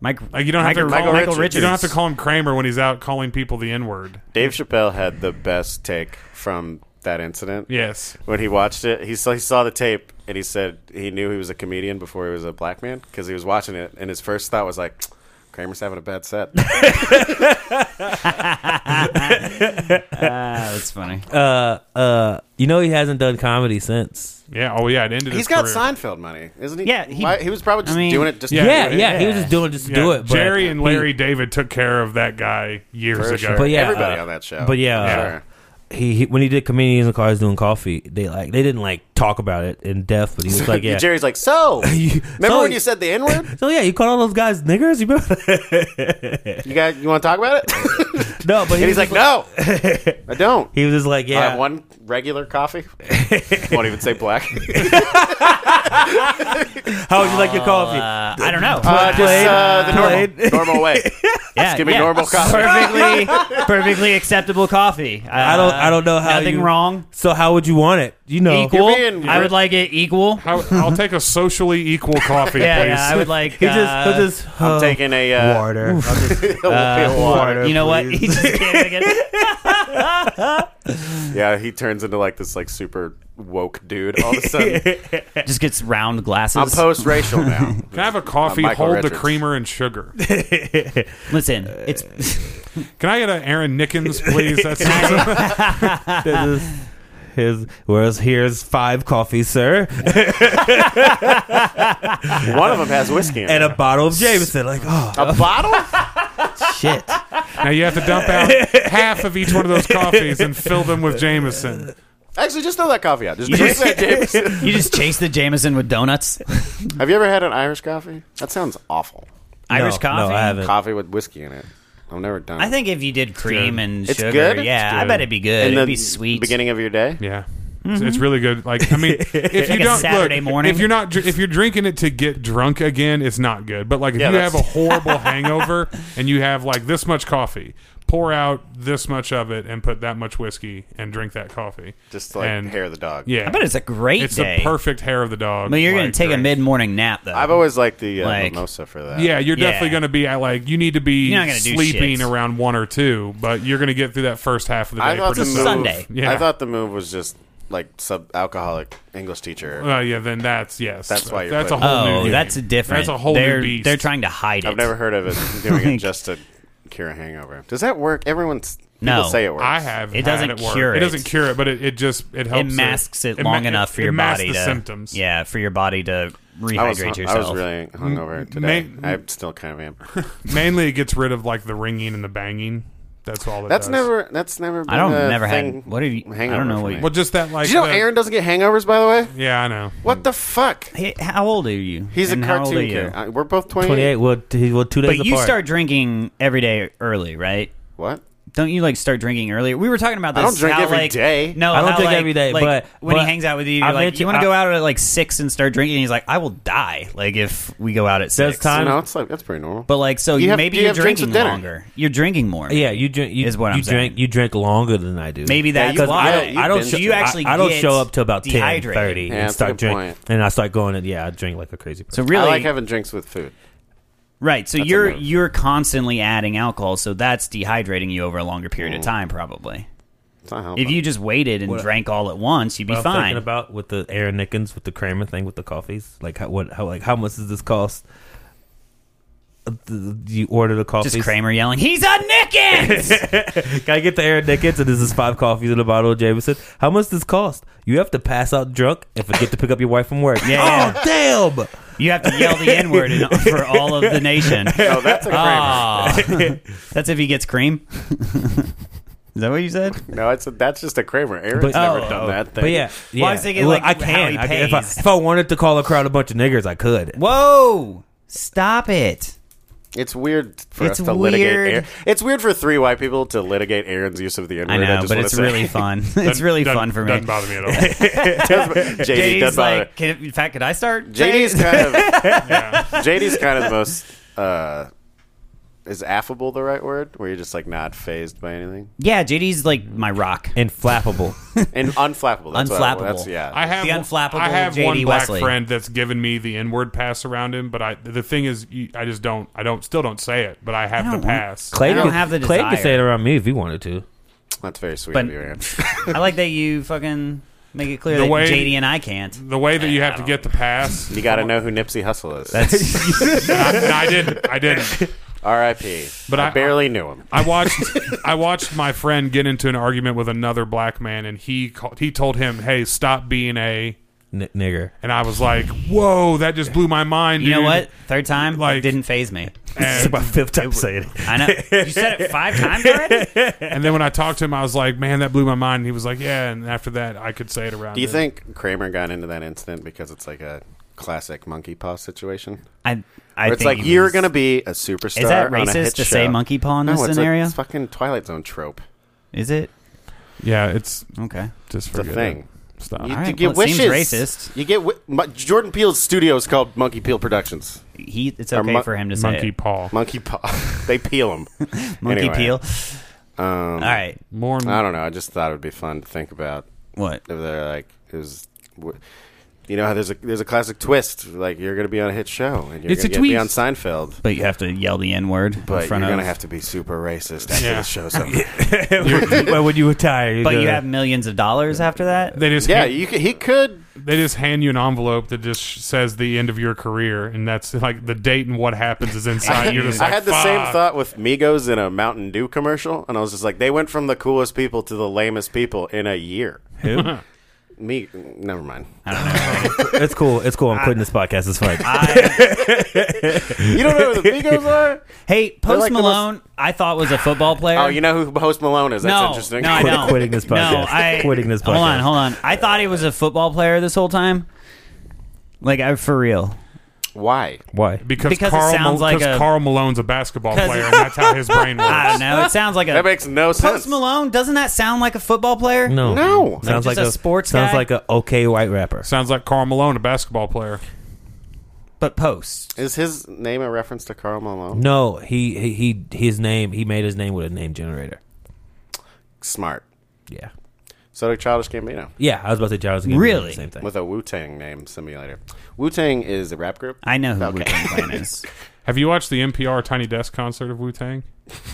Speaker 1: Mike.
Speaker 3: Uh,
Speaker 4: Like you don't have
Speaker 1: Michael,
Speaker 4: to
Speaker 1: Michael,
Speaker 4: call
Speaker 1: Michael Richards.
Speaker 4: You don't have to call him Kramer when he's out calling people the N word.
Speaker 3: Dave Chappelle had the best take from that incident.
Speaker 4: Yes.
Speaker 3: when he watched it, he saw, he saw the tape and he said he knew he was a comedian before he was a black man because he was watching it and his first thought was like, Kramer's having a bad set.
Speaker 1: Ah, [laughs] that's funny.
Speaker 3: oh,
Speaker 2: Uh, uh, you know he hasn't done comedy sinse.
Speaker 4: Yeah. Oh yeah. It ended.
Speaker 3: He's
Speaker 4: his
Speaker 3: got
Speaker 4: career.
Speaker 3: Seinfeld money, isn't he?
Speaker 1: Yeah, he-
Speaker 3: Why- he was probably just
Speaker 1: I mean-
Speaker 3: doing it just
Speaker 4: Yeah,
Speaker 2: Yeah, yeah,
Speaker 3: to do it.
Speaker 2: he was just doing just to do
Speaker 4: Yeah,
Speaker 2: it. But
Speaker 4: Jerry and Larry
Speaker 2: He,
Speaker 4: David took care of that guy years
Speaker 3: For
Speaker 4: ago.
Speaker 3: sure.
Speaker 2: But yeah,
Speaker 3: everybody
Speaker 2: uh,
Speaker 3: on that show.
Speaker 2: but yeah,
Speaker 3: [laughs] For
Speaker 2: uh, he, he when he did comedians in cars doing coffee, they like they didn't like talk about it in depth, but he
Speaker 3: [laughs]
Speaker 2: was like, yeah.
Speaker 3: Jerry's like, so
Speaker 2: [laughs] You-
Speaker 3: remember
Speaker 2: so-
Speaker 3: when you said the N word?
Speaker 2: So yeah, you called all those guys niggers. You remember?
Speaker 3: You guys, you want to talk about it?
Speaker 2: [laughs] no, but he
Speaker 3: and he's
Speaker 2: was
Speaker 3: like,
Speaker 2: just
Speaker 3: no, I don't.
Speaker 2: he was just like,
Speaker 3: I
Speaker 2: [laughs] yeah,
Speaker 3: have one regular coffee. [laughs] Won't even say
Speaker 2: [laughs]
Speaker 3: black.
Speaker 2: how would you like your coffee?
Speaker 1: Uh, I don't know.
Speaker 3: Uh, just uh, the normal,
Speaker 2: Played.
Speaker 3: normal way.
Speaker 2: [laughs]
Speaker 1: yeah,
Speaker 3: give me normal coffee.
Speaker 1: Perfectly, perfectly acceptable coffee. Uh,
Speaker 2: I don't, I don't know how.
Speaker 1: nothing
Speaker 2: you-
Speaker 1: wrong.
Speaker 2: So how would you want it? You know,
Speaker 1: Equal.
Speaker 3: being-
Speaker 1: I would like it equal.
Speaker 4: I, I'll take a socially equal coffee,
Speaker 1: [laughs] Yeah,
Speaker 4: please.
Speaker 1: yeah, I would like.
Speaker 2: He
Speaker 1: uh,
Speaker 2: just, he'll just.
Speaker 3: I'm
Speaker 2: oh,
Speaker 3: taking a uh,
Speaker 2: water.
Speaker 3: [laughs]
Speaker 2: Uh,
Speaker 3: a whip of water.
Speaker 1: You know what? He just can't make it.
Speaker 3: Yeah, he turns into like this like super woke dude all of a sudden.
Speaker 2: [laughs]
Speaker 1: Just gets round glasses.
Speaker 3: I'm post racial now.
Speaker 4: Can I have a coffee?
Speaker 3: Michael
Speaker 4: hold the
Speaker 3: Richards.
Speaker 4: creamer and sugar.
Speaker 1: Listen, it's
Speaker 4: Can I get an Aaron Nickens, please? That's
Speaker 2: [laughs] This is his. Whereas here's five coffees, sir,
Speaker 3: One of them has whiskey in
Speaker 2: and
Speaker 3: it.
Speaker 2: a bottle of Jameson. Like, oh
Speaker 1: [laughs]
Speaker 3: A bottle?
Speaker 1: Oh,
Speaker 2: shit.
Speaker 4: now you have to dump out half of each one of those coffees and fill them with Jameson.
Speaker 3: Actually, just throw that coffee out. Just drink that
Speaker 1: [laughs]
Speaker 3: Jameson.
Speaker 1: [laughs] you just chase the Jameson with donuts,
Speaker 3: Have you ever had an Irish coffee? That sounds awful.
Speaker 1: Irish
Speaker 2: No,
Speaker 1: coffee.
Speaker 2: No, I haven't.
Speaker 3: Coffee with whiskey in it. I've never done.
Speaker 1: Uh, I think if you did cream
Speaker 4: good.
Speaker 1: and
Speaker 3: It's
Speaker 1: sugar,
Speaker 3: good?
Speaker 1: yeah,
Speaker 4: It's
Speaker 1: I
Speaker 4: good.
Speaker 1: bet it'd be good.
Speaker 3: in
Speaker 1: it'd
Speaker 3: the
Speaker 1: be sweet.
Speaker 3: beginning of your day.
Speaker 4: Yeah. It's, it's really good. Like I mean, if
Speaker 1: Mm-hmm. [laughs] Like a
Speaker 4: you don't
Speaker 1: Saturday
Speaker 4: look,
Speaker 1: morning.
Speaker 4: if you're not dr- if you're drinking it to get drunk again, it's not good. But like if
Speaker 3: Yeah,
Speaker 4: you have
Speaker 1: [laughs]
Speaker 4: a
Speaker 3: that's-
Speaker 4: horrible hangover and you have like this much coffee, pour out this much of it and put that much whiskey and drink that coffee.
Speaker 3: Just like
Speaker 4: And-
Speaker 3: hair of the dog.
Speaker 4: Yeah,
Speaker 1: I bet it's a great
Speaker 4: it's
Speaker 1: day.
Speaker 4: the perfect hair of the dog.
Speaker 1: I mean, you're gonna
Speaker 4: like,
Speaker 1: take a
Speaker 4: drink.
Speaker 1: mid morning nap though.
Speaker 3: I've always liked the uh,
Speaker 1: Like-
Speaker 3: mimosa for that.
Speaker 4: Yeah, you're
Speaker 1: Yeah.
Speaker 4: definitely going to be at like you need to be
Speaker 1: You're not gonna do
Speaker 4: sleeping
Speaker 1: shits.
Speaker 4: around one or two, but you're going to get through that first half of the day.
Speaker 3: I thought the
Speaker 4: pretty
Speaker 3: move.
Speaker 4: solid.
Speaker 1: Sunday.
Speaker 4: Yeah.
Speaker 3: I thought the move was just like sub alcoholic English teacher.
Speaker 1: Uh,
Speaker 4: Oh yeah, then that's yes.
Speaker 3: That's why you're
Speaker 4: that's a
Speaker 3: putting-
Speaker 4: whole new.
Speaker 1: oh,
Speaker 4: game.
Speaker 1: that's different.
Speaker 4: That's a whole
Speaker 1: they're,
Speaker 4: new beast.
Speaker 1: They're trying to hide it.
Speaker 3: I've never heard
Speaker 1: [laughs]
Speaker 3: of it doing it just to cure a hangover. Does that work? Everyone's
Speaker 1: No.
Speaker 3: people say it works.
Speaker 4: I have.
Speaker 1: It
Speaker 4: had
Speaker 1: doesn't
Speaker 4: it work.
Speaker 1: cure
Speaker 4: It
Speaker 1: it.
Speaker 4: doesn't cure it, but it, it just
Speaker 1: It
Speaker 4: it helps.
Speaker 1: masks it,
Speaker 4: ma-
Speaker 1: long enough for
Speaker 4: it
Speaker 1: your
Speaker 4: masks
Speaker 1: body
Speaker 4: the
Speaker 1: to
Speaker 4: symptoms.
Speaker 1: Yeah, for your body to rehydrate
Speaker 3: I was, hun-
Speaker 1: yourself.
Speaker 3: I was really hungover today. I still kind of am.
Speaker 4: Mainly, it gets rid of like the ringing and the banging. That's all. It
Speaker 3: That's
Speaker 4: does.
Speaker 3: never. That's never. Been
Speaker 1: I don't
Speaker 3: a
Speaker 1: never
Speaker 3: thing,
Speaker 1: had. What are you? I
Speaker 3: hangover
Speaker 1: don't know
Speaker 3: for
Speaker 1: what.
Speaker 3: me.
Speaker 4: Well, just that like.
Speaker 3: Did you know
Speaker 4: the-
Speaker 3: Aaron doesn't get hangovers? By the way,
Speaker 4: Yeah, I know.
Speaker 3: what the fuck?
Speaker 1: Hey, how old are you?
Speaker 3: He's
Speaker 1: And
Speaker 3: a
Speaker 1: how old are
Speaker 3: cartoon
Speaker 1: you?
Speaker 3: character. I- We're both twenty.
Speaker 2: Twenty-eight. Well, t- well, two days
Speaker 1: But you
Speaker 2: apart.
Speaker 1: start drinking every day early, right?
Speaker 3: What?
Speaker 1: Don't you like start drinking early? We were talking about this.
Speaker 3: I don't drink
Speaker 1: how,
Speaker 3: every
Speaker 1: like,
Speaker 3: day.
Speaker 1: No,
Speaker 2: I don't
Speaker 1: how,
Speaker 2: drink
Speaker 1: like-
Speaker 2: every day,
Speaker 1: like,
Speaker 2: but-
Speaker 1: when
Speaker 2: but
Speaker 1: he hangs out with you, you're
Speaker 2: I
Speaker 1: like,
Speaker 2: mentioned-
Speaker 1: you want to
Speaker 2: I-
Speaker 1: go out at like six and start drinking? he's like, I will die. Like if we go out at
Speaker 2: There's
Speaker 1: six.
Speaker 2: time-
Speaker 3: No, it's like that's pretty normal.
Speaker 1: But like, so
Speaker 3: You
Speaker 1: you-
Speaker 3: have-
Speaker 1: maybe
Speaker 3: you
Speaker 1: you're
Speaker 3: have drinks
Speaker 1: drinking
Speaker 3: with dinner.
Speaker 1: longer. You're drinking more.
Speaker 2: Yeah, you drink. You,
Speaker 1: Is what
Speaker 2: you
Speaker 1: I'm saying.
Speaker 2: drink. You drink longer than I do.
Speaker 1: Maybe that's
Speaker 3: you-
Speaker 2: because
Speaker 1: why.
Speaker 2: I don't.
Speaker 3: you
Speaker 2: I don't.
Speaker 3: binge
Speaker 2: Show,
Speaker 3: You
Speaker 1: actually
Speaker 2: I, I don't
Speaker 1: get
Speaker 2: show up till about ten
Speaker 1: dehydrated.
Speaker 2: thirty
Speaker 3: Yeah,
Speaker 2: and
Speaker 3: that's a
Speaker 2: start
Speaker 3: good
Speaker 2: drinking,
Speaker 3: point.
Speaker 2: and I start going. and Yeah, I drink like a crazy
Speaker 1: so
Speaker 2: person.
Speaker 1: really,
Speaker 3: I like having drinks with food.
Speaker 1: right? So
Speaker 3: That's a
Speaker 1: you're
Speaker 3: move.
Speaker 1: you're constantly adding alcohol, so that's dehydrating you over a longer period of time, probably.
Speaker 3: It's not helpful.
Speaker 1: If you just waited and
Speaker 2: What-
Speaker 1: drank all at once, you'd be
Speaker 2: What I'm
Speaker 1: fine.
Speaker 2: thinking about with the Aaron Nickens with the Kramer thing with the coffees. Like how what how like how much does this cost? Uh, th- th- You order the coffees.
Speaker 1: just Kramer yelling, "He's a Nickens!"
Speaker 2: Can I get the Aaron Nickens and this is five coffees and a bottle of Jameson? How much does this cost? You have to pass out drunk and forget to pick up your wife from work.
Speaker 1: Yeah.
Speaker 2: [laughs] Oh damn!
Speaker 1: you have to yell the N word in- for all of the nation.
Speaker 3: no, that's a Kramer.
Speaker 1: [laughs] Ah, that's if he gets cream. Is that what you said?
Speaker 3: no, it's a, that's just a Kramer. Aaron's
Speaker 2: But-
Speaker 3: never
Speaker 1: Oh.
Speaker 3: done that thing.
Speaker 2: But yeah, yeah.
Speaker 1: I was thinking,
Speaker 2: Well,
Speaker 1: like,
Speaker 2: I
Speaker 1: how
Speaker 2: can.
Speaker 1: he
Speaker 2: I can- if, I,
Speaker 1: pays.
Speaker 2: if I wanted to call a crowd a bunch of niggers, I could.
Speaker 1: Whoa! Stop it.
Speaker 3: It's weird for
Speaker 1: It's
Speaker 3: us to litigate.
Speaker 1: weird.
Speaker 3: Aaron. It's weird for three white people to litigate Aaron's use of the N word.
Speaker 1: I know,
Speaker 3: just
Speaker 1: but
Speaker 3: wanna
Speaker 1: it's
Speaker 3: say. [laughs]
Speaker 1: really fun. it's really
Speaker 4: Doesn't-
Speaker 1: fun for me.
Speaker 4: Doesn't bother me
Speaker 1: [laughs]
Speaker 4: at all.
Speaker 3: JD does
Speaker 1: JD's
Speaker 3: bother.
Speaker 1: like, can, in fact, could I start?
Speaker 3: JD's
Speaker 1: [laughs]
Speaker 3: kind of JD's kind of the most uh, is affable the right word? Where you're just like not phased by anything
Speaker 1: yeah, JD's like my rock.
Speaker 2: And [laughs] flappable.
Speaker 3: and unflappable. That's what I-
Speaker 1: Unflappable.
Speaker 3: that's yeah.
Speaker 4: I have
Speaker 1: The unflappable
Speaker 4: I have
Speaker 1: JD
Speaker 4: one black
Speaker 1: Wesley.
Speaker 4: friend that's given me the N word pass around him, but I the thing is, you- I just don't. I don't still don't say it, but I have the
Speaker 1: don't-
Speaker 4: pass.
Speaker 2: Clay
Speaker 1: I don't
Speaker 2: could,
Speaker 1: have the
Speaker 2: Clay could
Speaker 1: desire.
Speaker 2: say it around me if he wanted to.
Speaker 3: that's very sweet
Speaker 1: But-
Speaker 3: of you, Aaron.
Speaker 1: I like that you fucking make it clear
Speaker 4: The
Speaker 1: that
Speaker 4: way-
Speaker 1: JD and I can't.
Speaker 4: the way that you have to get the pass.
Speaker 3: You got to know who Nipsey Hussle is. [laughs]
Speaker 4: I, no, I didn't. I didn't.
Speaker 3: R.I.P.
Speaker 4: But
Speaker 3: But I,
Speaker 4: I-
Speaker 3: barely knew him.
Speaker 4: I watched. I watched my friend get into an argument with another black man, and he called, he told him, "Hey, stop being a
Speaker 2: N- nigger.
Speaker 4: and I was like, "Whoa, that just blew my mind."
Speaker 1: You know
Speaker 4: dude.
Speaker 1: what? Third time,
Speaker 4: Like-
Speaker 1: like, didn't phase me.
Speaker 5: This is my fifth time saying
Speaker 2: [laughs]
Speaker 5: it.
Speaker 1: I know. You said it
Speaker 4: [laughs]
Speaker 1: five times already?
Speaker 4: And then when I talked to him, I was like, "Man, that blew my mind." And he was like, "Yeah." And after that, I could say it around.
Speaker 3: Do you
Speaker 4: it.
Speaker 3: think Kramer got into that incident because it's like a classic monkey paw situation?
Speaker 1: I, I
Speaker 3: Where it's
Speaker 1: think
Speaker 3: like
Speaker 1: he
Speaker 3: you're
Speaker 1: was-
Speaker 3: going to be a superstar.
Speaker 1: Is that
Speaker 3: on a
Speaker 1: racist
Speaker 3: hit
Speaker 1: to
Speaker 3: show.
Speaker 1: say monkey paw in
Speaker 3: no,
Speaker 1: this
Speaker 3: it's a-
Speaker 1: scenario?
Speaker 3: it's fucking Twilight Zone trope.
Speaker 1: Is it?
Speaker 4: Yeah, it's
Speaker 1: Okay.
Speaker 4: just
Speaker 3: It's
Speaker 4: for
Speaker 3: a thing.
Speaker 4: Stop.
Speaker 3: You,
Speaker 1: All right,
Speaker 3: you get
Speaker 1: well, it
Speaker 3: wishes.
Speaker 1: seems racist.
Speaker 3: You get wi- Mo- Jordan Peele's studio is called Monkey Peel Productions.
Speaker 1: He. It's
Speaker 3: Or
Speaker 1: okay
Speaker 3: mon-
Speaker 1: for him to say
Speaker 4: Monkey
Speaker 1: monkey,
Speaker 4: Paul.
Speaker 3: Monkey paw. [laughs] they peel them.
Speaker 1: it. [laughs] monkey
Speaker 3: Anyway.
Speaker 1: peel.
Speaker 3: Um,
Speaker 1: All right.
Speaker 4: More.
Speaker 3: I don't know. I just thought it would be fun to think about.
Speaker 1: What?
Speaker 3: If They're like it was. w- You know how there's a there's a classic twist. Like you're going to be on a hit show, and you're
Speaker 2: It's
Speaker 3: going
Speaker 2: a
Speaker 3: to be
Speaker 2: twist.
Speaker 3: on Seinfeld.
Speaker 1: But you have to yell the n word in
Speaker 3: But you're
Speaker 1: front
Speaker 3: going
Speaker 1: of.
Speaker 3: to have to be super racist after
Speaker 4: Yeah.
Speaker 3: the show's over.
Speaker 2: [laughs] but when you retire, you
Speaker 1: but
Speaker 2: gotta-
Speaker 1: you have millions of dollars after that.
Speaker 4: They just
Speaker 3: Yeah,
Speaker 4: hand-
Speaker 3: you could, he could.
Speaker 4: they just hand you an envelope that just says the end of your career, and that's like the date and what happens is inside. You're
Speaker 3: [laughs]
Speaker 4: just
Speaker 3: I
Speaker 4: like,
Speaker 3: had the same
Speaker 4: "Fuck."
Speaker 3: thought with Migos in a Mountain Dew commercial, and I was just like, they went from the coolest people to the lamest people in a year.
Speaker 2: Who?
Speaker 3: Me, never mind.
Speaker 4: [laughs]
Speaker 5: It's cool. It's cool. I'm quitting this podcast. It's fine.
Speaker 3: You don't know who the Migos are?
Speaker 1: Hey, Post
Speaker 3: like the most-
Speaker 1: Malone, I thought was a football player.
Speaker 3: Oh, you know who Post Malone is? That's
Speaker 1: no,
Speaker 3: interesting.
Speaker 1: no, I
Speaker 5: Quit-
Speaker 1: don't.
Speaker 5: quitting this
Speaker 1: No,
Speaker 5: podcast.
Speaker 3: [laughs]
Speaker 1: I
Speaker 5: Quitting this
Speaker 1: Hold on,
Speaker 5: podcast.
Speaker 1: hold on. I thought he was a football player this whole time. Like, I for real.
Speaker 3: Why?
Speaker 2: why?
Speaker 4: because,
Speaker 1: Because it
Speaker 4: Carl,
Speaker 1: sounds like
Speaker 4: because
Speaker 1: a-
Speaker 4: Carl Malone's a basketball
Speaker 1: [laughs] 'Cause-
Speaker 4: player, and that's how his brain
Speaker 1: [laughs]
Speaker 4: works.
Speaker 1: I don't know. It sounds like a
Speaker 3: [laughs] That makes no sense.
Speaker 1: Post Malone. Doesn't that sound like a football player?
Speaker 2: No,
Speaker 3: No.
Speaker 2: Sounds
Speaker 1: Like
Speaker 2: like,
Speaker 1: just a sports
Speaker 2: Sounds
Speaker 1: guy?
Speaker 2: like a okay white rapper.
Speaker 4: Sounds like Carl Malone, a basketball player.
Speaker 1: but Post.
Speaker 3: Is his name a reference to Carl Malone?
Speaker 2: No, he, he he his name. He made his name with a name generator.
Speaker 3: Smart.
Speaker 2: Yeah,
Speaker 3: So did Childish Gambino
Speaker 2: yeah. I was about to say Giles.
Speaker 1: Really?
Speaker 2: Same thing.
Speaker 3: with a Wu Tang name simulator. Wu Tang is a rap group.
Speaker 1: I know who
Speaker 3: Okay.
Speaker 1: Wu Tang Clan
Speaker 3: [laughs]
Speaker 1: is.
Speaker 4: Have you watched the NPR Tiny Desk concert of Wu Tang?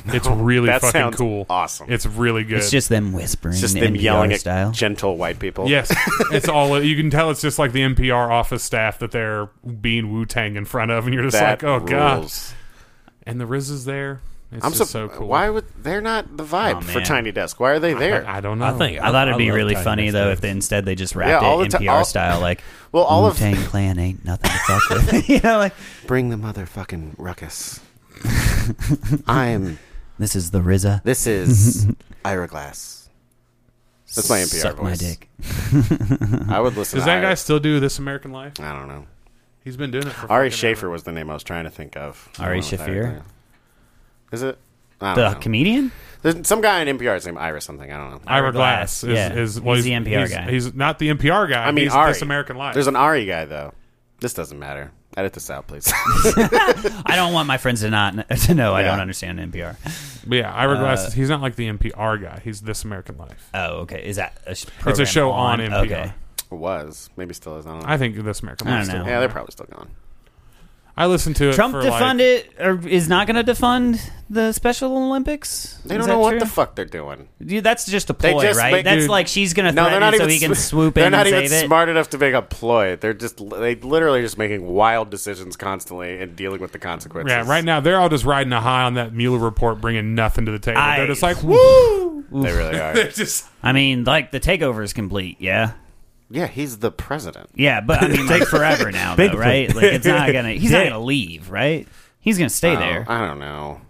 Speaker 4: it's really
Speaker 3: that
Speaker 4: fucking
Speaker 3: sounds
Speaker 4: cool.
Speaker 3: awesome.
Speaker 4: It's really good.
Speaker 1: It's just them whispering,
Speaker 3: It's just
Speaker 1: in
Speaker 3: them
Speaker 1: NPR
Speaker 3: yelling at
Speaker 1: style.
Speaker 3: gentle white
Speaker 1: [laughs]
Speaker 3: people.
Speaker 4: Yes, it's all you can tell. It's just like the NPR office staff that they're being Wu Tang in front of, and you're just
Speaker 3: That
Speaker 4: like, oh god.
Speaker 3: rules.
Speaker 4: And the Riz is there. It's
Speaker 3: I'm
Speaker 4: just
Speaker 3: so,
Speaker 4: so cool.
Speaker 3: Why would they're not the vibe
Speaker 1: Oh,
Speaker 3: for
Speaker 1: man.
Speaker 3: Tiny Desk? Why are they there?
Speaker 4: I, I don't know.
Speaker 2: I think
Speaker 1: I thought it'd be
Speaker 2: love
Speaker 1: really
Speaker 2: Tiny
Speaker 1: funny
Speaker 2: Desk.
Speaker 1: though if they, instead they just
Speaker 3: Yeah,
Speaker 1: wrapped
Speaker 3: all the
Speaker 1: it
Speaker 3: ti-
Speaker 1: NPR
Speaker 3: all-
Speaker 1: style, like
Speaker 3: Well, [laughs] all of-
Speaker 1: Wu-Tang Clan ain't nothing to fuck with. [laughs] you know, like
Speaker 3: Bring the motherfucking
Speaker 1: [laughs]
Speaker 3: ruckus. I'm.
Speaker 1: this is the RZA.
Speaker 3: This
Speaker 4: [laughs]
Speaker 3: is Ira Glass. That's my NPR
Speaker 1: Suck my
Speaker 3: voice.
Speaker 1: dick.
Speaker 3: I would listen.
Speaker 4: Does
Speaker 3: to
Speaker 4: that
Speaker 3: Ira.
Speaker 4: guy still do This American Life?
Speaker 3: I don't know.
Speaker 4: He's been doing it for
Speaker 3: Ari
Speaker 4: fucking
Speaker 3: Schaefer
Speaker 4: ever.
Speaker 3: was the name I was trying to think of.
Speaker 1: Ari
Speaker 3: The one with Ira
Speaker 1: Shaffir?
Speaker 3: Glass. Is it? I don't
Speaker 1: The
Speaker 3: know.
Speaker 1: comedian?
Speaker 3: There's some guy on NPR's named Ira something. I don't know.
Speaker 4: Ira
Speaker 1: Ira
Speaker 4: Glass,
Speaker 1: Glass, yeah.
Speaker 4: is, is well,
Speaker 1: He's the NPR
Speaker 4: he's-
Speaker 1: guy.
Speaker 4: He's not the NPR guy.
Speaker 3: I mean,
Speaker 4: he's
Speaker 3: Ari.
Speaker 4: This American Life.
Speaker 3: There's an Ari guy though. This doesn't matter. Edit this out, please. [laughs]
Speaker 1: I don't want my friends to not [laughs] to know I
Speaker 3: Yeah.
Speaker 1: don't understand NPR.
Speaker 4: But yeah,
Speaker 1: Uh,
Speaker 4: Ira Glass. He's not like the NPR guy. He's This American Life.
Speaker 1: Oh, okay. Is that a sh-
Speaker 4: It's a
Speaker 1: program
Speaker 4: show on, NPR.
Speaker 1: Okay.
Speaker 3: was maybe still is. I don't know.
Speaker 4: I think This American
Speaker 1: I
Speaker 4: Life.
Speaker 1: don't
Speaker 4: is still
Speaker 1: know.
Speaker 4: on
Speaker 3: yeah, they're
Speaker 4: there.
Speaker 3: probably still gone.
Speaker 4: I listened to it.
Speaker 1: Trump
Speaker 4: for
Speaker 1: defunded
Speaker 4: like,
Speaker 1: it or is not going to defund the Special Olympics.
Speaker 3: They
Speaker 1: Is
Speaker 3: don't
Speaker 1: that
Speaker 3: know what
Speaker 1: true?
Speaker 3: the fuck
Speaker 1: [laughs]
Speaker 3: they're doing.
Speaker 1: Dude, that's just a
Speaker 3: They
Speaker 1: ploy,
Speaker 3: just
Speaker 1: right?
Speaker 3: make-
Speaker 1: that's
Speaker 3: dude.
Speaker 1: like she's going to
Speaker 3: No,
Speaker 1: threaten
Speaker 3: they're not
Speaker 1: it so
Speaker 3: even.
Speaker 1: he can
Speaker 3: sm-
Speaker 1: swoop in
Speaker 3: They're not
Speaker 1: and
Speaker 3: even
Speaker 1: save it.
Speaker 3: smart enough to make a ploy. They're just they literally just making wild decisions constantly and dealing with the consequences.
Speaker 4: Yeah, right now they're all just riding a high on that Mueller report, bringing nothing to the table.
Speaker 1: I-
Speaker 4: they're just like, woo!
Speaker 3: They really are. [laughs]
Speaker 4: [laughs] they're just
Speaker 1: I mean, like the takeover is complete. Yeah.
Speaker 3: yeah, he's the president.
Speaker 1: Yeah, but I mean,
Speaker 4: [laughs]
Speaker 1: like forever now, though,
Speaker 2: Basically.
Speaker 1: right? Like it's not gonna. He's not gonna leave, right? He's gonna stay there.
Speaker 3: Oh, I don't know.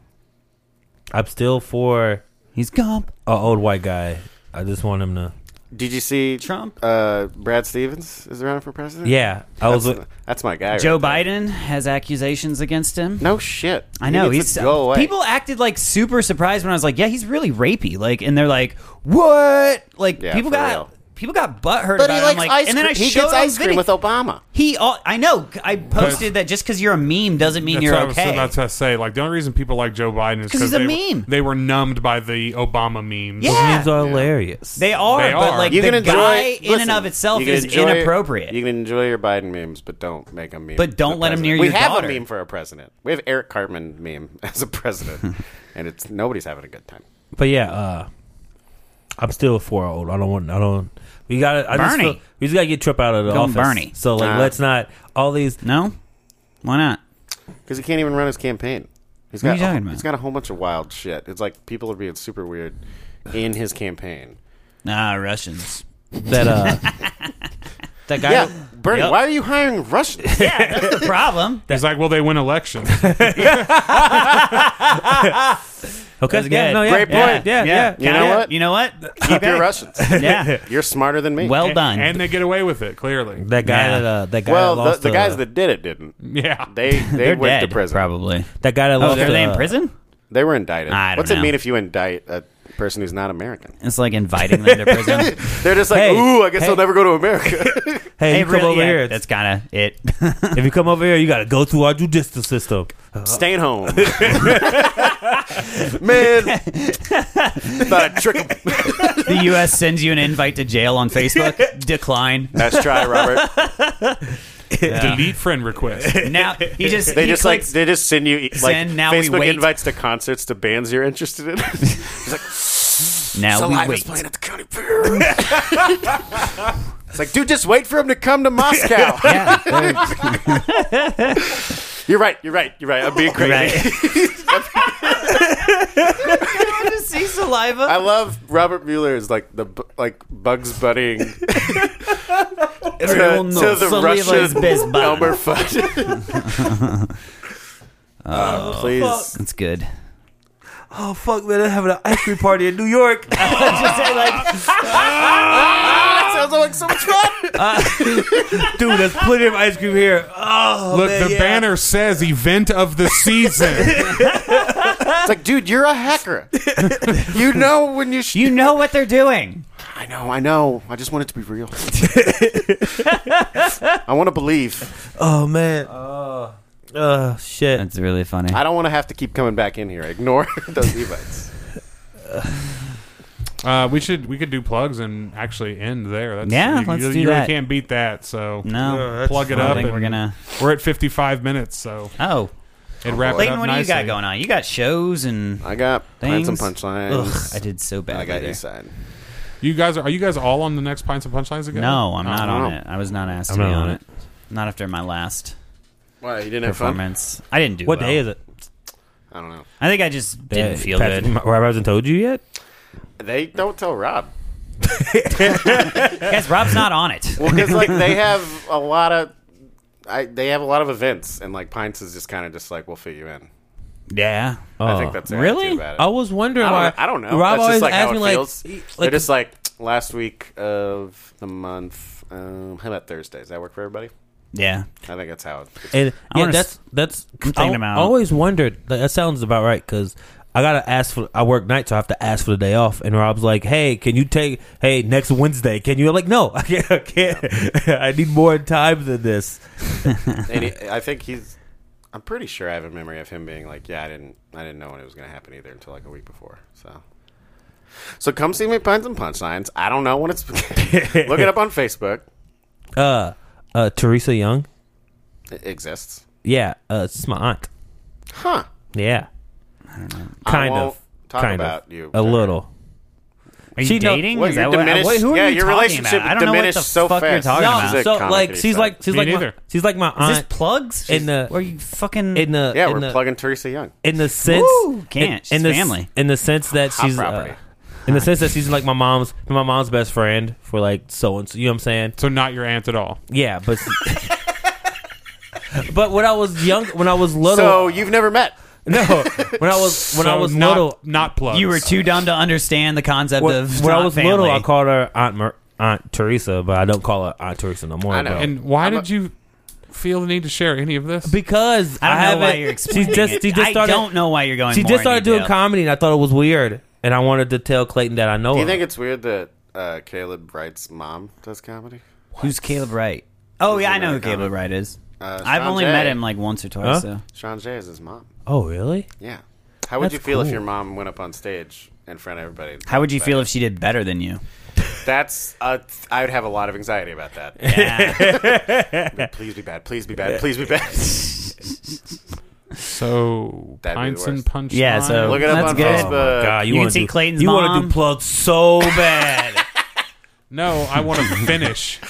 Speaker 2: I'm still for
Speaker 1: he's gone.
Speaker 2: a old white guy. I just want him to.
Speaker 3: Did you see
Speaker 1: Trump?
Speaker 3: Uh, Brad Stevens is running for president.
Speaker 2: Yeah, I
Speaker 3: that's,
Speaker 2: was. with-
Speaker 3: that's my guy.
Speaker 1: Joe
Speaker 3: right there.
Speaker 1: Biden has accusations against him.
Speaker 3: No shit.
Speaker 1: I know
Speaker 3: he needs
Speaker 1: he's
Speaker 3: to go away.
Speaker 1: people acted like super surprised when I was like, "Yeah, he's really rapey." Like, and they're like, "What?" Like
Speaker 3: Yeah,
Speaker 1: people
Speaker 3: for
Speaker 1: got
Speaker 3: real.
Speaker 1: people got butthurt
Speaker 3: But
Speaker 1: about
Speaker 3: he
Speaker 1: it. I'm
Speaker 3: likes
Speaker 1: like,
Speaker 3: ice
Speaker 1: and then
Speaker 3: cream.
Speaker 1: I
Speaker 3: He
Speaker 1: showed
Speaker 3: gets
Speaker 1: him
Speaker 3: ice cream
Speaker 1: video.
Speaker 3: with Obama.
Speaker 1: He, all, I know. I posted that just because you're a meme doesn't mean
Speaker 4: That's
Speaker 1: you're
Speaker 4: what I was
Speaker 1: okay.
Speaker 4: about to say. Like the only reason people like Joe Biden is
Speaker 1: 'Cause he's
Speaker 4: they,
Speaker 1: a
Speaker 4: were-
Speaker 1: meme.
Speaker 4: they were numbed by the Obama memes.
Speaker 1: Yeah.
Speaker 2: Memes are hilarious.
Speaker 1: They are,
Speaker 4: They
Speaker 1: but
Speaker 4: are.
Speaker 1: like
Speaker 4: You
Speaker 1: the guy in
Speaker 3: listen,
Speaker 1: and of itself
Speaker 3: you can
Speaker 1: is
Speaker 3: enjoy-
Speaker 1: inappropriate.
Speaker 3: You can enjoy your Biden memes, but don't make a meme.
Speaker 1: But
Speaker 3: for
Speaker 1: don't
Speaker 3: the
Speaker 1: let 'em
Speaker 3: president.
Speaker 1: near
Speaker 3: We
Speaker 1: your
Speaker 3: have
Speaker 1: daughter.
Speaker 3: a meme for a president. We have Eric Cartman meme [laughs] as
Speaker 1: [laughs]
Speaker 3: a president, and it's nobody's having a good time.
Speaker 2: But yeah, uh, I'm still for old. I don't want. I don't. We got
Speaker 1: Bernie.
Speaker 2: to. Just feel, we just got to get Trump out of the
Speaker 1: Go
Speaker 2: office.
Speaker 1: Bernie.
Speaker 2: So like,
Speaker 3: Ah.
Speaker 2: let's not all these.
Speaker 1: no, why not?
Speaker 3: Because he can't even run his campaign. He's
Speaker 1: What are
Speaker 3: got
Speaker 1: you talking
Speaker 3: a,
Speaker 1: about?
Speaker 3: he's got a whole bunch of wild shit. It's like people are being super weird in his campaign.
Speaker 1: [laughs] Nah, Russians.
Speaker 2: that uh That guy.
Speaker 3: Yeah, Bernie,
Speaker 1: Yep.
Speaker 3: why are you hiring Russians?
Speaker 1: [laughs] Yeah, that's [laughs] the problem.
Speaker 4: He's like, well, they
Speaker 1: [laughs]
Speaker 4: win elections.
Speaker 1: Okay, that's good.
Speaker 2: no, yeah.
Speaker 3: Great
Speaker 1: Yeah,
Speaker 3: point.
Speaker 1: yeah,
Speaker 2: yeah.
Speaker 3: You know what?
Speaker 1: You know what?
Speaker 3: Keep your Russians.
Speaker 1: [laughs] Yeah.
Speaker 3: You're smarter than me.
Speaker 1: Well done.
Speaker 4: and they get away with it, clearly.
Speaker 2: That guy
Speaker 1: Yeah.
Speaker 2: that uh, that guy
Speaker 3: well,
Speaker 2: that
Speaker 3: the,
Speaker 2: lost
Speaker 3: the
Speaker 2: uh,
Speaker 3: guys that did it didn't.
Speaker 4: Yeah.
Speaker 3: They
Speaker 1: [laughs]
Speaker 3: they
Speaker 1: They're
Speaker 3: went
Speaker 1: dead,
Speaker 3: to prison.
Speaker 1: probably.
Speaker 2: that guy that
Speaker 1: Oh,
Speaker 2: lost.
Speaker 1: are they in
Speaker 2: uh,
Speaker 1: prison?
Speaker 3: They were indicted.
Speaker 1: I don't
Speaker 3: What's it
Speaker 1: know.
Speaker 3: mean if you indict a person who's not American?
Speaker 1: It's like inviting them to [laughs] prison.
Speaker 3: They're just like,
Speaker 2: Hey,
Speaker 3: ooh, I guess
Speaker 2: hey.
Speaker 3: I'll never go to
Speaker 1: [laughs]
Speaker 3: America.
Speaker 2: Hey,
Speaker 1: hey,
Speaker 2: you come
Speaker 1: really?
Speaker 2: over
Speaker 1: yeah,
Speaker 2: here.
Speaker 1: That's kind of it. [laughs]
Speaker 2: if you come over here, you got to go through our judicial system.
Speaker 3: Staying home.
Speaker 1: [laughs]
Speaker 3: [laughs] Man. Thought I'd trick 'em.
Speaker 1: the U.S. sends you an invite to jail on [laughs] Facebook. Decline.
Speaker 3: Nice try, Robert.
Speaker 4: Delete
Speaker 1: [laughs]
Speaker 4: friend request.
Speaker 1: Now he just
Speaker 3: They
Speaker 1: he
Speaker 3: just
Speaker 1: clicks,
Speaker 3: like they just send you like
Speaker 1: Send, now we
Speaker 3: Facebook
Speaker 1: wait.
Speaker 3: invites to concerts to bands you're interested [laughs] in. it's like
Speaker 1: now we
Speaker 3: Saliva's
Speaker 1: wait.
Speaker 3: playing at the county fair. it's like, dude, just wait for him to come
Speaker 1: [laughs]
Speaker 3: to Moscow. You're right. You're right. You're right. I'm being crazy.
Speaker 1: Right. [laughs] want to see saliva.
Speaker 3: I love Robert Mueller is like the bu- like Bugs Bunnying to,
Speaker 1: Everyone
Speaker 3: to
Speaker 1: knows
Speaker 3: the
Speaker 1: saliva is
Speaker 3: Russian [laughs]
Speaker 1: best bun.
Speaker 3: Elmer Fudd. Uh,
Speaker 1: Oh,
Speaker 3: please,
Speaker 1: That's [laughs] good.
Speaker 2: Oh fuck, man! They're having an ice cream party in New York.
Speaker 1: just say like,
Speaker 3: that Ah, sounds like so much fun.
Speaker 2: [laughs] Dude, there's plenty of ice cream here. Oh,
Speaker 4: Look,
Speaker 2: man,
Speaker 4: the
Speaker 2: yeah.
Speaker 4: banner says event
Speaker 1: [laughs]
Speaker 4: of the season.
Speaker 3: It's like, dude, you're a hacker. You know when you. Sh-
Speaker 1: you know what they're doing.
Speaker 3: I know. I know. I just want it to be real. I want to believe.
Speaker 2: Oh man. Uh, shit.
Speaker 1: That's really funny.
Speaker 3: I don't want to have to keep coming back in here. Ignore [laughs] those Levites.
Speaker 4: Uh, we should we could do plugs and actually end there. That's,
Speaker 1: Yeah,
Speaker 4: you,
Speaker 1: let's
Speaker 4: you,
Speaker 1: do
Speaker 4: you really
Speaker 1: that.
Speaker 4: can't beat that. So
Speaker 1: No,
Speaker 4: plug it
Speaker 1: I
Speaker 4: up.
Speaker 1: think
Speaker 4: and
Speaker 1: we're gonna.
Speaker 4: we're at fifty five minutes, so
Speaker 1: Oh,
Speaker 4: it wraps
Speaker 1: Layton,
Speaker 4: up
Speaker 1: what do you
Speaker 4: nicely.
Speaker 1: got going on? You got shows and.
Speaker 3: I got Things. and
Speaker 1: Things.
Speaker 3: punchlines.
Speaker 1: Ugh, I did so
Speaker 3: I
Speaker 1: bad.
Speaker 3: got
Speaker 1: there.
Speaker 3: East Side.
Speaker 4: You guys are, are you guys all on the next pints and punchlines again?
Speaker 1: No, I'm not
Speaker 3: I don't
Speaker 1: on
Speaker 3: know.
Speaker 1: it. I was not asked
Speaker 2: I'm
Speaker 1: to be
Speaker 2: not
Speaker 1: on
Speaker 2: on
Speaker 1: it. Not after my last
Speaker 3: Why you didn't have fun?
Speaker 1: performance. I didn't do
Speaker 2: What
Speaker 1: well.
Speaker 2: day is it?
Speaker 3: I don't know.
Speaker 1: I think I just didn't feel
Speaker 2: Patrick,
Speaker 1: good.
Speaker 2: Ma- Rob hasn't told you yet.
Speaker 3: They don't tell Rob.
Speaker 1: I guess Rob's not on
Speaker 3: [laughs]
Speaker 1: it.
Speaker 3: Well, because
Speaker 2: [laughs]
Speaker 3: like they have a lot of, I they have a lot of events, and like Pints is just kind of just like we'll fit you in.
Speaker 1: Yeah.
Speaker 3: I
Speaker 2: Oh.
Speaker 3: think that's their
Speaker 1: Really?
Speaker 3: attitude about it.
Speaker 2: I was wondering
Speaker 3: I don't,
Speaker 2: why.
Speaker 3: know- I don't know.
Speaker 2: Rob
Speaker 3: that's
Speaker 2: always
Speaker 3: just like
Speaker 2: asked
Speaker 3: how
Speaker 2: me
Speaker 3: it
Speaker 2: like,
Speaker 3: feels.
Speaker 2: like,
Speaker 3: They're just like last week of the month. Um, how about Thursday? Does that work for everybody?
Speaker 1: Yeah.
Speaker 3: I think that's how. It,
Speaker 2: [laughs]
Speaker 3: it's,
Speaker 2: and
Speaker 1: I
Speaker 2: yeah,
Speaker 1: wanna
Speaker 2: that's that's.
Speaker 1: I'm thinking
Speaker 2: I
Speaker 1: about-
Speaker 2: always wondered. That, that sounds about right because I gotta ask for. I work nights, so I have to ask for the day off. And Rob's like, "Hey, can you take? Hey, next Wednesday, can you?" I'm like, "No, [laughs] I can't. I, can't. [laughs] I need more time than this."
Speaker 3: and he, I think he's. I'm pretty sure I have a memory of him being like, "Yeah, I didn't, I didn't know when it was going to happen either until like a week before." So, so come see me Pints and Punchlines. I don't know
Speaker 2: [laughs]
Speaker 3: when it's. [laughs] Look it up on Facebook.
Speaker 2: Uh, uh, Teresa Young.
Speaker 3: It exists.
Speaker 2: Yeah, uh, it's my aunt.
Speaker 3: Huh.
Speaker 2: Yeah, kind
Speaker 3: I won't
Speaker 2: of,
Speaker 3: Talk
Speaker 2: kind
Speaker 3: about
Speaker 2: of,
Speaker 3: you.
Speaker 2: a little.
Speaker 1: Are you
Speaker 2: She don't-
Speaker 1: dating?
Speaker 3: What,
Speaker 1: Is that
Speaker 3: you're
Speaker 1: what,
Speaker 3: diminished-
Speaker 1: what- who are
Speaker 3: yeah,
Speaker 1: you
Speaker 3: your
Speaker 1: talking
Speaker 3: relationship
Speaker 1: about? I don't know what the
Speaker 3: diminished so
Speaker 1: fuck you're
Speaker 3: fast.
Speaker 1: talking
Speaker 3: No,
Speaker 1: about.
Speaker 3: She's a
Speaker 2: so
Speaker 3: comic
Speaker 2: like
Speaker 3: that he
Speaker 2: she's
Speaker 3: said.
Speaker 2: like she's
Speaker 4: Me
Speaker 2: like my,
Speaker 4: neither.
Speaker 2: she's like my
Speaker 1: Is this
Speaker 2: aunt
Speaker 1: plugs?
Speaker 2: in the-
Speaker 1: Or you fucking
Speaker 2: in the
Speaker 3: Yeah,
Speaker 2: in
Speaker 3: we're
Speaker 2: the,
Speaker 3: plugging Teresa Young.
Speaker 2: in the sense
Speaker 1: Woo, can't. She's
Speaker 2: in, the, s-
Speaker 1: family.
Speaker 2: in the sense that
Speaker 3: Hot
Speaker 2: she's uh,
Speaker 3: property.
Speaker 2: in the sense that she's like my mom's my mom's best friend for like so and so you know what I'm saying
Speaker 4: So not your aunt at all.
Speaker 2: yeah but [laughs] but when I was young when I was little [laughs]
Speaker 3: So you've never met.
Speaker 2: no when I was when
Speaker 4: so
Speaker 2: I was
Speaker 4: not,
Speaker 2: little
Speaker 4: not plugs.
Speaker 1: You were too dumb to understand the concept
Speaker 2: when,
Speaker 1: of
Speaker 2: when I
Speaker 1: not
Speaker 2: was
Speaker 1: family.
Speaker 2: little I called her Aunt Mer- Aunt Teresa but I don't call her Aunt Teresa no more
Speaker 3: I know.
Speaker 2: bro.
Speaker 4: And why
Speaker 3: I'm a-
Speaker 4: did you feel the need to share any of this?
Speaker 2: because
Speaker 1: I don't know
Speaker 2: haven't
Speaker 1: why you're
Speaker 2: [laughs] she
Speaker 1: explaining
Speaker 2: just
Speaker 1: it.
Speaker 2: she just started
Speaker 1: I don't know why you're going
Speaker 2: she
Speaker 1: more
Speaker 2: just
Speaker 1: in
Speaker 2: started doing
Speaker 1: detail.
Speaker 2: comedy and I thought it was weird and I wanted to tell Clayton that I know
Speaker 3: Do you
Speaker 2: her
Speaker 3: think it's weird that uh, Caleb Bright's mom does comedy?
Speaker 1: Who's Caleb Wright? Oh, yeah, I know who
Speaker 3: Americano?
Speaker 1: Caleb Wright is.
Speaker 3: Uh,
Speaker 1: I've
Speaker 3: Sean
Speaker 1: only
Speaker 3: Jay.
Speaker 1: met him like once or twice.
Speaker 2: Huh?
Speaker 1: So.
Speaker 3: Sean Jay is his mom.
Speaker 2: oh really
Speaker 3: Yeah. How would
Speaker 2: That's
Speaker 3: you feel if
Speaker 2: cool.
Speaker 3: your mom went up on stage in front of everybody? and
Speaker 1: How would
Speaker 3: talked
Speaker 1: you
Speaker 3: about
Speaker 1: feel
Speaker 3: it?
Speaker 1: if she did better than
Speaker 2: [laughs]
Speaker 1: you?
Speaker 3: That's uh, I would have a lot of anxiety about that.
Speaker 1: [laughs] Yeah.
Speaker 3: please be bad. Please be bad. Please be bad.
Speaker 1: [laughs]
Speaker 4: so
Speaker 3: That'd be
Speaker 4: pints
Speaker 3: the
Speaker 4: and
Speaker 3: worst.
Speaker 4: punch.
Speaker 1: Yeah, so-
Speaker 3: Look it up
Speaker 1: That's
Speaker 3: on
Speaker 1: good.
Speaker 3: Facebook.
Speaker 1: Oh
Speaker 2: God,
Speaker 1: You can
Speaker 2: wanna
Speaker 1: see
Speaker 2: do-
Speaker 1: Clayton's
Speaker 2: You wanna
Speaker 1: mom.
Speaker 2: do
Speaker 1: [laughs]
Speaker 2: plugs so bad.
Speaker 4: no, I want to finish.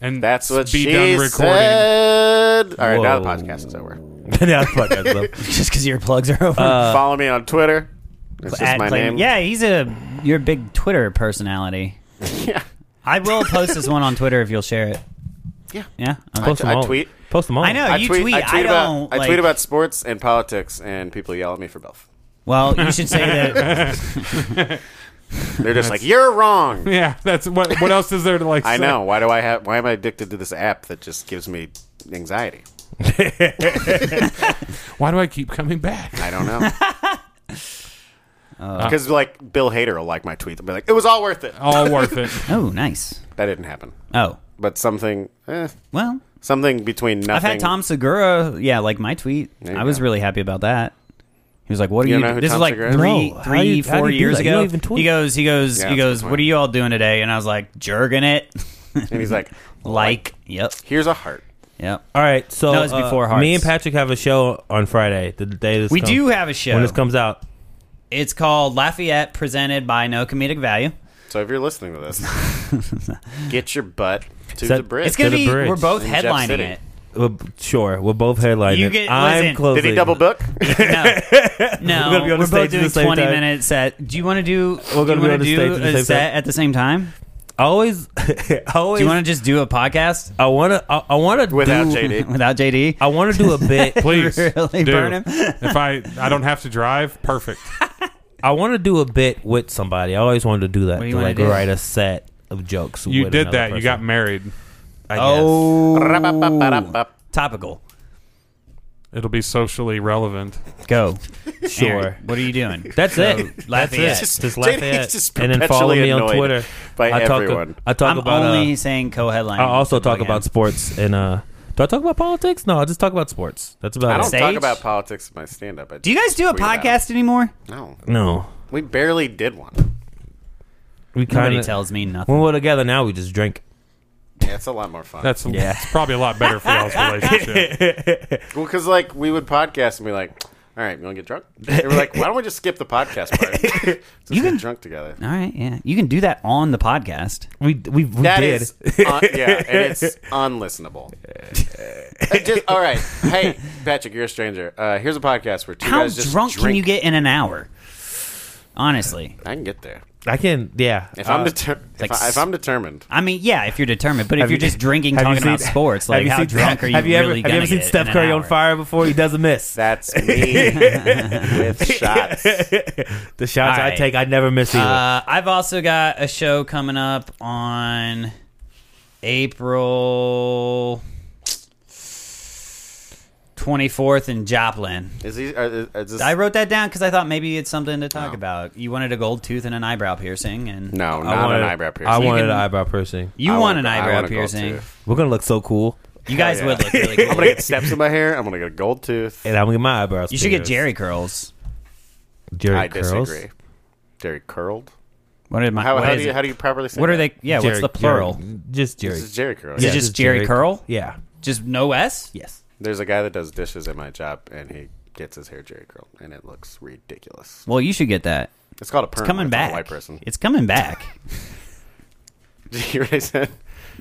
Speaker 4: And
Speaker 3: That's what
Speaker 4: be
Speaker 3: she
Speaker 4: done recording.
Speaker 3: said. All right, now the
Speaker 2: Whoa.
Speaker 3: podcast is over.
Speaker 2: [laughs] Yeah, fuck that stuff.
Speaker 1: [laughs]
Speaker 2: Uh,
Speaker 1: Just because your plugs are over.
Speaker 3: Follow me on Twitter. It's just
Speaker 1: Uh, At
Speaker 3: my
Speaker 1: Clayton-
Speaker 3: name. [laughs]
Speaker 1: Yeah, he's a you're a big Twitter personality.
Speaker 3: Yeah.
Speaker 1: I will post this one on Twitter if you'll share it.
Speaker 3: Yeah.
Speaker 1: Yeah. Okay.
Speaker 3: I,
Speaker 2: Post them
Speaker 3: I
Speaker 2: all.
Speaker 3: tweet.
Speaker 2: Post them all.
Speaker 1: I know
Speaker 3: I
Speaker 1: you
Speaker 3: tweet,
Speaker 1: tweet.
Speaker 3: I tweet
Speaker 1: don't.
Speaker 3: about I
Speaker 1: like-
Speaker 3: tweet about sports and politics, and people yell at me for both.
Speaker 1: Well, you should say
Speaker 3: [laughs]
Speaker 1: that.
Speaker 3: They're just like,
Speaker 1: [laughs]
Speaker 3: "You're wrong."
Speaker 4: [laughs] Yeah, that's what. What else is there to like?
Speaker 3: [laughs] I
Speaker 4: say?
Speaker 3: know. Why do I have? Why am I addicted to this app that just gives me anxiety?
Speaker 4: Why do I keep coming back?
Speaker 3: I don't know.
Speaker 1: [laughs] Uh.
Speaker 3: Because like Bill Hader will like my tweet and be like, "It was all worth it."
Speaker 4: All worth it.
Speaker 1: Oh, nice.
Speaker 3: That didn't happen.
Speaker 1: Oh,
Speaker 3: But something, eh,
Speaker 1: well.
Speaker 3: something between nothing.
Speaker 1: I've had Tom Segura, yeah, like my tweet.
Speaker 3: you
Speaker 1: I was
Speaker 3: go.
Speaker 1: really happy about that. He was like, "What are
Speaker 3: You
Speaker 1: you?"
Speaker 3: don't know who
Speaker 1: this
Speaker 3: Tom
Speaker 1: is like
Speaker 3: Segura is?
Speaker 1: three,
Speaker 2: No. How
Speaker 1: three,
Speaker 2: do you- how do
Speaker 1: four
Speaker 2: you do
Speaker 1: years
Speaker 2: that? You
Speaker 1: ago.
Speaker 2: don't even tweet.
Speaker 1: He goes, he goes,
Speaker 3: Yeah,
Speaker 1: he
Speaker 3: that's
Speaker 1: goes.
Speaker 3: the
Speaker 1: What are you all doing today? And I was like, "Jerking it."
Speaker 3: and he's like,
Speaker 1: [laughs] like, yep,
Speaker 3: "Here's a heart."
Speaker 1: yep.
Speaker 2: All right, so
Speaker 1: No, it's
Speaker 2: uh,
Speaker 1: before Hearts.
Speaker 2: me and Patrick have a show on Friday, the day this
Speaker 1: We
Speaker 2: comes-
Speaker 1: do have a show.
Speaker 2: when this comes out.
Speaker 1: it's called Lafayette, presented by No Comedic Value.
Speaker 3: So if you're listening to this,
Speaker 1: [laughs]
Speaker 3: get your butt to
Speaker 2: that-
Speaker 3: the bridge.
Speaker 1: It's gonna
Speaker 2: To the
Speaker 1: be.
Speaker 2: bridge.
Speaker 1: We're both
Speaker 3: In Jeff
Speaker 1: headlining
Speaker 3: City.
Speaker 1: it.
Speaker 2: Well, sure, we're both headlining.
Speaker 1: You
Speaker 2: it.
Speaker 1: get-
Speaker 2: I'm
Speaker 1: listen.
Speaker 2: closing.
Speaker 3: Did he double book?
Speaker 1: No, no.
Speaker 2: [laughs] We're gonna be on the
Speaker 1: We're
Speaker 2: stage
Speaker 1: both
Speaker 2: at the
Speaker 1: doing
Speaker 2: same
Speaker 1: twenty
Speaker 2: time.
Speaker 1: minutes set. Do you want to do?
Speaker 2: We're
Speaker 1: do
Speaker 2: gonna
Speaker 1: you
Speaker 2: be
Speaker 1: wanna
Speaker 2: on the
Speaker 1: do
Speaker 2: stage at the
Speaker 1: a
Speaker 2: same
Speaker 1: set
Speaker 2: time.
Speaker 1: at the same time?
Speaker 2: I always, [laughs] I always.
Speaker 1: Do you want to just do a podcast
Speaker 3: [laughs]
Speaker 2: I want to. I, I want to
Speaker 3: Without
Speaker 2: do,
Speaker 3: JD.
Speaker 1: [laughs] without JD?
Speaker 2: I want to
Speaker 1: [laughs]
Speaker 2: do a bit.
Speaker 4: Please,
Speaker 1: Really
Speaker 4: do.
Speaker 1: burn him?
Speaker 4: [laughs] If I I don't have to drive, perfect.
Speaker 2: I want to do a bit with somebody. I always wanted to do that.
Speaker 1: What do you
Speaker 2: to
Speaker 1: wanna
Speaker 2: like
Speaker 1: do?
Speaker 2: write a set of jokes.
Speaker 4: You
Speaker 2: with
Speaker 4: did
Speaker 2: another
Speaker 4: that. You
Speaker 2: person,
Speaker 4: got married.
Speaker 2: I guess.
Speaker 1: Oh,
Speaker 3: Ra-ba-ba-ba-da-ba.
Speaker 1: topical.
Speaker 4: It'll be socially relevant.
Speaker 1: Go.
Speaker 2: sure.
Speaker 1: Aaron, what are you doing?
Speaker 2: That's it. [laughs] That's
Speaker 1: Lafayette.
Speaker 2: it.
Speaker 3: Just-
Speaker 2: Just,
Speaker 3: JD's
Speaker 2: Lafayette,
Speaker 3: just
Speaker 2: and then follow
Speaker 3: perpetually
Speaker 2: me on
Speaker 3: annoyed
Speaker 2: Twitter.
Speaker 3: by
Speaker 2: I talk,
Speaker 3: everyone.
Speaker 2: I talk
Speaker 1: I'm
Speaker 2: about.
Speaker 1: only
Speaker 2: uh,
Speaker 1: saying co-headline.
Speaker 2: I also talk about sports and. uh Do I talk about politics? No, I just talk about sports. That's about
Speaker 3: I
Speaker 2: it.
Speaker 3: don't
Speaker 1: Stage?
Speaker 3: talk about politics in my stand up.
Speaker 1: Do you guys do a podcast anymore?
Speaker 3: No.
Speaker 2: no,
Speaker 3: We barely did one.
Speaker 2: we
Speaker 1: Nobody
Speaker 2: kind of.
Speaker 1: tells me nothing.
Speaker 2: When we're together now, we just drink.
Speaker 3: Yeah, it's a lot more fun.
Speaker 4: That's it's probably a lot better for y'all's relationship.
Speaker 3: Well, because like we would podcast and be like, "All right, you want to get drunk?" They were like, "Why don't we just skip the podcast
Speaker 1: [laughs]
Speaker 3: part? just get drunk together."
Speaker 1: All right, yeah, you can do that on the podcast.
Speaker 2: We we, we
Speaker 3: That
Speaker 2: did.
Speaker 3: is, un- yeah,
Speaker 1: [laughs]
Speaker 3: and it's unlistenable. It just- all right, hey Patrick, you're a stranger. Uh, here's a podcast where two
Speaker 1: How
Speaker 3: guys just
Speaker 1: drunk
Speaker 3: drink.
Speaker 1: can you get in an hour? Honestly,
Speaker 3: I can get there
Speaker 2: I can. Yeah. Uh,
Speaker 3: if I'm deter-
Speaker 1: Uh, like
Speaker 3: if, I,
Speaker 1: s-
Speaker 3: if I'm determined.
Speaker 1: I mean, yeah, if you're determined, but if you're just drinking,
Speaker 2: [laughs] Have
Speaker 1: talking
Speaker 2: you
Speaker 1: about
Speaker 2: seen-
Speaker 1: sports,
Speaker 2: [laughs] have
Speaker 1: like how
Speaker 2: seen-
Speaker 1: drunk are you
Speaker 2: have you ever,
Speaker 1: really
Speaker 2: Have you
Speaker 1: gonna
Speaker 2: ever seen
Speaker 1: get
Speaker 2: Steph
Speaker 1: in an
Speaker 2: Curry on
Speaker 1: hour?
Speaker 2: fire before? He doesn't
Speaker 1: [laughs]
Speaker 2: miss.
Speaker 3: That's me with shots.
Speaker 2: the shots
Speaker 1: All
Speaker 2: I
Speaker 1: right.
Speaker 2: take, I never miss either.
Speaker 1: Uh, I've also got a show coming up on April 24th in Joplin.
Speaker 3: Is he? Are, is this,
Speaker 1: I wrote that down because I thought maybe it's something to talk about. You wanted a gold tooth and an eyebrow piercing, and
Speaker 3: no, not
Speaker 2: I wanted,
Speaker 3: an eyebrow piercing.
Speaker 2: I wanted
Speaker 1: can-
Speaker 2: an eyebrow piercing.
Speaker 1: you
Speaker 3: I
Speaker 1: want
Speaker 3: want-
Speaker 1: an
Speaker 3: I
Speaker 1: eyebrow
Speaker 3: want a gold
Speaker 1: piercing.
Speaker 3: tooth.
Speaker 2: We're gonna look so cool,
Speaker 1: You guys
Speaker 3: yeah.
Speaker 1: would look
Speaker 3: [laughs]
Speaker 1: really cool.
Speaker 3: I'm gonna get steps
Speaker 1: [laughs]
Speaker 3: in my hair. I'm gonna get a gold tooth.
Speaker 2: and I'm gonna get my eyebrows.
Speaker 1: you should get
Speaker 2: pierced.
Speaker 1: Jerry curls.
Speaker 2: Jerry
Speaker 3: I
Speaker 2: curls.
Speaker 3: disagree. Jerry curled.
Speaker 1: What, did my,
Speaker 3: How,
Speaker 1: what
Speaker 3: how
Speaker 1: is
Speaker 3: do you
Speaker 1: it?
Speaker 3: how do you properly say?
Speaker 1: what are
Speaker 3: that?
Speaker 1: they? Yeah, what's
Speaker 2: Jerry-
Speaker 1: the plural?
Speaker 2: Jerry- just Jerry.
Speaker 3: This is Jerry curl.
Speaker 1: Is
Speaker 2: Yeah,
Speaker 1: it just
Speaker 2: just
Speaker 1: Jerry,
Speaker 2: Jerry
Speaker 1: curl?
Speaker 2: yeah.
Speaker 1: Just no S?
Speaker 2: Yes.
Speaker 3: There's a guy that does dishes at my job, and he gets his hair Jerry curled, and it looks ridiculous.
Speaker 1: Well, you should get that.
Speaker 3: It's called a perm.
Speaker 1: It's coming
Speaker 3: when it's on
Speaker 1: back.
Speaker 3: A white person.
Speaker 1: It's coming back.
Speaker 3: Did [laughs] you hear what I said?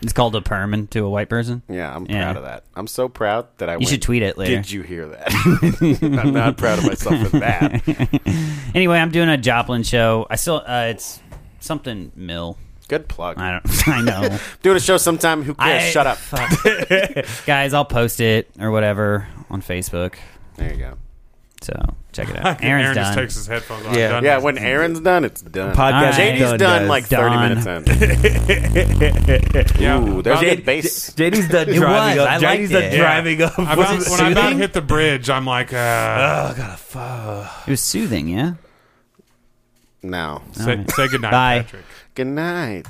Speaker 1: It's called a perm and to a white person.
Speaker 3: Yeah, I'm
Speaker 1: Yeah.
Speaker 3: proud of that. I'm so proud that I.
Speaker 1: You should tweet it later.
Speaker 3: Did you hear that? [laughs] I'm not proud of myself
Speaker 1: [laughs]
Speaker 3: for that.
Speaker 1: Anyway, I'm doing a Joplin show. I still uh, it's something mill.
Speaker 3: Good plug.
Speaker 1: I don't. [laughs] I
Speaker 3: [laughs]
Speaker 1: know.
Speaker 3: Doing a show sometime. Who cares?
Speaker 1: I-
Speaker 3: Shut up.
Speaker 1: Fuck. Guys, I'll post it or whatever on Facebook.
Speaker 3: There you go.
Speaker 1: So check it out. Aaron's
Speaker 4: [laughs]
Speaker 1: done.
Speaker 4: Aaron just takes his headphones off.
Speaker 2: Yeah.
Speaker 4: Done.
Speaker 3: Yeah, when Aaron's done, it's done.
Speaker 2: Podcast
Speaker 1: right.
Speaker 3: JD's
Speaker 2: done,
Speaker 3: done,
Speaker 2: guys.
Speaker 3: like 30
Speaker 1: Done. [laughs]
Speaker 3: minutes in.
Speaker 4: Yeah.
Speaker 3: Ooh, there's
Speaker 4: About-
Speaker 3: good bass.
Speaker 2: JD's
Speaker 1: [laughs]
Speaker 2: done
Speaker 1: It
Speaker 2: driving
Speaker 1: was. I
Speaker 2: up. JD's
Speaker 1: liked
Speaker 2: done
Speaker 1: it.
Speaker 2: driving up.
Speaker 4: I about- when I about
Speaker 1: Soothing?
Speaker 4: hit the bridge, I'm like, uh,
Speaker 1: It was soothing. Yeah.
Speaker 3: No.
Speaker 4: say, say goodnight,
Speaker 1: Bye.
Speaker 4: Patrick.
Speaker 3: Good night.